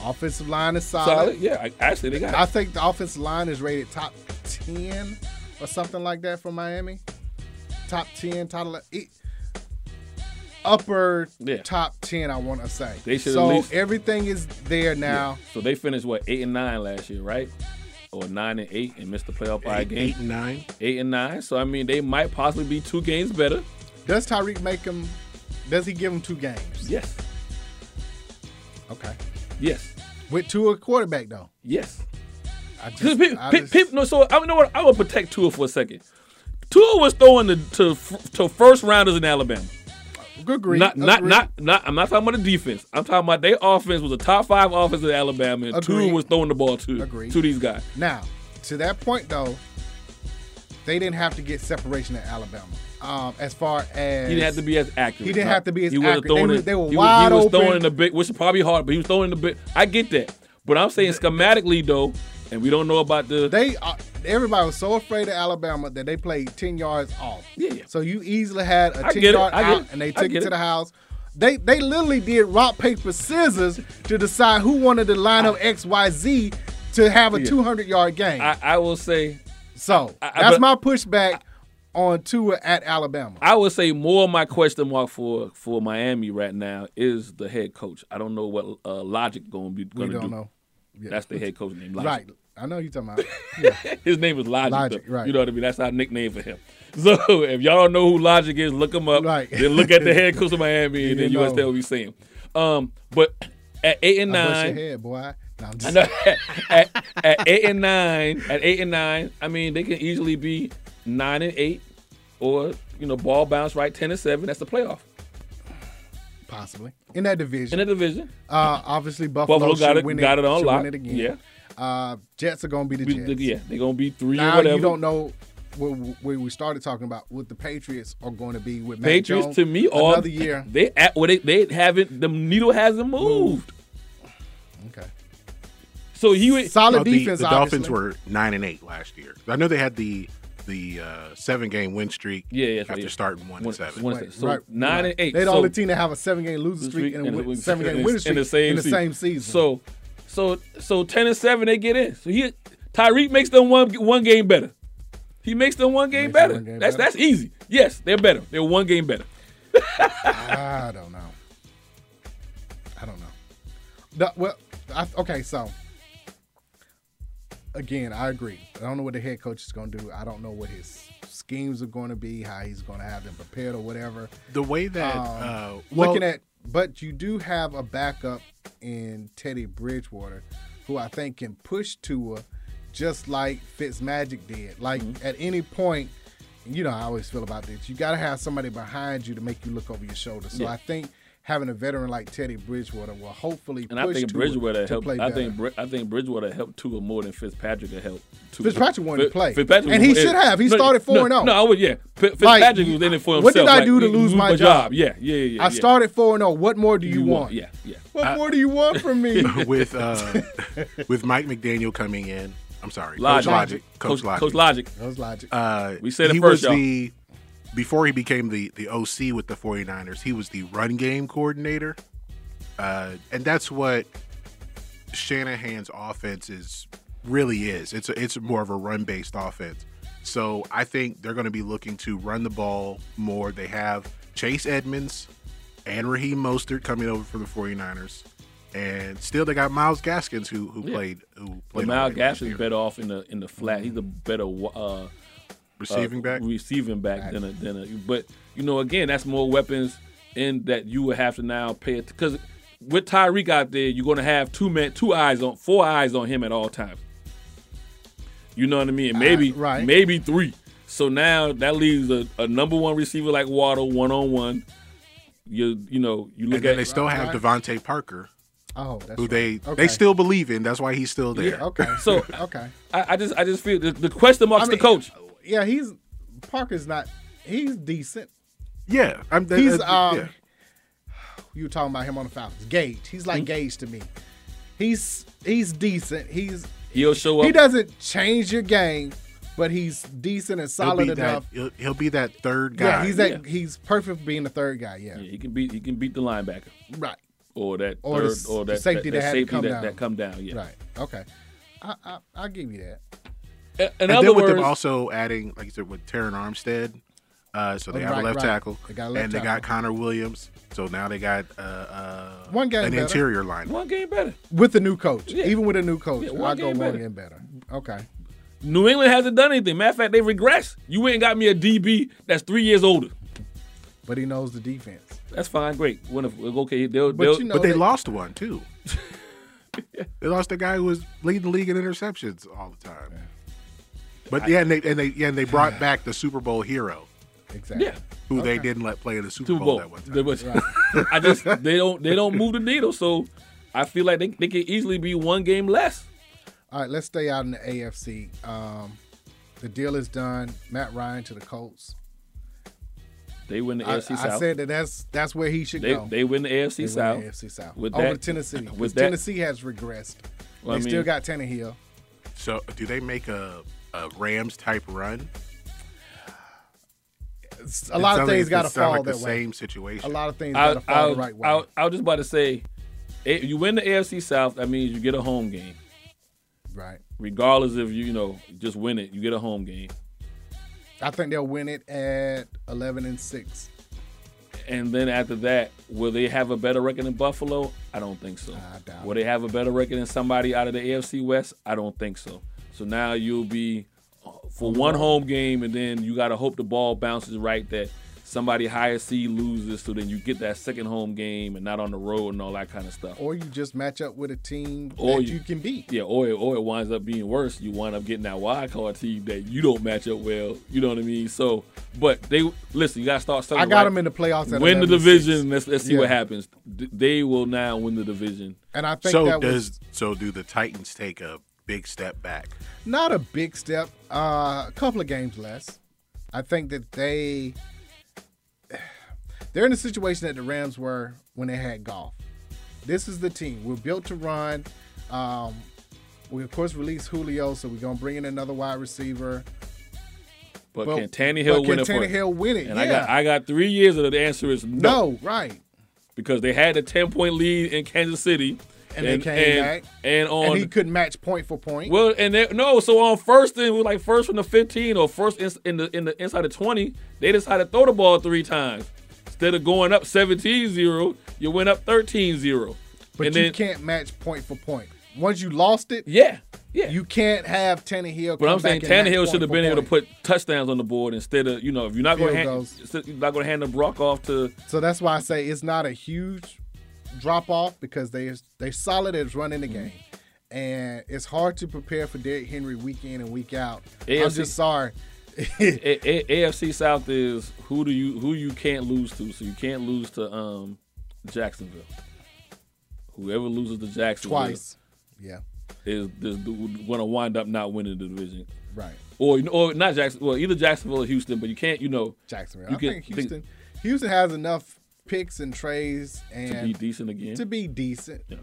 Speaker 8: Offensive line is solid.
Speaker 3: Mm-hmm. Solid. Yeah. I, actually, they got.
Speaker 8: I think the offensive line is rated top ten or something like that for Miami. Top ten, top ele- e- upper top ten. I want to say.
Speaker 3: They should at
Speaker 8: so
Speaker 3: least-
Speaker 8: everything is there now.
Speaker 3: So they finished what eight and nine last year, right? Or nine and eight and missed the playoff by a
Speaker 8: Eight-
Speaker 3: game.
Speaker 8: eight
Speaker 3: and nine. Eight and nine. So I mean, they might possibly be two games better.
Speaker 8: Does Tyreek make him? Does he give him two games?
Speaker 3: Yes.
Speaker 8: Okay.
Speaker 3: Yes.
Speaker 8: With Tua quarterback though.
Speaker 3: Yes.
Speaker 8: I just,
Speaker 3: Because people,
Speaker 8: I just-
Speaker 3: no, so I you know what I will protect Tua for a second. Tua was throwing the, to to first rounders in Alabama.
Speaker 8: Good agree.
Speaker 3: Not not
Speaker 8: Agree.
Speaker 3: not not. I'm not talking about the defense. I'm talking about their offense was a top five offense in Alabama, and
Speaker 8: Agreed.
Speaker 3: Tua was throwing the ball to
Speaker 8: Agreed.
Speaker 3: to these guys.
Speaker 8: Now, to that point though, they didn't have to get separation at Alabama. Um, as far as
Speaker 3: He didn't have to be as accurate.
Speaker 8: He didn't
Speaker 3: No.
Speaker 8: have to be as
Speaker 3: he wasn't
Speaker 8: accurate. They
Speaker 3: Throwing
Speaker 8: were,
Speaker 3: in-
Speaker 8: they were
Speaker 3: he
Speaker 8: wide
Speaker 3: was, he was
Speaker 8: open.
Speaker 3: throwing in the big, which is probably hard, but he was throwing in the big. I get that, but I'm saying schematically though, and we don't know about the
Speaker 8: they uh, everybody was so afraid of Alabama that they played ten yards off. Yeah. So you easily had a
Speaker 3: I
Speaker 8: ten
Speaker 3: get it.
Speaker 8: yard
Speaker 3: I get
Speaker 8: out,
Speaker 3: it.
Speaker 8: and they
Speaker 3: I
Speaker 8: took
Speaker 3: get
Speaker 8: it to
Speaker 3: it.
Speaker 8: the house. They they literally did rock paper scissors to decide who wanted to line up X Y Z to have a
Speaker 3: Yeah.
Speaker 8: two hundred yard game.
Speaker 3: I, I will say.
Speaker 8: So
Speaker 3: I-
Speaker 8: that's
Speaker 3: but-
Speaker 8: my pushback on Tua at Alabama.
Speaker 3: I would say more of my question mark for for Miami right now is the head coach. I don't know what uh, Logic going to be
Speaker 8: We
Speaker 3: going to
Speaker 8: don't
Speaker 3: do.
Speaker 8: know. Yeah.
Speaker 3: That's the head coach name.
Speaker 8: Right.
Speaker 3: Logic.
Speaker 8: I know you're talking about. Yeah.
Speaker 3: His name is Logic.
Speaker 8: Logic,
Speaker 3: though.
Speaker 8: right.
Speaker 3: You know what I mean? That's our nickname for him. So if y'all don't know who Logic is, look him up.
Speaker 8: Right.
Speaker 3: Then look at the head coach of Miami, and then you
Speaker 8: You know.
Speaker 3: understand what we're saying. Um, but at eight and
Speaker 8: I bust
Speaker 3: nine,
Speaker 8: your head, boy. No, I'm
Speaker 3: I
Speaker 8: just,
Speaker 3: know. at, at eight and nine, at eight and nine, I mean they can easily be nine and eight, or you know ball bounce right ten and seven. That's the playoff
Speaker 8: possibly in that division.
Speaker 3: in the division.
Speaker 8: Uh, obviously Buffalo,
Speaker 3: Buffalo got
Speaker 8: should
Speaker 3: it-
Speaker 8: win
Speaker 3: got it on
Speaker 8: should
Speaker 3: lock.
Speaker 8: Win it again.
Speaker 3: Yeah.
Speaker 8: Uh, Jets are gonna be the
Speaker 3: We-
Speaker 8: Jets.
Speaker 3: yeah, they're gonna be three or
Speaker 8: Now
Speaker 3: whatever.
Speaker 8: you don't know where where we started talking about what the Patriots are going to be with Mac
Speaker 3: Patriots
Speaker 8: Jones
Speaker 3: to me all
Speaker 8: another year.
Speaker 3: They at well, they they haven't the needle hasn't moved.
Speaker 8: Okay.
Speaker 3: So he would
Speaker 1: Well, Oh, the- The, Dolphins were nine and eight last year. I know they had the the uh, seven game win streak.
Speaker 3: Yeah, yeah, that's
Speaker 1: after
Speaker 3: right.
Speaker 1: starting one,
Speaker 3: One-
Speaker 1: and seven.
Speaker 3: one and seven. So Right, nine and eight.
Speaker 8: They're the
Speaker 3: So-
Speaker 8: only team that have a seven game losing streak and a seven game winning streak
Speaker 3: in the same season.
Speaker 8: season.
Speaker 3: So, so, so ten and seven they get in. So he Tyreek makes them one one game better. He makes them one game better. that's that's easy. Yes, they're better. They're one game better.
Speaker 8: I don't know. I don't know. The- well, I, okay, so again, I agree. I don't know what the head coach is going to do. I don't know what his schemes are going to be, how he's going to have them prepared or whatever.
Speaker 1: The way that,
Speaker 8: Um,
Speaker 1: uh,
Speaker 8: looking
Speaker 1: well-
Speaker 8: at, but you do have a backup in Teddy Bridgewater, who I think can push Tua, just like Fitzmagic did. Like
Speaker 3: Mm-hmm.
Speaker 8: at any point. You know, how I always feel about this. You got to have somebody behind you to make you look over your shoulder. So
Speaker 3: Yeah.
Speaker 8: I think having a veteran like Teddy Bridgewater will hopefully
Speaker 3: And
Speaker 8: push
Speaker 3: I think
Speaker 8: Tua
Speaker 3: Bridgewater
Speaker 8: to
Speaker 3: helped.
Speaker 8: play
Speaker 3: I
Speaker 8: better.
Speaker 3: think Bri- I think Bridgewater helped Tua more than Fitzpatrick helped. Tua.
Speaker 8: Fitzpatrick wanted to
Speaker 3: Fi-
Speaker 8: play.
Speaker 3: Fitzpatrick
Speaker 8: And he
Speaker 3: was-
Speaker 8: should have. He
Speaker 3: no,
Speaker 8: started
Speaker 3: no,
Speaker 8: 4-0.
Speaker 3: No, I would. Yeah, Fi-
Speaker 8: Like,
Speaker 3: Fitzpatrick was in it for himself.
Speaker 8: What did I
Speaker 3: Like,
Speaker 8: do to lose my job?
Speaker 3: Yeah, yeah, yeah.
Speaker 8: I
Speaker 3: yeah.
Speaker 8: started 4 0. What more do you,
Speaker 1: You
Speaker 8: want?
Speaker 1: want- yeah, yeah.
Speaker 8: What more do you want from me?
Speaker 1: with uh, with Mike McDaniel coming in. I'm sorry,
Speaker 3: Logic.
Speaker 1: Coach Logic. Coach
Speaker 3: Coach-
Speaker 1: Logic.
Speaker 3: Coach Logic.
Speaker 8: Coach Logic.
Speaker 1: Uh,
Speaker 3: We said it
Speaker 1: he
Speaker 3: first,
Speaker 1: was
Speaker 3: y'all.
Speaker 1: the before he became the the OC with the 49ers. He was the run game coordinator, uh, and that's what Shanahan's offense is really is. It's a, it's more of a run based offense. So I think they're going to be looking to run the ball more. They have Chase Edmonds and Raheem Mostert coming over from the 49ers. And still, they got Miles Gaskins who who
Speaker 3: Yeah.
Speaker 1: played who
Speaker 3: But
Speaker 1: played. all
Speaker 3: Mal
Speaker 1: right
Speaker 3: Gash
Speaker 1: last
Speaker 3: is
Speaker 1: year.
Speaker 3: better off in the in the flat. He's a better uh,
Speaker 1: Receiving
Speaker 3: back, receiving back than a than a. But you know, again, that's more weapons in that you would have to now pay because with Tyreek out there, you're going to have two men, two eyes on, four eyes on him at all times. You know what I mean? Maybe
Speaker 8: right.
Speaker 3: maybe three. So now that leaves a, a number one receiver like Waddle one on one. You you know you look
Speaker 1: and then
Speaker 3: at
Speaker 1: they still have Devontae Parker,
Speaker 8: Oh, that's
Speaker 1: who they
Speaker 8: right. Okay.
Speaker 1: they still believe in. That's why he's still there.
Speaker 8: Yeah, okay.
Speaker 3: So
Speaker 8: okay.
Speaker 3: I, I just I just feel the, the question marks the coach.
Speaker 8: Yeah, he's Parker's not. He's decent.
Speaker 1: Yeah, I'm. that-
Speaker 8: he's
Speaker 1: that-
Speaker 8: um.
Speaker 1: yeah.
Speaker 8: You were talking about him on the Falcons. Gage. He's
Speaker 3: Mm-hmm.
Speaker 8: like Gage to me. He's he's decent. He's
Speaker 3: He'll show up.
Speaker 8: he doesn't change your game, but he's decent and solid
Speaker 1: he'll be
Speaker 8: enough.
Speaker 1: That, he'll, he'll be that third guy.
Speaker 8: yeah, he's that he's perfect for being the third guy. Yeah,
Speaker 3: Yeah, he can beat he can beat the linebacker.
Speaker 8: Right.
Speaker 3: Or that
Speaker 8: Or the
Speaker 3: third
Speaker 8: s-
Speaker 3: or
Speaker 8: the
Speaker 3: that
Speaker 8: safety
Speaker 3: that,
Speaker 8: that had to
Speaker 3: safety
Speaker 8: come
Speaker 3: that,
Speaker 8: down.
Speaker 3: that come down. Yeah.
Speaker 8: right. Okay, I, I I'll give you that.
Speaker 3: In
Speaker 1: and
Speaker 3: other
Speaker 1: then with
Speaker 3: words,
Speaker 1: them also adding, like you said, with Taron Armstead, uh, so they
Speaker 8: Oh,
Speaker 1: have
Speaker 8: right,
Speaker 1: a left
Speaker 8: right.
Speaker 1: tackle,
Speaker 8: They got a left
Speaker 1: and they got Connor Williams. So now they got uh, uh,
Speaker 8: One game
Speaker 1: an
Speaker 8: better.
Speaker 1: interior line.
Speaker 3: one game better.
Speaker 8: with the new coach. Even with a new coach,
Speaker 3: Yeah,
Speaker 8: I'll
Speaker 3: one
Speaker 8: go
Speaker 3: game
Speaker 8: one
Speaker 3: better.
Speaker 8: game better. Okay.
Speaker 3: New England hasn't done anything. Matter of fact, they regress. You went and got me a DB that's three years older.
Speaker 8: But he knows the defense.
Speaker 3: That's fine, great. Wonderful. Okay, they'll,
Speaker 1: But,
Speaker 3: they'll
Speaker 1: you know, but they, lost one too. they lost the guy who was leading the league in interceptions all the time. But yeah, and they and they yeah, and they brought back the Super Bowl hero.
Speaker 8: Exactly.
Speaker 3: Yeah.
Speaker 1: Who they
Speaker 3: Okay.
Speaker 1: didn't let play in the Super,
Speaker 3: Super
Speaker 1: Bowl,
Speaker 3: Bowl.
Speaker 1: Oh, that one time.
Speaker 3: They was- I just they don't they don't move the needle. So I feel like they, they can easily be one game less.
Speaker 8: All right, let's stay out in the AFC. Um, the deal is done. Matt Ryan to the Colts.
Speaker 3: They win the
Speaker 8: I,
Speaker 3: AFC
Speaker 8: I
Speaker 3: South.
Speaker 8: said that that's that's where he should
Speaker 3: They-
Speaker 8: go.
Speaker 3: they win the AFC
Speaker 8: They win
Speaker 3: South.
Speaker 8: the AFC South.
Speaker 3: With
Speaker 8: Over
Speaker 3: that-
Speaker 8: Tennessee.
Speaker 3: with
Speaker 8: With
Speaker 3: that-
Speaker 8: Tennessee has regressed.
Speaker 1: Well, I
Speaker 8: they
Speaker 1: mean-
Speaker 8: still got Tannehill.
Speaker 1: So do they make a, a Rams type run?
Speaker 8: A lot
Speaker 1: sounds like
Speaker 8: of things
Speaker 1: it
Speaker 8: got to
Speaker 1: sound
Speaker 8: fall
Speaker 1: like the
Speaker 8: that way.
Speaker 1: same situation.
Speaker 8: A lot of things
Speaker 3: I,
Speaker 8: got to fall
Speaker 3: I,
Speaker 8: the right way.
Speaker 3: I, I was just about to say, eh, you win the AFC South. That means you get a home game.
Speaker 8: right.
Speaker 3: regardless if you you know just win it, you get a home game.
Speaker 8: I think they'll win it at eleven and six.
Speaker 3: And then after that, will they have a better record than Buffalo? I don't think so. will they have a better record than somebody out of the AFC West? I don't think so. So now you'll be uh, for one home game, and then you gotta hope the ball bounces right that somebody higher seed loses, so then you get that second home game and not on the road and all that kind of stuff.
Speaker 8: Or you just match up with a team
Speaker 3: Or
Speaker 8: that
Speaker 3: you-
Speaker 8: you, can beat.
Speaker 3: Yeah, or it, or it winds up being worse. You wind up getting that wild card team that you don't match up well. You know what I mean? So, but they listen. You gotta start.
Speaker 8: I
Speaker 3: selling
Speaker 8: got
Speaker 3: right.
Speaker 8: them in the playoffs at
Speaker 3: win the
Speaker 8: 11 and six.
Speaker 3: division. Let's let's see
Speaker 8: Yeah.
Speaker 3: what happens. D- they will now win the division.
Speaker 8: And I think
Speaker 1: so
Speaker 8: that
Speaker 1: does
Speaker 8: was-
Speaker 1: so do the Titans take a big step back?
Speaker 8: Not a big step. Uh, a couple of games less. I think that they they're in a situation that the Rams were when they had golf. This is the team we're built to run. Um, we of course release Julio, so we're gonna bring in another wide receiver.
Speaker 3: But
Speaker 8: Well,
Speaker 3: can Tannehill
Speaker 8: but
Speaker 3: win
Speaker 8: can
Speaker 3: it? for us?
Speaker 8: Tannehill win it?
Speaker 3: And I got
Speaker 8: Yeah.
Speaker 3: I got three years of the answer is no.
Speaker 8: No, right.
Speaker 3: Because they had a ten point lead in Kansas City.
Speaker 8: And they came
Speaker 3: and,
Speaker 8: back.
Speaker 3: And on
Speaker 8: and he couldn't match point for point.
Speaker 3: Well, and they, no, so on first and we're like first from the 15 or first in, in the in the inside of 20, they decided to throw the ball three times. Instead of going up 17-0, you went up 13-0.
Speaker 8: But
Speaker 3: and
Speaker 8: you
Speaker 3: then,
Speaker 8: can't match point for point. Once you lost it,
Speaker 3: yeah, yeah,
Speaker 8: you can't have Tannehill.
Speaker 3: but
Speaker 8: come
Speaker 3: I'm saying
Speaker 8: back and match
Speaker 3: Tannehill should
Speaker 8: point
Speaker 3: have
Speaker 8: for
Speaker 3: been able to
Speaker 8: point.
Speaker 3: put touchdowns on the board instead of, you know, if you're not going
Speaker 8: Field
Speaker 3: to hand
Speaker 8: goals.
Speaker 3: you're not going to hand the Brock off to
Speaker 8: So that's why I say it's not a huge drop off because they they solid as running the
Speaker 3: Mm-hmm.
Speaker 8: game, and it's hard to prepare for Derrick Henry week in and week out. I'm
Speaker 3: AFC.
Speaker 8: just sorry.
Speaker 3: A- A- AFC South is who do you who you can't lose to. So you can't lose to um Jacksonville. Whoever loses to Jacksonville
Speaker 8: Twice. Yeah.
Speaker 3: is is going to wind up not winning the division.
Speaker 8: Right.
Speaker 3: Or or not Jackson. Well, either Jacksonville or Houston, but you can't. You know
Speaker 8: Jacksonville.
Speaker 3: You
Speaker 8: I
Speaker 3: can
Speaker 8: think Houston. Houston has enough picks and trades and
Speaker 3: be decent again.
Speaker 8: To be decent.
Speaker 3: Yeah.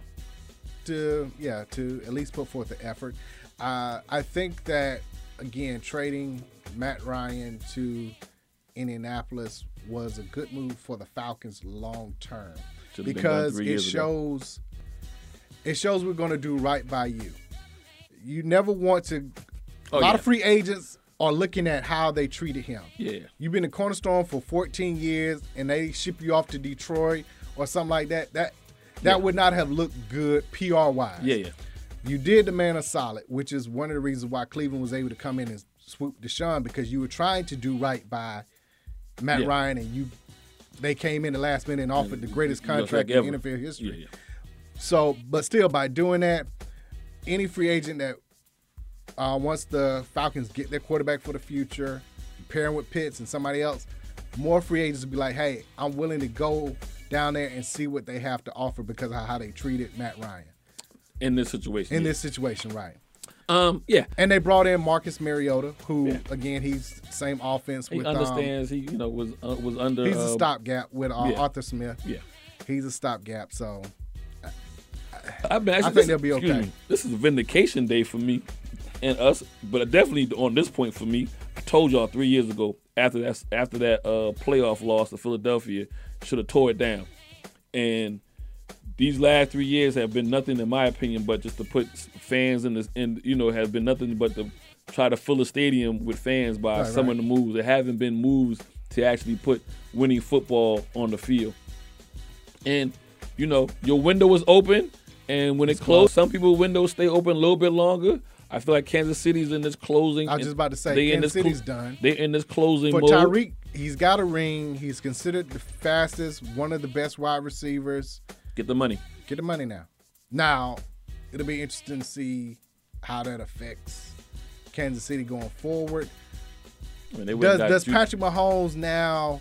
Speaker 8: To yeah, to at least put forth the effort. Uh, I think that again, trading Matt Ryan to Indianapolis was a good move for the Falcons long term
Speaker 3: Should've been done
Speaker 8: because
Speaker 3: three
Speaker 8: it
Speaker 3: years ago.
Speaker 8: shows it shows we're going to do right by you. You never want to. A
Speaker 3: Oh,
Speaker 8: lot
Speaker 3: yeah.
Speaker 8: of free agents are looking at how they treated him.
Speaker 3: Yeah.
Speaker 8: You've been a cornerstone for 14 years and they ship you off to Detroit or something like that. That that would not have looked good PR wise.
Speaker 3: Yeah, yeah.
Speaker 8: You did the man a solid, which is one of the reasons why Cleveland was able to come in and swoop Deshaun because you were trying to do right by Matt
Speaker 3: Yeah.
Speaker 8: Ryan and you they came in the last minute and offered the greatest
Speaker 3: you know, it's
Speaker 8: contract
Speaker 3: like
Speaker 8: in
Speaker 3: ever.
Speaker 8: NFL history.
Speaker 3: Yeah,
Speaker 8: So, but still, by doing that, any free agent that uh, once the Falcons get their quarterback for the future, pairing with Pitts and somebody else, more free agents will be like, hey, I'm willing to go down there and see what they have to offer because of how they treated Matt Ryan
Speaker 3: in this situation.
Speaker 8: in
Speaker 3: yeah.
Speaker 8: this situation, right?
Speaker 3: Um, yeah.
Speaker 8: And they brought in Marcus Mariota, who again he's same offense
Speaker 3: he
Speaker 8: with um,
Speaker 3: understands. he you know was uh, was under.
Speaker 8: he's a
Speaker 3: uh,
Speaker 8: stopgap with uh,
Speaker 3: yeah.
Speaker 8: Arthur Smith.
Speaker 3: Yeah.
Speaker 8: He's a stopgap, so
Speaker 3: I, mean,
Speaker 8: I
Speaker 3: actually,
Speaker 8: think
Speaker 3: this-
Speaker 8: they'll be
Speaker 3: excuse
Speaker 8: okay.
Speaker 3: me, this is vindication day for me and us, but definitely on this point for me. I told y'all three years ago after that after that uh, playoff loss to Philadelphia, should have tore it down. And these last three years have been nothing, in my opinion, but just to put fans in this, and you know, has been nothing but to try to fill a stadium with fans by
Speaker 22: Right,
Speaker 3: some
Speaker 22: right.
Speaker 3: of the moves. There haven't been moves to actually put winning football on the field and you know your window was open and when it closed some people windows stay open a little bit longer i feel like kansas city's in this closing
Speaker 8: I was just about to say, Kansas City's done.
Speaker 3: they in this closing
Speaker 8: for
Speaker 3: mode.
Speaker 8: Tyreek, he's got a ring. He's considered the fastest, one of the best wide receivers.
Speaker 3: get the money
Speaker 8: Get the money now. Now, it'll be interesting to see how that affects Kansas City going forward.
Speaker 3: I mean, they
Speaker 8: does
Speaker 3: would've got
Speaker 8: does
Speaker 3: Ju-
Speaker 8: Patrick Mahomes now?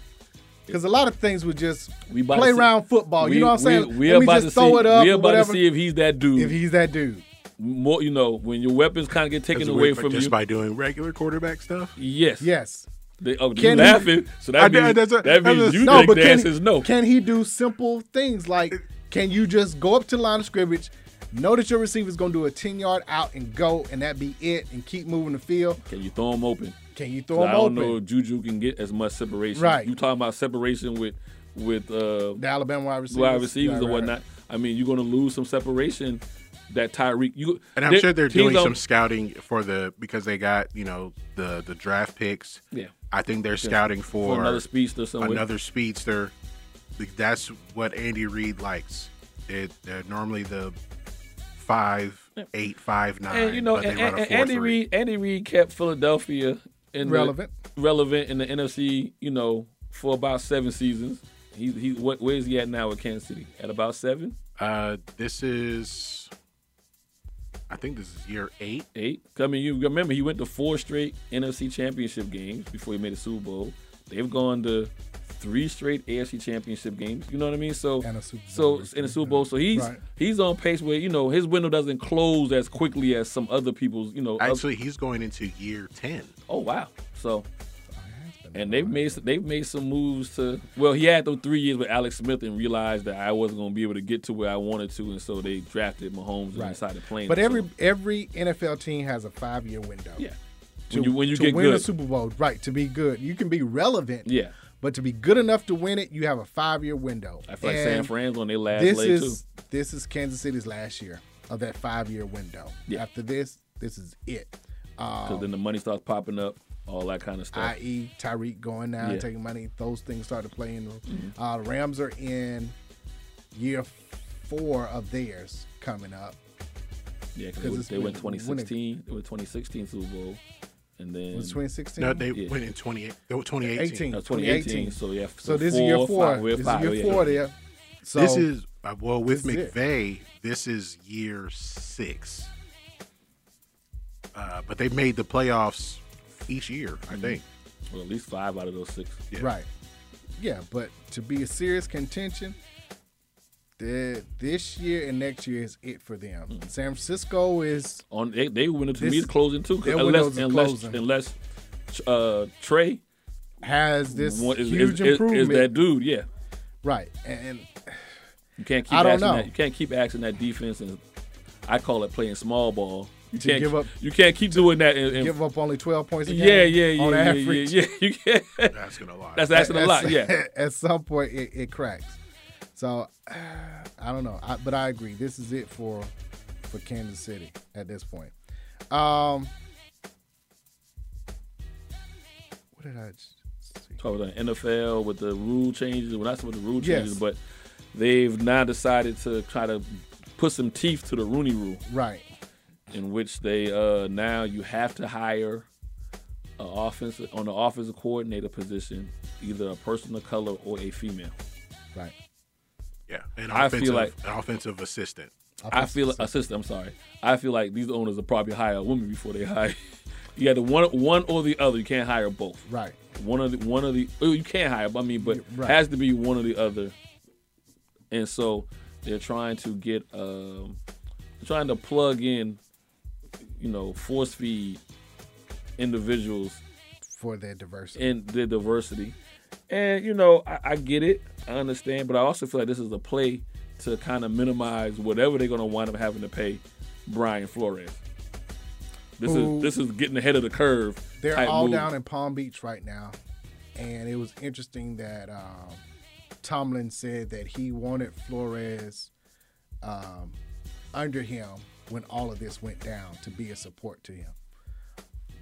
Speaker 8: Because a lot of things would just
Speaker 3: we about to
Speaker 8: play
Speaker 3: see-
Speaker 8: around football.
Speaker 3: we-
Speaker 8: you know what I'm saying?
Speaker 3: we, we
Speaker 8: Let me
Speaker 3: about
Speaker 8: just
Speaker 3: to
Speaker 8: throw
Speaker 3: see,
Speaker 8: it up.
Speaker 3: we
Speaker 8: or
Speaker 3: about
Speaker 8: whatever.
Speaker 3: to see if he's that dude
Speaker 8: if he's that dude
Speaker 3: more you know when your weapons kind of get taken
Speaker 1: As a
Speaker 3: away
Speaker 1: way for-
Speaker 3: from
Speaker 1: just
Speaker 3: you
Speaker 1: by doing regular quarterback stuff.
Speaker 3: yes
Speaker 8: yes
Speaker 3: they, oh, you
Speaker 8: Can he-
Speaker 3: laughing so
Speaker 1: I
Speaker 3: that
Speaker 1: did-
Speaker 3: means,
Speaker 1: that's a-
Speaker 3: that
Speaker 1: that's
Speaker 3: means
Speaker 1: a-
Speaker 3: you
Speaker 1: No,
Speaker 3: think
Speaker 1: but
Speaker 3: the
Speaker 1: can
Speaker 3: answer is no
Speaker 8: Can he do simple things like can you just go up to the line of scrimmage, know that your receiver's gonna do a 10 yard out and go, and that be it, and keep moving the field?
Speaker 3: can you throw him open
Speaker 8: Can you throw him
Speaker 3: I don't
Speaker 8: open?
Speaker 3: know if Juju can get as much separation.
Speaker 8: Right.
Speaker 3: You talking about separation with with uh,
Speaker 8: The Alabama wide receivers.
Speaker 3: wide receivers
Speaker 8: Right,
Speaker 3: and
Speaker 8: right,
Speaker 3: whatnot. I mean, you're going to lose some separation that Tyreek. You
Speaker 1: And I'm
Speaker 3: there-
Speaker 1: sure they're
Speaker 3: teams
Speaker 1: doing
Speaker 3: don't-
Speaker 1: some scouting for the because they got you know the the draft picks.
Speaker 3: Yeah.
Speaker 1: I think they're
Speaker 3: Yeah.
Speaker 1: scouting
Speaker 3: For
Speaker 1: for,
Speaker 3: another speedster somewhere.
Speaker 1: Another speedster. Like, That's what Andy Reid likes. It they're normally the five eight five nine.
Speaker 3: And you know,
Speaker 1: but they
Speaker 3: and,
Speaker 1: run a
Speaker 3: and-
Speaker 1: four
Speaker 3: Andy
Speaker 1: three.
Speaker 3: Reid, Andy Reid kept Philadelphia in the-
Speaker 8: Relevant.
Speaker 3: relevant in the NFC. You know, for about seven seasons. He, he what where is he at now with Kansas City? At about seven.
Speaker 1: Uh, this is, I think this is year eight.
Speaker 3: Eight. I mean, you remember he went to four straight NFC Championship games before he made a Super Bowl. They've gone to three straight AFC Championship games. You know what I mean? So and a Super Bowl so in a Super Bowl. So he's
Speaker 1: Right.
Speaker 3: he's on pace where you know his window doesn't close as quickly as some other people's. You know,
Speaker 1: Actually, he's going into year ten.
Speaker 3: Oh wow! So, and they've made some- they've made some moves to. Well, he had those three years with Alex Smith and realized that I wasn't going to be able to get to where I wanted to, and so they drafted Mahomes and
Speaker 8: Right.
Speaker 3: decided to play. him.
Speaker 8: But
Speaker 3: So
Speaker 8: every every NFL team has a five year window. Yeah.
Speaker 3: When you- when you
Speaker 8: to
Speaker 3: get
Speaker 8: win a
Speaker 3: good.
Speaker 8: Super Bowl, right? To be good, you can be relevant.
Speaker 3: Yeah.
Speaker 8: But to be good enough to win it, you have a five year window.
Speaker 3: I feel like San Fran's on their last
Speaker 8: this
Speaker 3: leg,
Speaker 8: is, This is Kansas City's last year of that five year window.
Speaker 3: Yeah.
Speaker 8: After this, this is it.
Speaker 3: because then the money starts popping up, all that kind of stuff.
Speaker 8: i.e., E, Tyreek going now,
Speaker 3: Yeah. Mm-hmm.
Speaker 8: taking money. Those things started playing. Uh, Rams are in year four of theirs coming up.
Speaker 3: yeah,
Speaker 8: 'cause
Speaker 3: because
Speaker 8: it's
Speaker 3: they, went
Speaker 8: been- when it-
Speaker 3: 2016, they went 2016 Super Bowl, and then
Speaker 8: Was it 2016?
Speaker 1: No, they went in 28 they went 2018.
Speaker 3: No, 2018. So yeah,
Speaker 8: So this is year four.
Speaker 3: five, we're
Speaker 8: This is
Speaker 3: five,
Speaker 8: year
Speaker 3: yeah.
Speaker 8: four there. So
Speaker 1: this is uh, well with
Speaker 8: this is it.
Speaker 1: McVay. This is year six, uh, but they made the playoffs each year.
Speaker 3: Mm-hmm.
Speaker 1: I think.
Speaker 3: Well, at least five out of those six.
Speaker 8: Right. Yeah, but to be a serious contention, the, this year and next year is it for them.
Speaker 3: Mm-hmm.
Speaker 8: San Francisco is
Speaker 3: on they, they went into
Speaker 8: This-
Speaker 3: me closing too. 'cause
Speaker 8: their
Speaker 3: Unless
Speaker 8: windows are
Speaker 3: unless
Speaker 8: closing.
Speaker 3: unless uh, Trey
Speaker 8: has this
Speaker 3: wa- is, is,
Speaker 8: huge
Speaker 3: is- Is,
Speaker 8: improvement.
Speaker 3: that dude? Yeah,
Speaker 8: right. And
Speaker 3: you can't keep
Speaker 8: I don't
Speaker 3: asking
Speaker 8: know.
Speaker 3: that. You can't keep asking that defense, and I call it playing small ball. You
Speaker 8: To
Speaker 3: can't
Speaker 8: give up-
Speaker 3: You can't keep doing that. And, and-
Speaker 8: give up only twelve points. A game
Speaker 3: yeah, yeah, yeah,
Speaker 8: on
Speaker 3: yeah, yeah,
Speaker 8: average.
Speaker 3: yeah, You can't. That's
Speaker 1: gonna lie.
Speaker 3: That's asking a
Speaker 8: At-
Speaker 3: lot.
Speaker 8: at-
Speaker 3: Yeah.
Speaker 8: At some point, it, it cracks. So uh, I don't know, I, but I agree. This is it for for Kansas City at this point. Um, what did I? just-
Speaker 3: Talk about the NFL with the rule changes. Well, not with the rule
Speaker 8: Yes.
Speaker 3: changes, but they've now decided to try to put some teeth to the Rooney Rule.
Speaker 8: Right.
Speaker 3: in which they uh now you have to hire a offense on the offensive coordinator position, either a person of color or a female.
Speaker 8: Right.
Speaker 1: Yeah, an
Speaker 3: I
Speaker 1: offensive,
Speaker 3: feel like
Speaker 1: an offensive assistant.
Speaker 3: I feel assistant. I'm sorry. I feel like these owners will probably hire a woman before they hire. You either one one or the other. You can't hire both.
Speaker 8: Right.
Speaker 3: One of the one of the oh, you can't hire. but I mean, but
Speaker 8: Right.
Speaker 3: has to be one or the other. And so they're trying to get um trying to plug in, you know, force feed individuals
Speaker 8: For their diversity.
Speaker 3: and the diversity. And you know, I, I get it, I understand, but I also feel like this is a play to kind of minimize whatever they're going to wind up having to pay Brian Flores. This
Speaker 8: Who-
Speaker 3: is this is getting ahead of the curve.
Speaker 8: They're
Speaker 3: type
Speaker 8: all
Speaker 3: move.
Speaker 8: down in Palm Beach right now, and it was interesting that um, Tomlin said that he wanted Flores um, under him when all of this went down to be a support to him.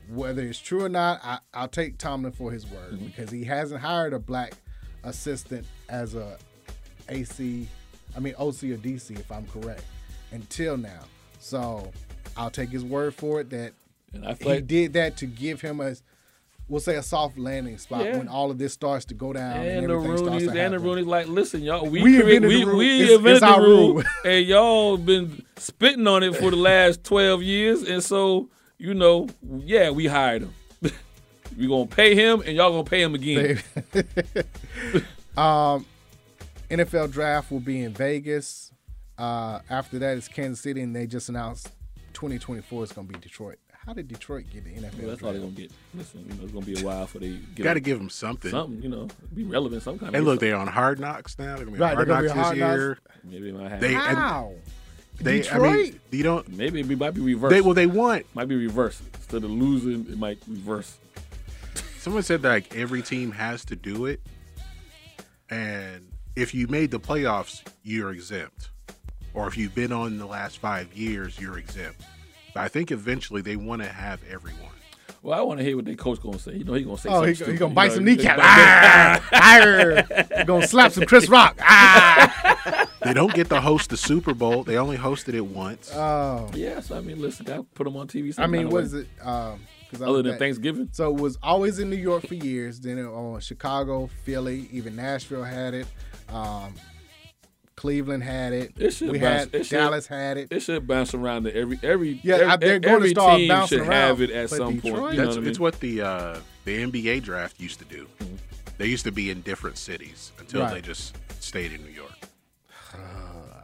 Speaker 8: Whether it's true or not, I, I'll take Tomlin for his word
Speaker 3: Mm-hmm.
Speaker 8: because he hasn't hired a black assistant as a AC, I mean OC or DC, if I'm correct, until now. So I'll take his word for it that
Speaker 3: And I feel
Speaker 8: he
Speaker 3: like-
Speaker 8: did that to give him a, we'll say a soft landing spot
Speaker 3: Yeah.
Speaker 8: when all of this starts to go down and,
Speaker 3: And the
Speaker 8: everything starts to
Speaker 3: Rooney's and the
Speaker 8: happen.
Speaker 3: Rooney's like, listen, y'all, we
Speaker 8: We
Speaker 3: create-
Speaker 8: invented
Speaker 3: we,
Speaker 8: the rule.
Speaker 3: we
Speaker 8: It's- it's
Speaker 3: invented the
Speaker 8: our
Speaker 3: rule,
Speaker 8: rule.
Speaker 3: and y'all been spitting on it for the last twelve years, and so you know, yeah, we hired him. we gonna pay him, and y'all gonna pay him again.
Speaker 8: um, NFL draft will be in Vegas. Uh, after that is Kansas City, and they just announced 2024 is going to be Detroit. How did Detroit get the NFL?
Speaker 3: Well, that's all they're gonna get. Listen, you know, it's gonna be a while for they get
Speaker 1: Gotta give 'em something.
Speaker 3: Something, you know, be relevant some kind.
Speaker 1: Hey,
Speaker 3: of
Speaker 1: look, they're on Hard Knocks now. They're gonna be
Speaker 3: Right,
Speaker 1: on Hard
Speaker 3: they're
Speaker 1: Knocks
Speaker 3: gonna
Speaker 1: this
Speaker 3: be on Hard
Speaker 1: year.
Speaker 3: Knocks. Maybe it might happen.
Speaker 1: They, and
Speaker 3: How?
Speaker 1: They, I mean,
Speaker 3: Detroit?
Speaker 1: you don't.
Speaker 3: Maybe it might be reversed.
Speaker 1: They well, they want
Speaker 3: might be reversed instead of losing. It might reverse.
Speaker 1: Someone said that like every team has to do it, and if you made the playoffs, you're exempt, or if you've been on the last five years, you're exempt. But I think eventually they want to have everyone.
Speaker 3: Well, I want to hear what their coach gonna say. You know, he gonna say.
Speaker 8: Oh,
Speaker 3: something
Speaker 8: he gonna- he
Speaker 3: stupid,
Speaker 8: gonna
Speaker 3: you
Speaker 8: bite
Speaker 3: know,
Speaker 8: some
Speaker 3: he-
Speaker 8: kneecaps. Ah, Arr! He gonna slap some Chris Rock. Ah!
Speaker 1: They don't get to host the Super Bowl. They only hosted it once.
Speaker 8: Oh.
Speaker 3: Yeah, so I mean, listen, I put them on TV.
Speaker 8: I
Speaker 3: some
Speaker 8: mean,
Speaker 3: kind of
Speaker 8: what
Speaker 3: way.
Speaker 8: is it? Um, 'cause I
Speaker 3: Other
Speaker 8: looked
Speaker 3: than
Speaker 8: at-
Speaker 3: Thanksgiving?
Speaker 8: So it was always in New York for years. Then it on Chicago, Philly, even Nashville had it. Um, Cleveland had it.
Speaker 3: It should
Speaker 8: we
Speaker 3: bounce,
Speaker 8: had
Speaker 3: it should-
Speaker 8: Dallas had it.
Speaker 3: It should bounce around to every every
Speaker 8: Yeah,
Speaker 3: every,
Speaker 8: I- they're going to
Speaker 3: every
Speaker 8: start
Speaker 3: team
Speaker 8: bouncing
Speaker 3: should
Speaker 8: around,
Speaker 3: have it at
Speaker 8: but
Speaker 3: some point.
Speaker 8: Detroit-
Speaker 3: You know
Speaker 1: That's
Speaker 3: what I mean?
Speaker 1: it's what the uh, the NBA draft used to do. They used to be in different cities until
Speaker 8: Right.
Speaker 1: they just stayed in New York.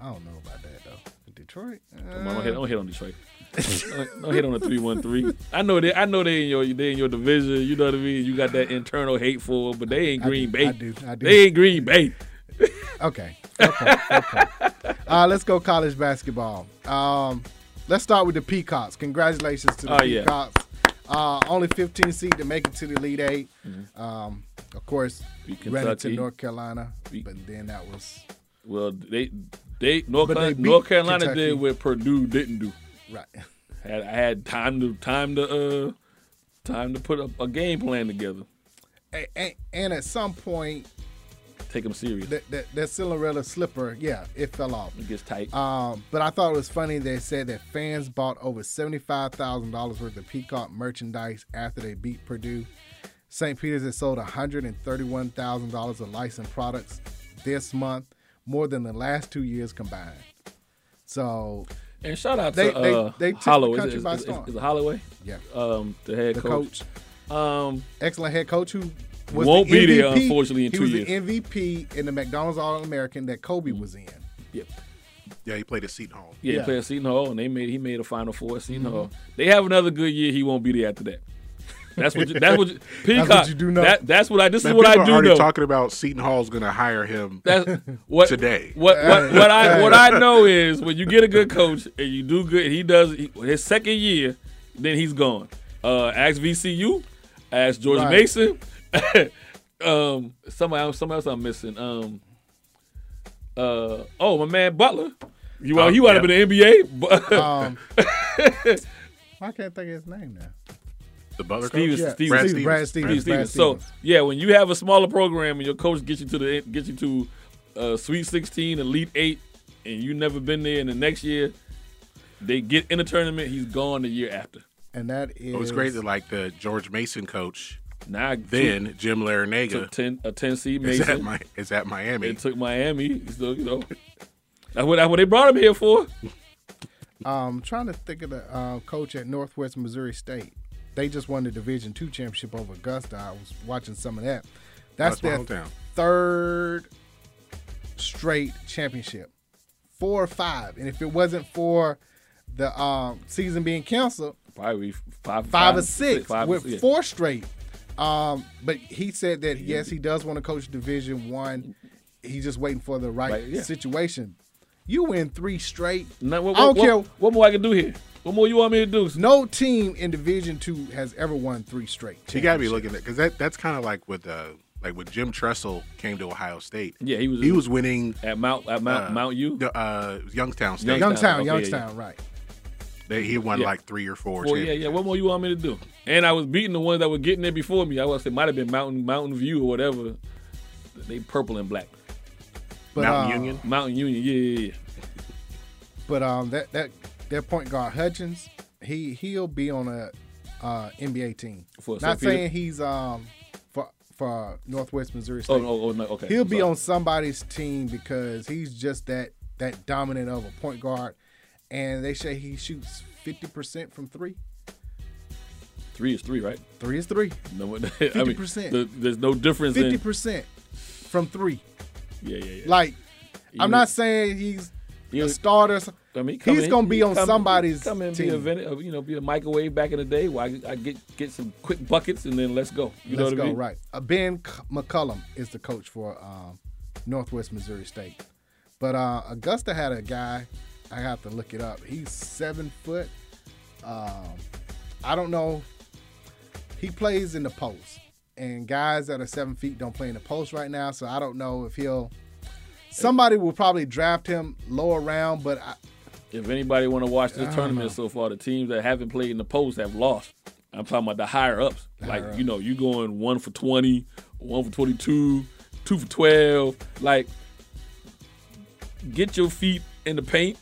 Speaker 8: I don't know about that though. Detroit.
Speaker 3: Come on, don't hit, don't hit on Detroit. don't, don't hit on the three one three. I know they. I know they in your they in your division. You know what I mean. You got that internal hateful, but they ain't
Speaker 8: I do,
Speaker 3: Green
Speaker 8: I
Speaker 3: Bay.
Speaker 8: do, I do.
Speaker 3: They ain't Green Bay.
Speaker 8: Uh, Okay. Okay. okay. Uh, let's go college basketball. Um, let's start with the Peacocks. Congratulations to the
Speaker 3: Oh, yeah.
Speaker 8: Peacocks. Uh, only 15 seed to make it to the Elite 8 Um, of course,
Speaker 3: Mm-hmm. Beat
Speaker 8: ran into
Speaker 3: Kentucky.
Speaker 8: North Carolina, but then that was
Speaker 3: Well, they they North,
Speaker 8: But they
Speaker 3: Carolina,
Speaker 8: beat
Speaker 3: North Carolina
Speaker 8: Kentucky.
Speaker 3: did what Purdue didn't do.
Speaker 8: Right.
Speaker 3: Had I had time to time to uh time to put a, a game plan together.
Speaker 8: and, and, and at some point
Speaker 3: Take them serious.
Speaker 8: that, that that Cinderella slipper, yeah, it fell off.
Speaker 3: It gets tight.
Speaker 8: Um, but I thought it was funny they said that fans bought over seventy five thousand dollars worth of Peacock merchandise after they beat Purdue. St. Peter's has sold one hundred and thirty one thousand dollars of licensed products this month, more than the last two years combined. So
Speaker 3: And shout out
Speaker 8: they,
Speaker 3: to
Speaker 8: they,
Speaker 3: uh,
Speaker 8: they took
Speaker 3: Hollow.
Speaker 8: the
Speaker 3: Is it-
Speaker 8: country
Speaker 3: is,
Speaker 8: by
Speaker 3: is-
Speaker 8: storm.
Speaker 3: is it Holloway?
Speaker 8: Yeah.
Speaker 3: Um, the head
Speaker 8: The
Speaker 3: coach. Um,
Speaker 8: excellent head coach who was
Speaker 3: Won't
Speaker 8: the
Speaker 3: be there,
Speaker 8: MVP.
Speaker 3: unfortunately, in
Speaker 8: he
Speaker 3: two
Speaker 8: was
Speaker 3: years. Mm.
Speaker 8: the MVP in the McDonald's All American that Kobe was in.
Speaker 3: Yep.
Speaker 1: Yeah, he played at Seton Hall.
Speaker 3: Yeah,
Speaker 8: Yeah.
Speaker 3: he played at Seton Hall, and they made he made a Final Four at
Speaker 1: Mm-hmm.
Speaker 3: Seton Hall. They have another good year. He won't be there after that. That's what. You, that's what. You,
Speaker 1: That's
Speaker 3: Peacock.
Speaker 1: what you do know.
Speaker 3: That, that's what I. This
Speaker 1: Man,
Speaker 3: is what
Speaker 1: people
Speaker 3: I
Speaker 1: are
Speaker 3: do
Speaker 1: already
Speaker 3: know.
Speaker 1: talking about Seton Hall's going to hire him
Speaker 3: That's what
Speaker 1: today.
Speaker 3: What what, what I what I know is when you get a good coach and you do good, he does he, his second year, then he's gone. Uh, ask VCU, ask George
Speaker 8: Right.
Speaker 3: Mason, um, somebody else, somebody else I'm missing. Um, uh, oh my man Butler, you
Speaker 8: Oh,
Speaker 3: out you out of
Speaker 8: yeah.
Speaker 3: the NBA? But-
Speaker 8: Um, I can't think of his name now.
Speaker 1: The Butler
Speaker 3: Stevens,
Speaker 8: coach? Yeah,
Speaker 3: Stevens,
Speaker 8: Brad Stevens. Brad Stevens,
Speaker 3: Steve
Speaker 8: Brad
Speaker 3: Stevens. So yeah, when you have a smaller program and your coach gets you to the gets you to uh, Sweet 16, Elite Eight, and you never been there, and the next year they get in the tournament, he's gone the year after.
Speaker 8: And that is
Speaker 1: It was great that like the George Mason coach.
Speaker 3: Now
Speaker 1: then Jim Larinaga
Speaker 3: Took ten, a Tennessee
Speaker 1: Is at,
Speaker 3: Mason.
Speaker 1: Mi- is at Miami.
Speaker 3: They took Miami. So you know that's what that's what they brought him here for.
Speaker 8: Um, trying to think of the uh, coach at Northwest Missouri State. They just won the Division Two championship over Augusta. I was watching some of that. That's,
Speaker 1: That's my
Speaker 8: their
Speaker 1: hometown.
Speaker 8: third straight championship, four or five. And if it wasn't for the um, season being canceled,
Speaker 3: Probably five,
Speaker 8: five,
Speaker 3: five,
Speaker 8: or six,
Speaker 3: six, five or
Speaker 8: with
Speaker 3: six, yeah.
Speaker 8: four straight. Um, but he said that yes, he does want to coach Division One. He's just waiting for the right,
Speaker 3: Right, yeah.
Speaker 8: situation. You win three straight.
Speaker 3: Now, what,
Speaker 8: I don't
Speaker 3: what-
Speaker 8: care.
Speaker 3: What, what more I can do here? What more you want me to do?
Speaker 8: No team in Division Two has ever won three straight.
Speaker 1: You got to be looking at because that that's kind of like with uh like when Jim Tressel came to Ohio State.
Speaker 3: Yeah, he was-
Speaker 1: he was winning
Speaker 3: at Mount at Mount Mount U.
Speaker 1: uh Youngstown State.
Speaker 8: Youngstown, Youngstown, right?
Speaker 1: They, he won
Speaker 3: Yeah.
Speaker 1: like three or four.
Speaker 3: Well, yeah, yeah. What more you want me to do? And I was beating the ones that were getting there before me. I was it might have been Mountain Mountain View or whatever. They purple and black.
Speaker 8: But, Mountain uh, Union?
Speaker 3: Mountain Union. Yeah, yeah, yeah.
Speaker 8: But um, that that their point guard Hutchins, he he'll be on a uh, NBA team.
Speaker 3: For
Speaker 8: Not
Speaker 3: St. Peter?
Speaker 8: saying he's um for for Northwest Missouri State.
Speaker 3: Oh, oh, oh, no, okay.
Speaker 8: He'll
Speaker 3: I'm
Speaker 8: be
Speaker 3: sorry.
Speaker 8: on somebody's team because he's just that that dominant of a point guard, and they say he shoots fifty percent from three.
Speaker 3: Three is three, right?
Speaker 8: Three is three.
Speaker 3: No, I mean,
Speaker 8: 50%.
Speaker 3: the, there's no difference.
Speaker 8: Fifty
Speaker 3: in,
Speaker 8: percent from three.
Speaker 3: yeah, yeah, yeah.
Speaker 8: Like,
Speaker 3: He
Speaker 8: I'm
Speaker 3: was-
Speaker 8: not saying he's
Speaker 3: he
Speaker 8: a
Speaker 3: was-
Speaker 8: starter.
Speaker 3: I mean, come
Speaker 8: he's
Speaker 3: in-
Speaker 8: gonna be
Speaker 3: you
Speaker 8: on
Speaker 3: come-
Speaker 8: somebody's
Speaker 3: come in,
Speaker 8: team.
Speaker 3: Be a vent, uh, you know, be a microwave back in the day. Where I, I get get some quick buckets and then let's go. You know
Speaker 8: Let's
Speaker 3: what
Speaker 8: go
Speaker 3: I mean?
Speaker 8: right. Uh, ben C- McCullum is the coach for um, Northwest Missouri State, but uh, Augusta had a guy. I have to look it up. He's seven foot. Um, I don't know. He plays in the post, and guys that are seven feet don't play in the post right now. So I don't know if he'll. Somebody will probably draft him lower round, but I,
Speaker 3: If anybody want to watch
Speaker 8: I
Speaker 3: this
Speaker 8: don't
Speaker 3: tournament so far, the teams that haven't played in the post have lost. I'm talking about the higher ups. like you know, you going one for 20, one for 22, two for 12. Like, get your feet in the paint.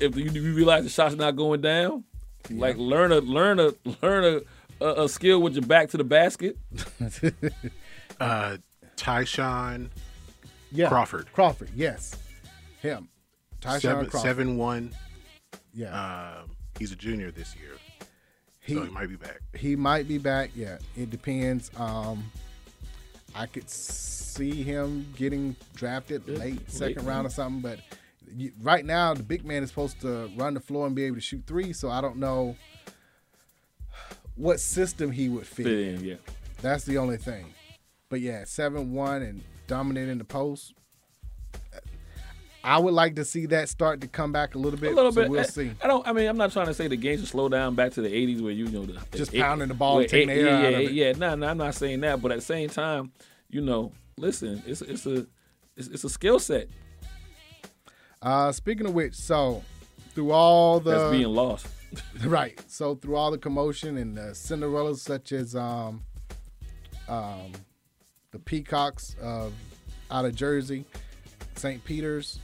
Speaker 3: If you, you realize the shot's not going down, like learn a learn a learn a, a, a skill with your back to the basket.
Speaker 1: uh, Tyshawn
Speaker 8: yeah,
Speaker 1: Crawford.
Speaker 8: Crawford, yes, him, Tyshawn
Speaker 1: seven,
Speaker 8: Crawford.
Speaker 1: seven one.
Speaker 8: Yeah.
Speaker 1: Um, he's a junior this year,
Speaker 8: He-
Speaker 1: so he might be back.
Speaker 8: He might be back. Yeah, it depends. Um, I could see him getting drafted late second round or something. But you, right now, the big man is supposed to run the floor and be able to shoot three. So I don't know what system he would fit,
Speaker 3: Fit in, yeah.
Speaker 8: That's the only thing. But yeah, seven one and dominating the post. I would like to see that start to come back a little bit.
Speaker 3: A little
Speaker 8: so
Speaker 3: bit.
Speaker 8: We'll
Speaker 3: I,
Speaker 8: see.
Speaker 3: I don't. I mean, I'm not trying to say the game should slow down back to the '80s where you know the, the
Speaker 8: Just
Speaker 3: eight-
Speaker 8: pounding the ball
Speaker 3: where
Speaker 8: and taking
Speaker 3: eight-
Speaker 8: the air
Speaker 3: yeah,
Speaker 8: out of
Speaker 3: yeah,
Speaker 8: it.
Speaker 3: Yeah, no, no, I'm not saying that. But at the same time, you know, listen, it's it's a it's, it's a skill set
Speaker 8: Uh, speaking of which, so through all the
Speaker 3: that's being lost.
Speaker 8: right. So through all the commotion and the Cinderellas, such as um, um, the Peacocks of out of Jersey, St. Peter's,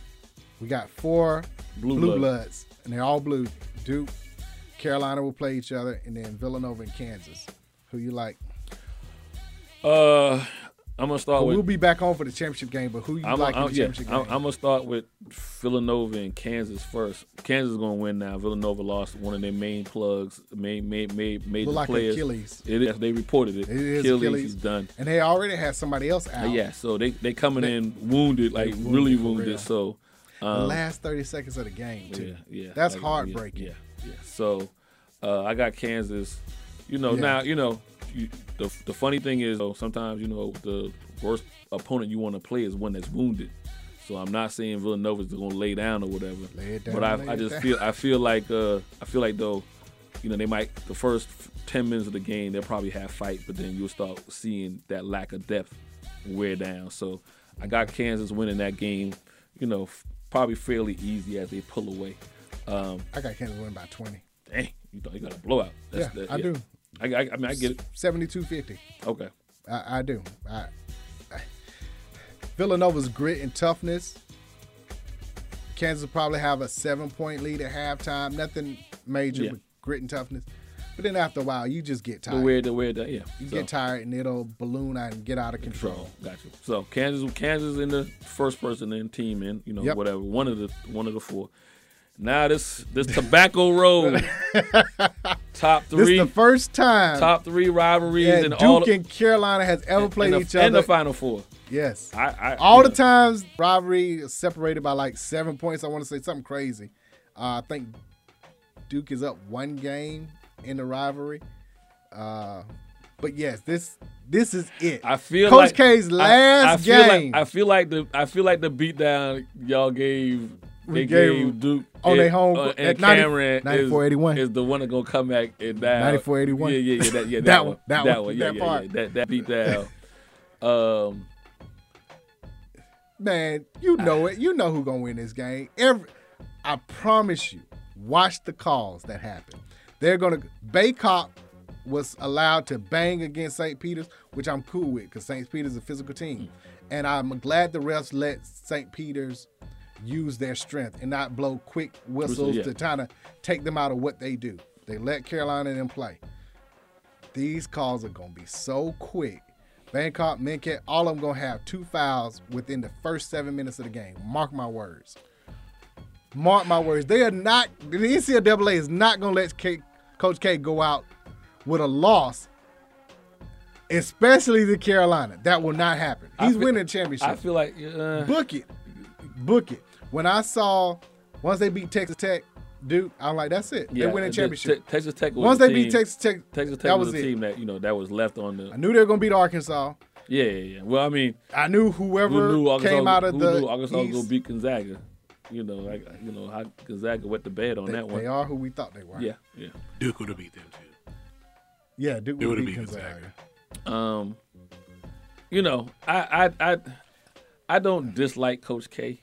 Speaker 8: we got four
Speaker 3: Blue
Speaker 8: blue,
Speaker 3: blood.
Speaker 8: bloods, and they're all blue. Duke, Carolina will play each other, and then Villanova and Kansas. Who you like?
Speaker 3: Uh, I'm gonna start
Speaker 8: But
Speaker 3: with.
Speaker 8: we'll be back on for the championship game. But who you
Speaker 3: Oh, I'm,
Speaker 8: like
Speaker 3: I'm-
Speaker 8: in the
Speaker 3: yeah,
Speaker 8: championship
Speaker 3: I'm,
Speaker 8: game?
Speaker 3: I'm gonna start with Villanova and Kansas first. Kansas is gonna win now. Villanova lost one of their main plugs, main main main major
Speaker 8: like
Speaker 3: players.
Speaker 8: Achilles.
Speaker 3: It is. They reported it.
Speaker 8: It is Achilles.
Speaker 3: is done.
Speaker 8: and they already had somebody else out.
Speaker 3: Uh, Yeah, so they they coming in wounded, like really wounded. So
Speaker 8: the
Speaker 3: um,
Speaker 8: last 30 seconds of the game, too.
Speaker 3: Yeah, yeah.
Speaker 8: That's
Speaker 3: like, yeah,
Speaker 8: heartbreaking.
Speaker 3: Yeah, yeah. So uh, I got Kansas. You know,
Speaker 8: Yeah.
Speaker 3: now you know you, the the funny thing is though, sometimes you know the worst opponent you want to play is one that's wounded. So I'm not saying Villanova's going to lay down or whatever.
Speaker 8: Lay it down,
Speaker 3: but I,
Speaker 8: lay
Speaker 3: I
Speaker 8: it
Speaker 3: just
Speaker 8: down.
Speaker 3: feel I feel like uh, I feel like though, you know, they might the first ten minutes of the game they'll probably have fight, but then you'll start seeing that lack of depth wear down. So I got Kansas winning that game. You know, f- probably fairly easy as they pull away. Um,
Speaker 8: I got Kansas winning by 20.
Speaker 3: dang, you thought you got a blowout?
Speaker 8: Yeah, I do.
Speaker 3: I, I, I mean, I get it.
Speaker 8: 72 50.
Speaker 3: Okay.
Speaker 8: I, I do. I, I, Villanova's grit and toughness. Kansas will probably have a seven point lead at halftime. Nothing major,
Speaker 3: Yeah.
Speaker 8: but grit and toughness. But then after a while, you just get
Speaker 3: The
Speaker 8: tired.
Speaker 3: weird, the weird, yeah.
Speaker 8: you
Speaker 3: So-
Speaker 8: get tired and it'll balloon out and get out of control.
Speaker 3: Gotcha. So Kansas, Kansas in the first person in team in, you know,
Speaker 8: Yep.
Speaker 3: whatever. One of the one of the four. Now this this Tobacco Road top
Speaker 8: This
Speaker 3: three
Speaker 8: is the first time
Speaker 3: top three rivalries
Speaker 8: that
Speaker 3: in
Speaker 8: Duke
Speaker 3: all
Speaker 8: and Carolina has ever played
Speaker 3: in the,
Speaker 8: each other.
Speaker 3: in the final four.
Speaker 8: Yes.
Speaker 3: I, I
Speaker 8: All
Speaker 3: yeah.
Speaker 8: the times rivalry is separated by like seven points. I want to say something crazy. Uh, I think Duke is up one game in the rivalry. Uh, but yes, this this is it.
Speaker 3: I feel
Speaker 8: Coach
Speaker 3: like
Speaker 8: K's
Speaker 3: I-
Speaker 8: last
Speaker 3: I feel like-
Speaker 8: game.
Speaker 3: I feel like the I feel like the beatdown y'all gave they
Speaker 8: We gave
Speaker 3: gave, Duke
Speaker 8: on
Speaker 3: and-
Speaker 8: they home
Speaker 3: uh,
Speaker 8: court
Speaker 3: and
Speaker 8: at 90
Speaker 3: Cameron is-
Speaker 8: 94-81.
Speaker 3: is, the one that gonna come back and down
Speaker 8: 94-81.
Speaker 3: Yeah, yeah, yeah, that, yeah, that,
Speaker 8: That
Speaker 3: one,
Speaker 8: one, that
Speaker 3: that
Speaker 8: one,
Speaker 3: one, yeah,
Speaker 8: that
Speaker 3: yeah,
Speaker 8: part.
Speaker 3: yeah, that that beatdown. um,
Speaker 8: Man, you know it. You know who gonna win this game. Every, I promise you. Watch the calls that happen. They're gonna. Baycock was allowed to bang against St. Peter's, which I'm cool with because St. Peter's is a physical
Speaker 3: Hmm.
Speaker 8: team, and I'm glad the refs let St. Peter's use their strength and not blow quick whistles
Speaker 3: Whistle, yeah.
Speaker 8: to kind of take them out of what they do. They let Carolina and them play. These calls are gonna be so quick. Bangkok, Minket, all of them gonna have two fouls within the first seven minutes of the game. Mark my words. Mark my words. They are not. The NCAA is not gonna let K, Coach K go out with a loss, especially to Carolina. That will not happen.
Speaker 3: I
Speaker 8: He's
Speaker 3: feel-
Speaker 8: winning the championship.
Speaker 3: I feel like uh,
Speaker 8: book it, book it. When I saw once they beat Texas Tech, Duke, I'm like, that's it.
Speaker 3: yeah,
Speaker 8: they win the
Speaker 3: the
Speaker 8: championship.
Speaker 3: Te- Texas Tech. Was
Speaker 8: once
Speaker 3: the
Speaker 8: they beat
Speaker 3: team-
Speaker 8: Texas Tech,
Speaker 3: Texas Tech
Speaker 8: that
Speaker 3: was,
Speaker 8: was
Speaker 3: the
Speaker 8: it.
Speaker 3: team that you know that was left on the.
Speaker 8: I knew they were gonna beat Arkansas.
Speaker 3: Yeah, yeah, yeah. Well, I mean,
Speaker 8: I knew whoever
Speaker 3: who knew Arkansas,
Speaker 8: came out of
Speaker 3: who
Speaker 8: the
Speaker 3: knew Arkansas was gonna
Speaker 8: East-
Speaker 3: beat Gonzaga. You know, like you know how Gonzaga wet the bed on
Speaker 8: They-
Speaker 3: that one.
Speaker 8: They are who we thought they were.
Speaker 3: Yeah, yeah.
Speaker 1: Duke would have beat them too.
Speaker 8: Yeah, Duke
Speaker 1: They
Speaker 8: would
Speaker 1: would've
Speaker 8: beat
Speaker 1: beat
Speaker 8: Gonzaga.
Speaker 3: Um, you know, I I I, I don't dislike Coach K.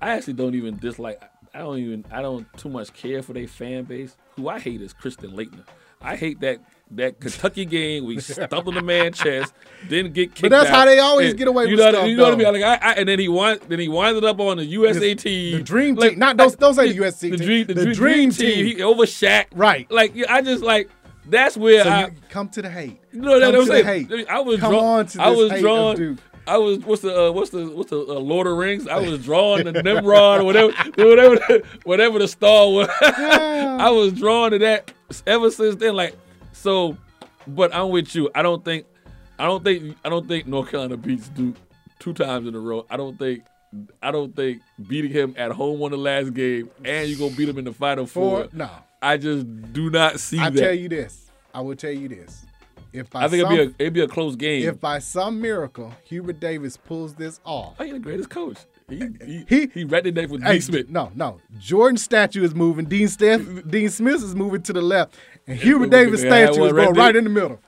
Speaker 3: I actually don't even dislike. I don't even. I don't too much care for their fan base. Who I hate is Kristen Leitner. I hate that that Kentucky game. We stumped on the man chest, didn't get kicked.
Speaker 8: But that's
Speaker 3: out.
Speaker 8: how they always
Speaker 3: And
Speaker 8: get away
Speaker 3: you
Speaker 8: with
Speaker 3: know
Speaker 8: stuff,
Speaker 3: What, you know what I
Speaker 8: though.
Speaker 3: mean? Like, I, I, and then he wind, then he winded up on the USA team, the
Speaker 8: dream team. Not don't, don't say the USC
Speaker 3: the
Speaker 8: team.
Speaker 3: dream, the dream, team. He over Shaq.
Speaker 8: Right.
Speaker 3: Like yeah, I just like that's where
Speaker 8: So
Speaker 3: I.
Speaker 8: you come to the hate.
Speaker 3: You know that I'm
Speaker 8: Come to the
Speaker 3: saying.
Speaker 8: hate.
Speaker 3: I was
Speaker 8: come
Speaker 3: drawn.
Speaker 8: on to this
Speaker 3: I was
Speaker 8: hate of
Speaker 3: drawn.
Speaker 8: Duke.
Speaker 3: I was what's the uh, what's the what's the uh, Lord of the Rings? I was drawing the Nimrod or whatever whatever the, whatever the star was. I was drawn to that ever since then. Like so, but I'm with you. I don't think I don't think I don't think North Carolina beats Duke two times in a row. I don't think I don't think beating him at home on the last game and you're gonna beat him in the final four.
Speaker 8: Four? No.
Speaker 3: I just do not see
Speaker 8: I
Speaker 3: that.
Speaker 8: tell you this. I will tell you this. If by
Speaker 3: I think
Speaker 8: some,
Speaker 3: it'd be a it'd be a close game.
Speaker 8: if by some miracle Hubert Davis pulls this off,
Speaker 3: oh, he's the greatest coach. He he he, right the neck with D. Smith.
Speaker 8: No, no. Jordan statue is moving. Dean Steph, Dean Smith is moving to the left, and Hubert
Speaker 3: they
Speaker 8: Davis
Speaker 3: had
Speaker 8: statue
Speaker 3: one
Speaker 8: is
Speaker 3: right
Speaker 8: going
Speaker 3: there.
Speaker 8: right in the middle.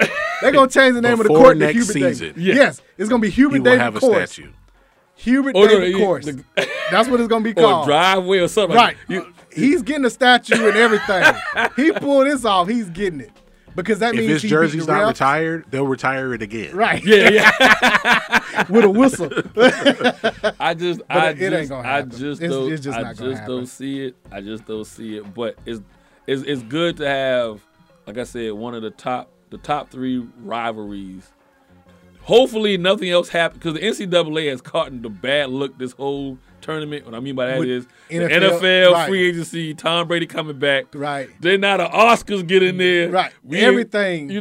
Speaker 8: They're gonna change the name of the
Speaker 1: Before
Speaker 8: court to
Speaker 1: next
Speaker 8: Hubert
Speaker 1: season.
Speaker 8: Davis.
Speaker 1: Yeah.
Speaker 8: Yes, it's gonna be Hubert
Speaker 1: He will
Speaker 8: Davis
Speaker 1: have a
Speaker 8: course.
Speaker 1: statue.
Speaker 8: Hubert
Speaker 3: Oh, no,
Speaker 8: Davis
Speaker 3: he-
Speaker 8: course. That's what it's gonna be
Speaker 3: Or
Speaker 8: called.
Speaker 3: a driveway or something.
Speaker 8: Right. he's getting a statue and everything. he pulled this off. He's getting it because that
Speaker 1: if
Speaker 8: means
Speaker 1: his
Speaker 8: he beat
Speaker 1: jersey's
Speaker 8: the
Speaker 1: not
Speaker 8: refs.
Speaker 1: retired, they'll retire it again.
Speaker 8: Right. Yeah, yeah. With a whistle.
Speaker 3: I just,
Speaker 8: But
Speaker 3: I
Speaker 8: it- it
Speaker 3: just,
Speaker 8: ain't gonna
Speaker 3: I
Speaker 8: happen.
Speaker 3: just
Speaker 8: It's-
Speaker 3: don't,
Speaker 8: it's just
Speaker 3: I
Speaker 8: not gonna
Speaker 3: just
Speaker 8: happen.
Speaker 3: don't see it. I just don't see it. But it's, it's, it's good to have, like I said, one of the top, the top three rivalries. Hopefully, nothing else happens because the NCAA has caught in the bad look this whole tournament. What I mean by that
Speaker 8: With
Speaker 3: is the
Speaker 8: NFL
Speaker 3: NFL
Speaker 8: right.
Speaker 3: free agency, Tom Brady coming back.
Speaker 8: Right.
Speaker 3: Then now the Oscars get in there.
Speaker 8: Right. Everything.
Speaker 3: You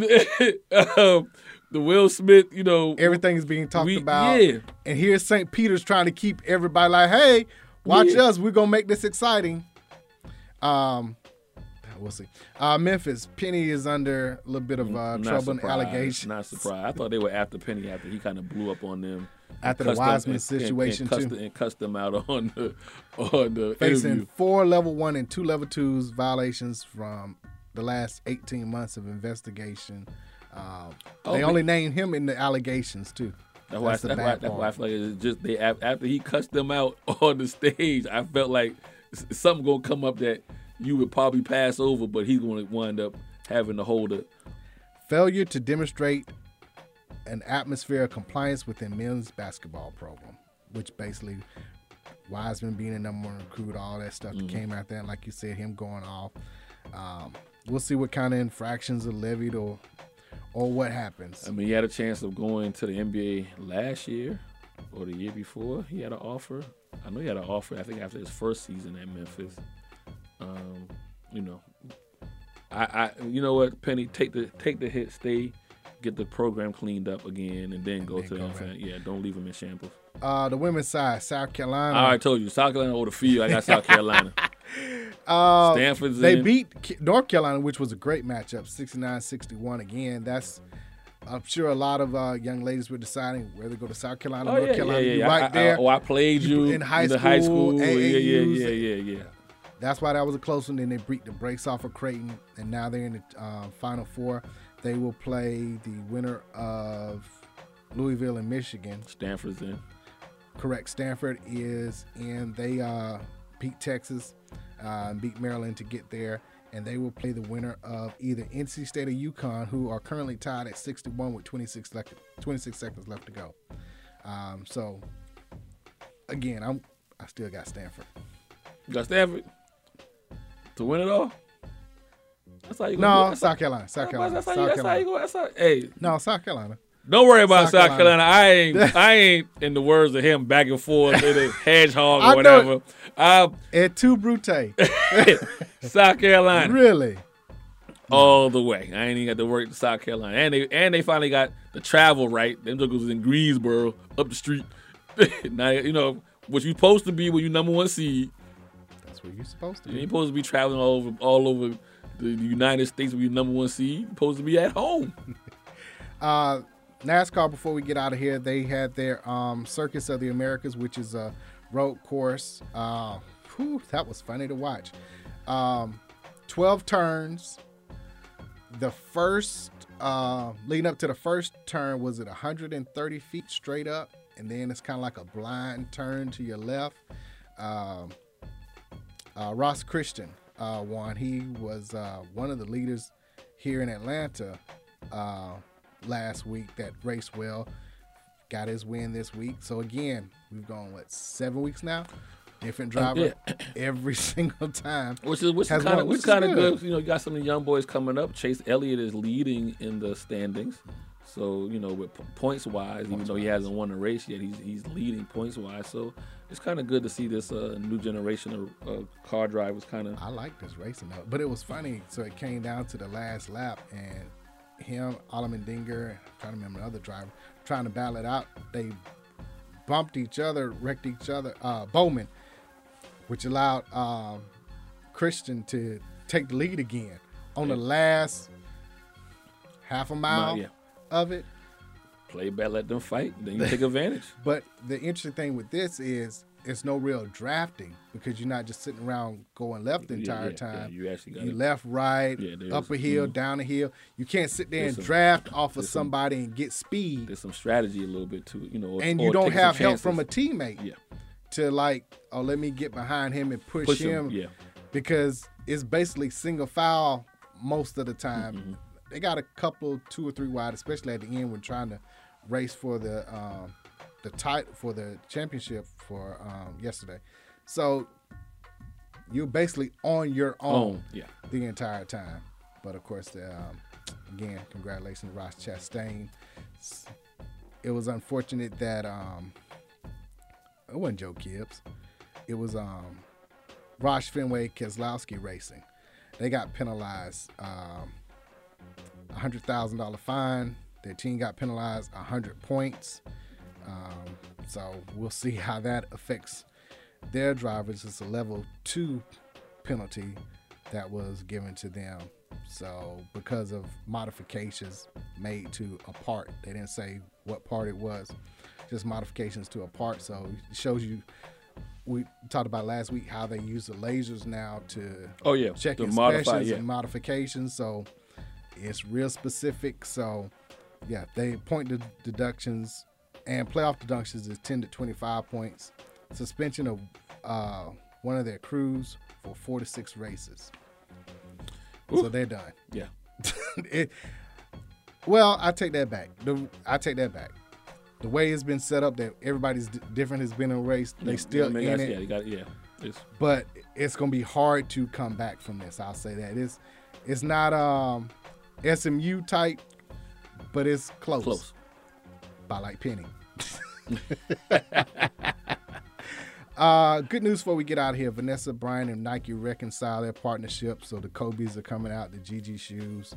Speaker 3: know, um, the Will Smith. You know,
Speaker 8: everything is being talked
Speaker 3: we-
Speaker 8: about.
Speaker 3: yeah.
Speaker 8: And here's St. Peter's trying to keep everybody like, hey, watch
Speaker 3: Yeah.
Speaker 8: us. We're gonna make this exciting. Um we'll see. Uh Memphis, Penny is under a little bit of uh,
Speaker 3: Not
Speaker 8: trouble and
Speaker 3: surprised,
Speaker 8: allegation.
Speaker 3: Not surprised. I thought they were after Penny after he kind of blew up on them.
Speaker 8: After the
Speaker 3: Cussed them-
Speaker 8: Wiseman
Speaker 3: and- and-
Speaker 8: situation,
Speaker 3: and, cussed
Speaker 8: too.
Speaker 3: them- and cussed them out on the on the
Speaker 8: Facing
Speaker 3: interview.
Speaker 8: four level one and two level twos violations from the last 18 months of investigation. Um,
Speaker 3: Oh,
Speaker 8: they
Speaker 3: but-
Speaker 8: only named him in the allegations too.
Speaker 3: That's why,
Speaker 8: the
Speaker 3: that's, why,
Speaker 8: bad
Speaker 3: that's
Speaker 8: part.
Speaker 3: why I feel like it's just they af- after he cussed them out on the stage, I felt like s- something gonna come up that you would probably pass over, but he's gonna wind up having to hold it.
Speaker 8: failure to demonstrate an atmosphere of compliance within men's basketball program, which basically Wiseman being a number one recruit, all that stuff
Speaker 3: Mm-hmm.
Speaker 8: that came out there, and like you said, him going off. Um, we'll see what kind of infractions are levied or or what happens.
Speaker 3: I mean, he had a chance of going to the NBA last year or the year before. He had an offer. I know he had an offer. I think after his first season at Memphis. Um, you know, I, I, you know what, Penny, take the take the hit, stay, get the program cleaned up again, and then go to the NFL. Yeah, don't leave him in shambles.
Speaker 8: Uh, the women's side, South Carolina.
Speaker 3: I already told you, South Carolina over the field. I got South Carolina.
Speaker 8: Uh,
Speaker 3: Stanford's
Speaker 8: they
Speaker 3: in.
Speaker 8: beat K- North Carolina, which was a great matchup, 69-61. Again, that's I'm sure a lot of uh, young ladies were deciding whether to go to South
Speaker 3: Oh,
Speaker 8: Carolina, North Carolina. You
Speaker 3: I-
Speaker 8: right
Speaker 3: I- I-
Speaker 8: there.
Speaker 3: oh, I played you,
Speaker 8: in high
Speaker 3: the
Speaker 8: school,
Speaker 3: high school. Yeah, yeah,
Speaker 8: AAUs.
Speaker 3: yeah, yeah, yeah.
Speaker 8: That's why that was a close one. Then they beat the brakes off of Creighton, and now they're in the uh, Final Four. They will play the winner of Louisville and Michigan.
Speaker 3: Stanford's in.
Speaker 8: Correct. Stanford is in. They uh, beat Texas, uh, and beat Maryland to get there, and they will play the winner of either NC State or UConn, who are currently tied at 61 with 26 left, 26 seconds left to go. Um, so, again, I'm I still got Stanford.
Speaker 3: You got Stanford to win it all. That's how you. gonna do it.
Speaker 8: No,
Speaker 3: That's
Speaker 8: South Carolina. South Carolina.
Speaker 3: That's how you.
Speaker 8: South
Speaker 3: That's how you
Speaker 8: Carolina.
Speaker 3: go. That's how. Hey,
Speaker 8: No, South Carolina.
Speaker 3: don't worry about
Speaker 8: South
Speaker 3: South, Carolina.
Speaker 8: Carolina.
Speaker 3: I ain't. I ain't in the words of him back and forth with a hedgehog
Speaker 8: I know
Speaker 3: or whatever. I
Speaker 8: Et tu, Brute?
Speaker 3: South Carolina
Speaker 8: really?
Speaker 3: all the way. I ain't even got to work to South Carolina, and they and they finally got the travel right. Them jokers was in Greensboro, up the street. now you know what you supposed to be when you number one seed.
Speaker 8: That's where you're supposed to
Speaker 3: You ain't
Speaker 8: be.
Speaker 3: supposed to be traveling all over all over the United States with your number one seed. You're supposed to be at home.
Speaker 8: Uh, NASCAR, before we get out of here, they had their um, Circus of the Americas, which is a road course. Uh, whew, that was funny to watch. Um, 12 turns. The first, uh, leading up to the first turn, was it 130 feet straight up? And then it's kind of like a blind turn to your left. Um, uh, Ross Christian uh, won. He was uh, one of the leaders here in Atlanta uh, last week that raced well. Got his win this week. So again, we've gone what seven weeks now. Different
Speaker 3: Uh,
Speaker 8: driver every single time,
Speaker 3: Which is which is
Speaker 8: has
Speaker 3: kind
Speaker 8: won,
Speaker 3: of which
Speaker 8: is
Speaker 3: kind of good. You know, you got some of the young boys coming up. Chase Elliott is leading in the standings, so you know, with p- points wise, even though he hasn't won a race yet, he's he's leading points wise. So it's kind of good to see this uh, new generation of uh, car drivers kind of.
Speaker 8: I like this racing though, but it was funny. So it came down to the last lap, and him, Alaman Dinger, I'm trying to remember the other driver, trying to battle it out. They bumped each other, wrecked each other. Uh, Bowman, which allowed um, Christian to take the lead again on the last half a mile
Speaker 3: yeah.
Speaker 8: of it.
Speaker 3: Play bad, let them fight. Then you take advantage.
Speaker 8: But the interesting thing with this is it's no real drafting because you're not just sitting around going left the
Speaker 3: Yeah,
Speaker 8: entire
Speaker 3: yeah, yeah.
Speaker 8: time.
Speaker 3: You actually gotta-
Speaker 8: You left, right,
Speaker 3: Yeah, there's-
Speaker 8: up a hill,
Speaker 3: mhm.
Speaker 8: down a hill. You can't sit there
Speaker 3: There's
Speaker 8: and
Speaker 3: some-
Speaker 8: draft off of
Speaker 3: there's some-
Speaker 8: somebody and get speed,
Speaker 3: There's some strategy a little bit too, you know. or-
Speaker 8: and
Speaker 3: or
Speaker 8: you don't
Speaker 3: taking some
Speaker 8: have help
Speaker 3: chances.
Speaker 8: from a teammate to like, oh, let me get behind him and push,
Speaker 3: Push
Speaker 8: him,
Speaker 3: him, yeah.
Speaker 8: because it's basically single foul most of the time.
Speaker 3: Mm-hmm.
Speaker 8: They got a couple, two or three wide, especially at the end when trying to race for the um, the title for the championship for um, yesterday. So you're basically on your own,
Speaker 3: Own, yeah.
Speaker 8: the entire time. But of course, the, um, again, congratulations, Ross Chastain. S- It was unfortunate that um, it wasn't Joe Gibbs. It was um, Rosh Fenway Keselowski Racing. They got penalized. Um, a hundred thousand dollar fine. Their team got penalized a hundred points. Um, so we'll see how that affects their drivers. It's a level two penalty that was given to them. So because of modifications made to a part, they didn't say what part it was. Just modifications to a part. So it shows you. We talked about last week how they use the lasers now to
Speaker 3: Oh, yeah,
Speaker 8: check
Speaker 3: to
Speaker 8: inspections
Speaker 3: modify, yeah.
Speaker 8: and modifications. So it's real specific. So, yeah, they point de- deductions and playoff deductions is 10 to 25 points. Suspension of uh, one of their crews for four to six races. So they're done.
Speaker 3: Yeah.
Speaker 8: it, well, I take that back. The, I take that back. The way it's been set up, that everybody's d- different has been in a race. They
Speaker 3: Yeah,
Speaker 8: still
Speaker 3: I mean,
Speaker 8: in
Speaker 3: that's-
Speaker 8: it
Speaker 3: Yeah, you got yeah. It's,
Speaker 8: but it's gonna be hard to come back from this. I'll say that it's it's not um SMU type, but it's close.
Speaker 3: Close.
Speaker 8: by like penny. uh, good news before we get out of here. Vanessa Bryan and Nike reconcile their partnership, so the Kobe's are coming out. The GG shoes.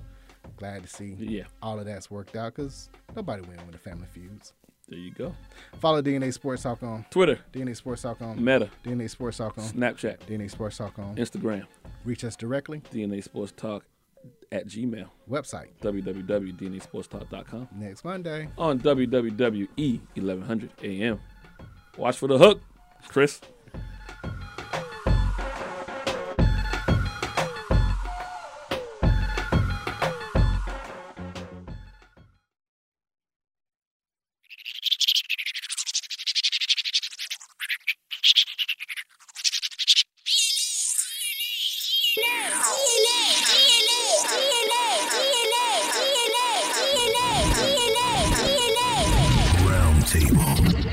Speaker 8: Glad to see.
Speaker 3: Yeah.
Speaker 8: all of that's worked out because nobody wins with the family feuds.
Speaker 3: there you go.
Speaker 8: Follow DNA Sports Talk on
Speaker 3: Twitter.
Speaker 8: DNA Sports Talk on
Speaker 3: Meta.
Speaker 8: DNA Sports Talk on
Speaker 3: Snapchat.
Speaker 8: DNA Sports Talk on
Speaker 3: Instagram.
Speaker 8: Reach us directly.
Speaker 3: DNA Sports Talk at Gmail.
Speaker 8: Website.
Speaker 3: www.dnasportstalk.com.
Speaker 8: Next Monday.
Speaker 3: On WWE 1100 AM. Watch for the hook, Chris.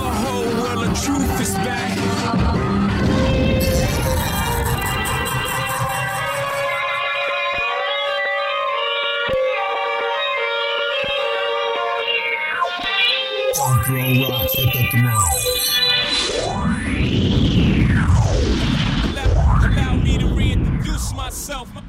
Speaker 4: the whole world the truth is back. Allow me to reintroduce myself.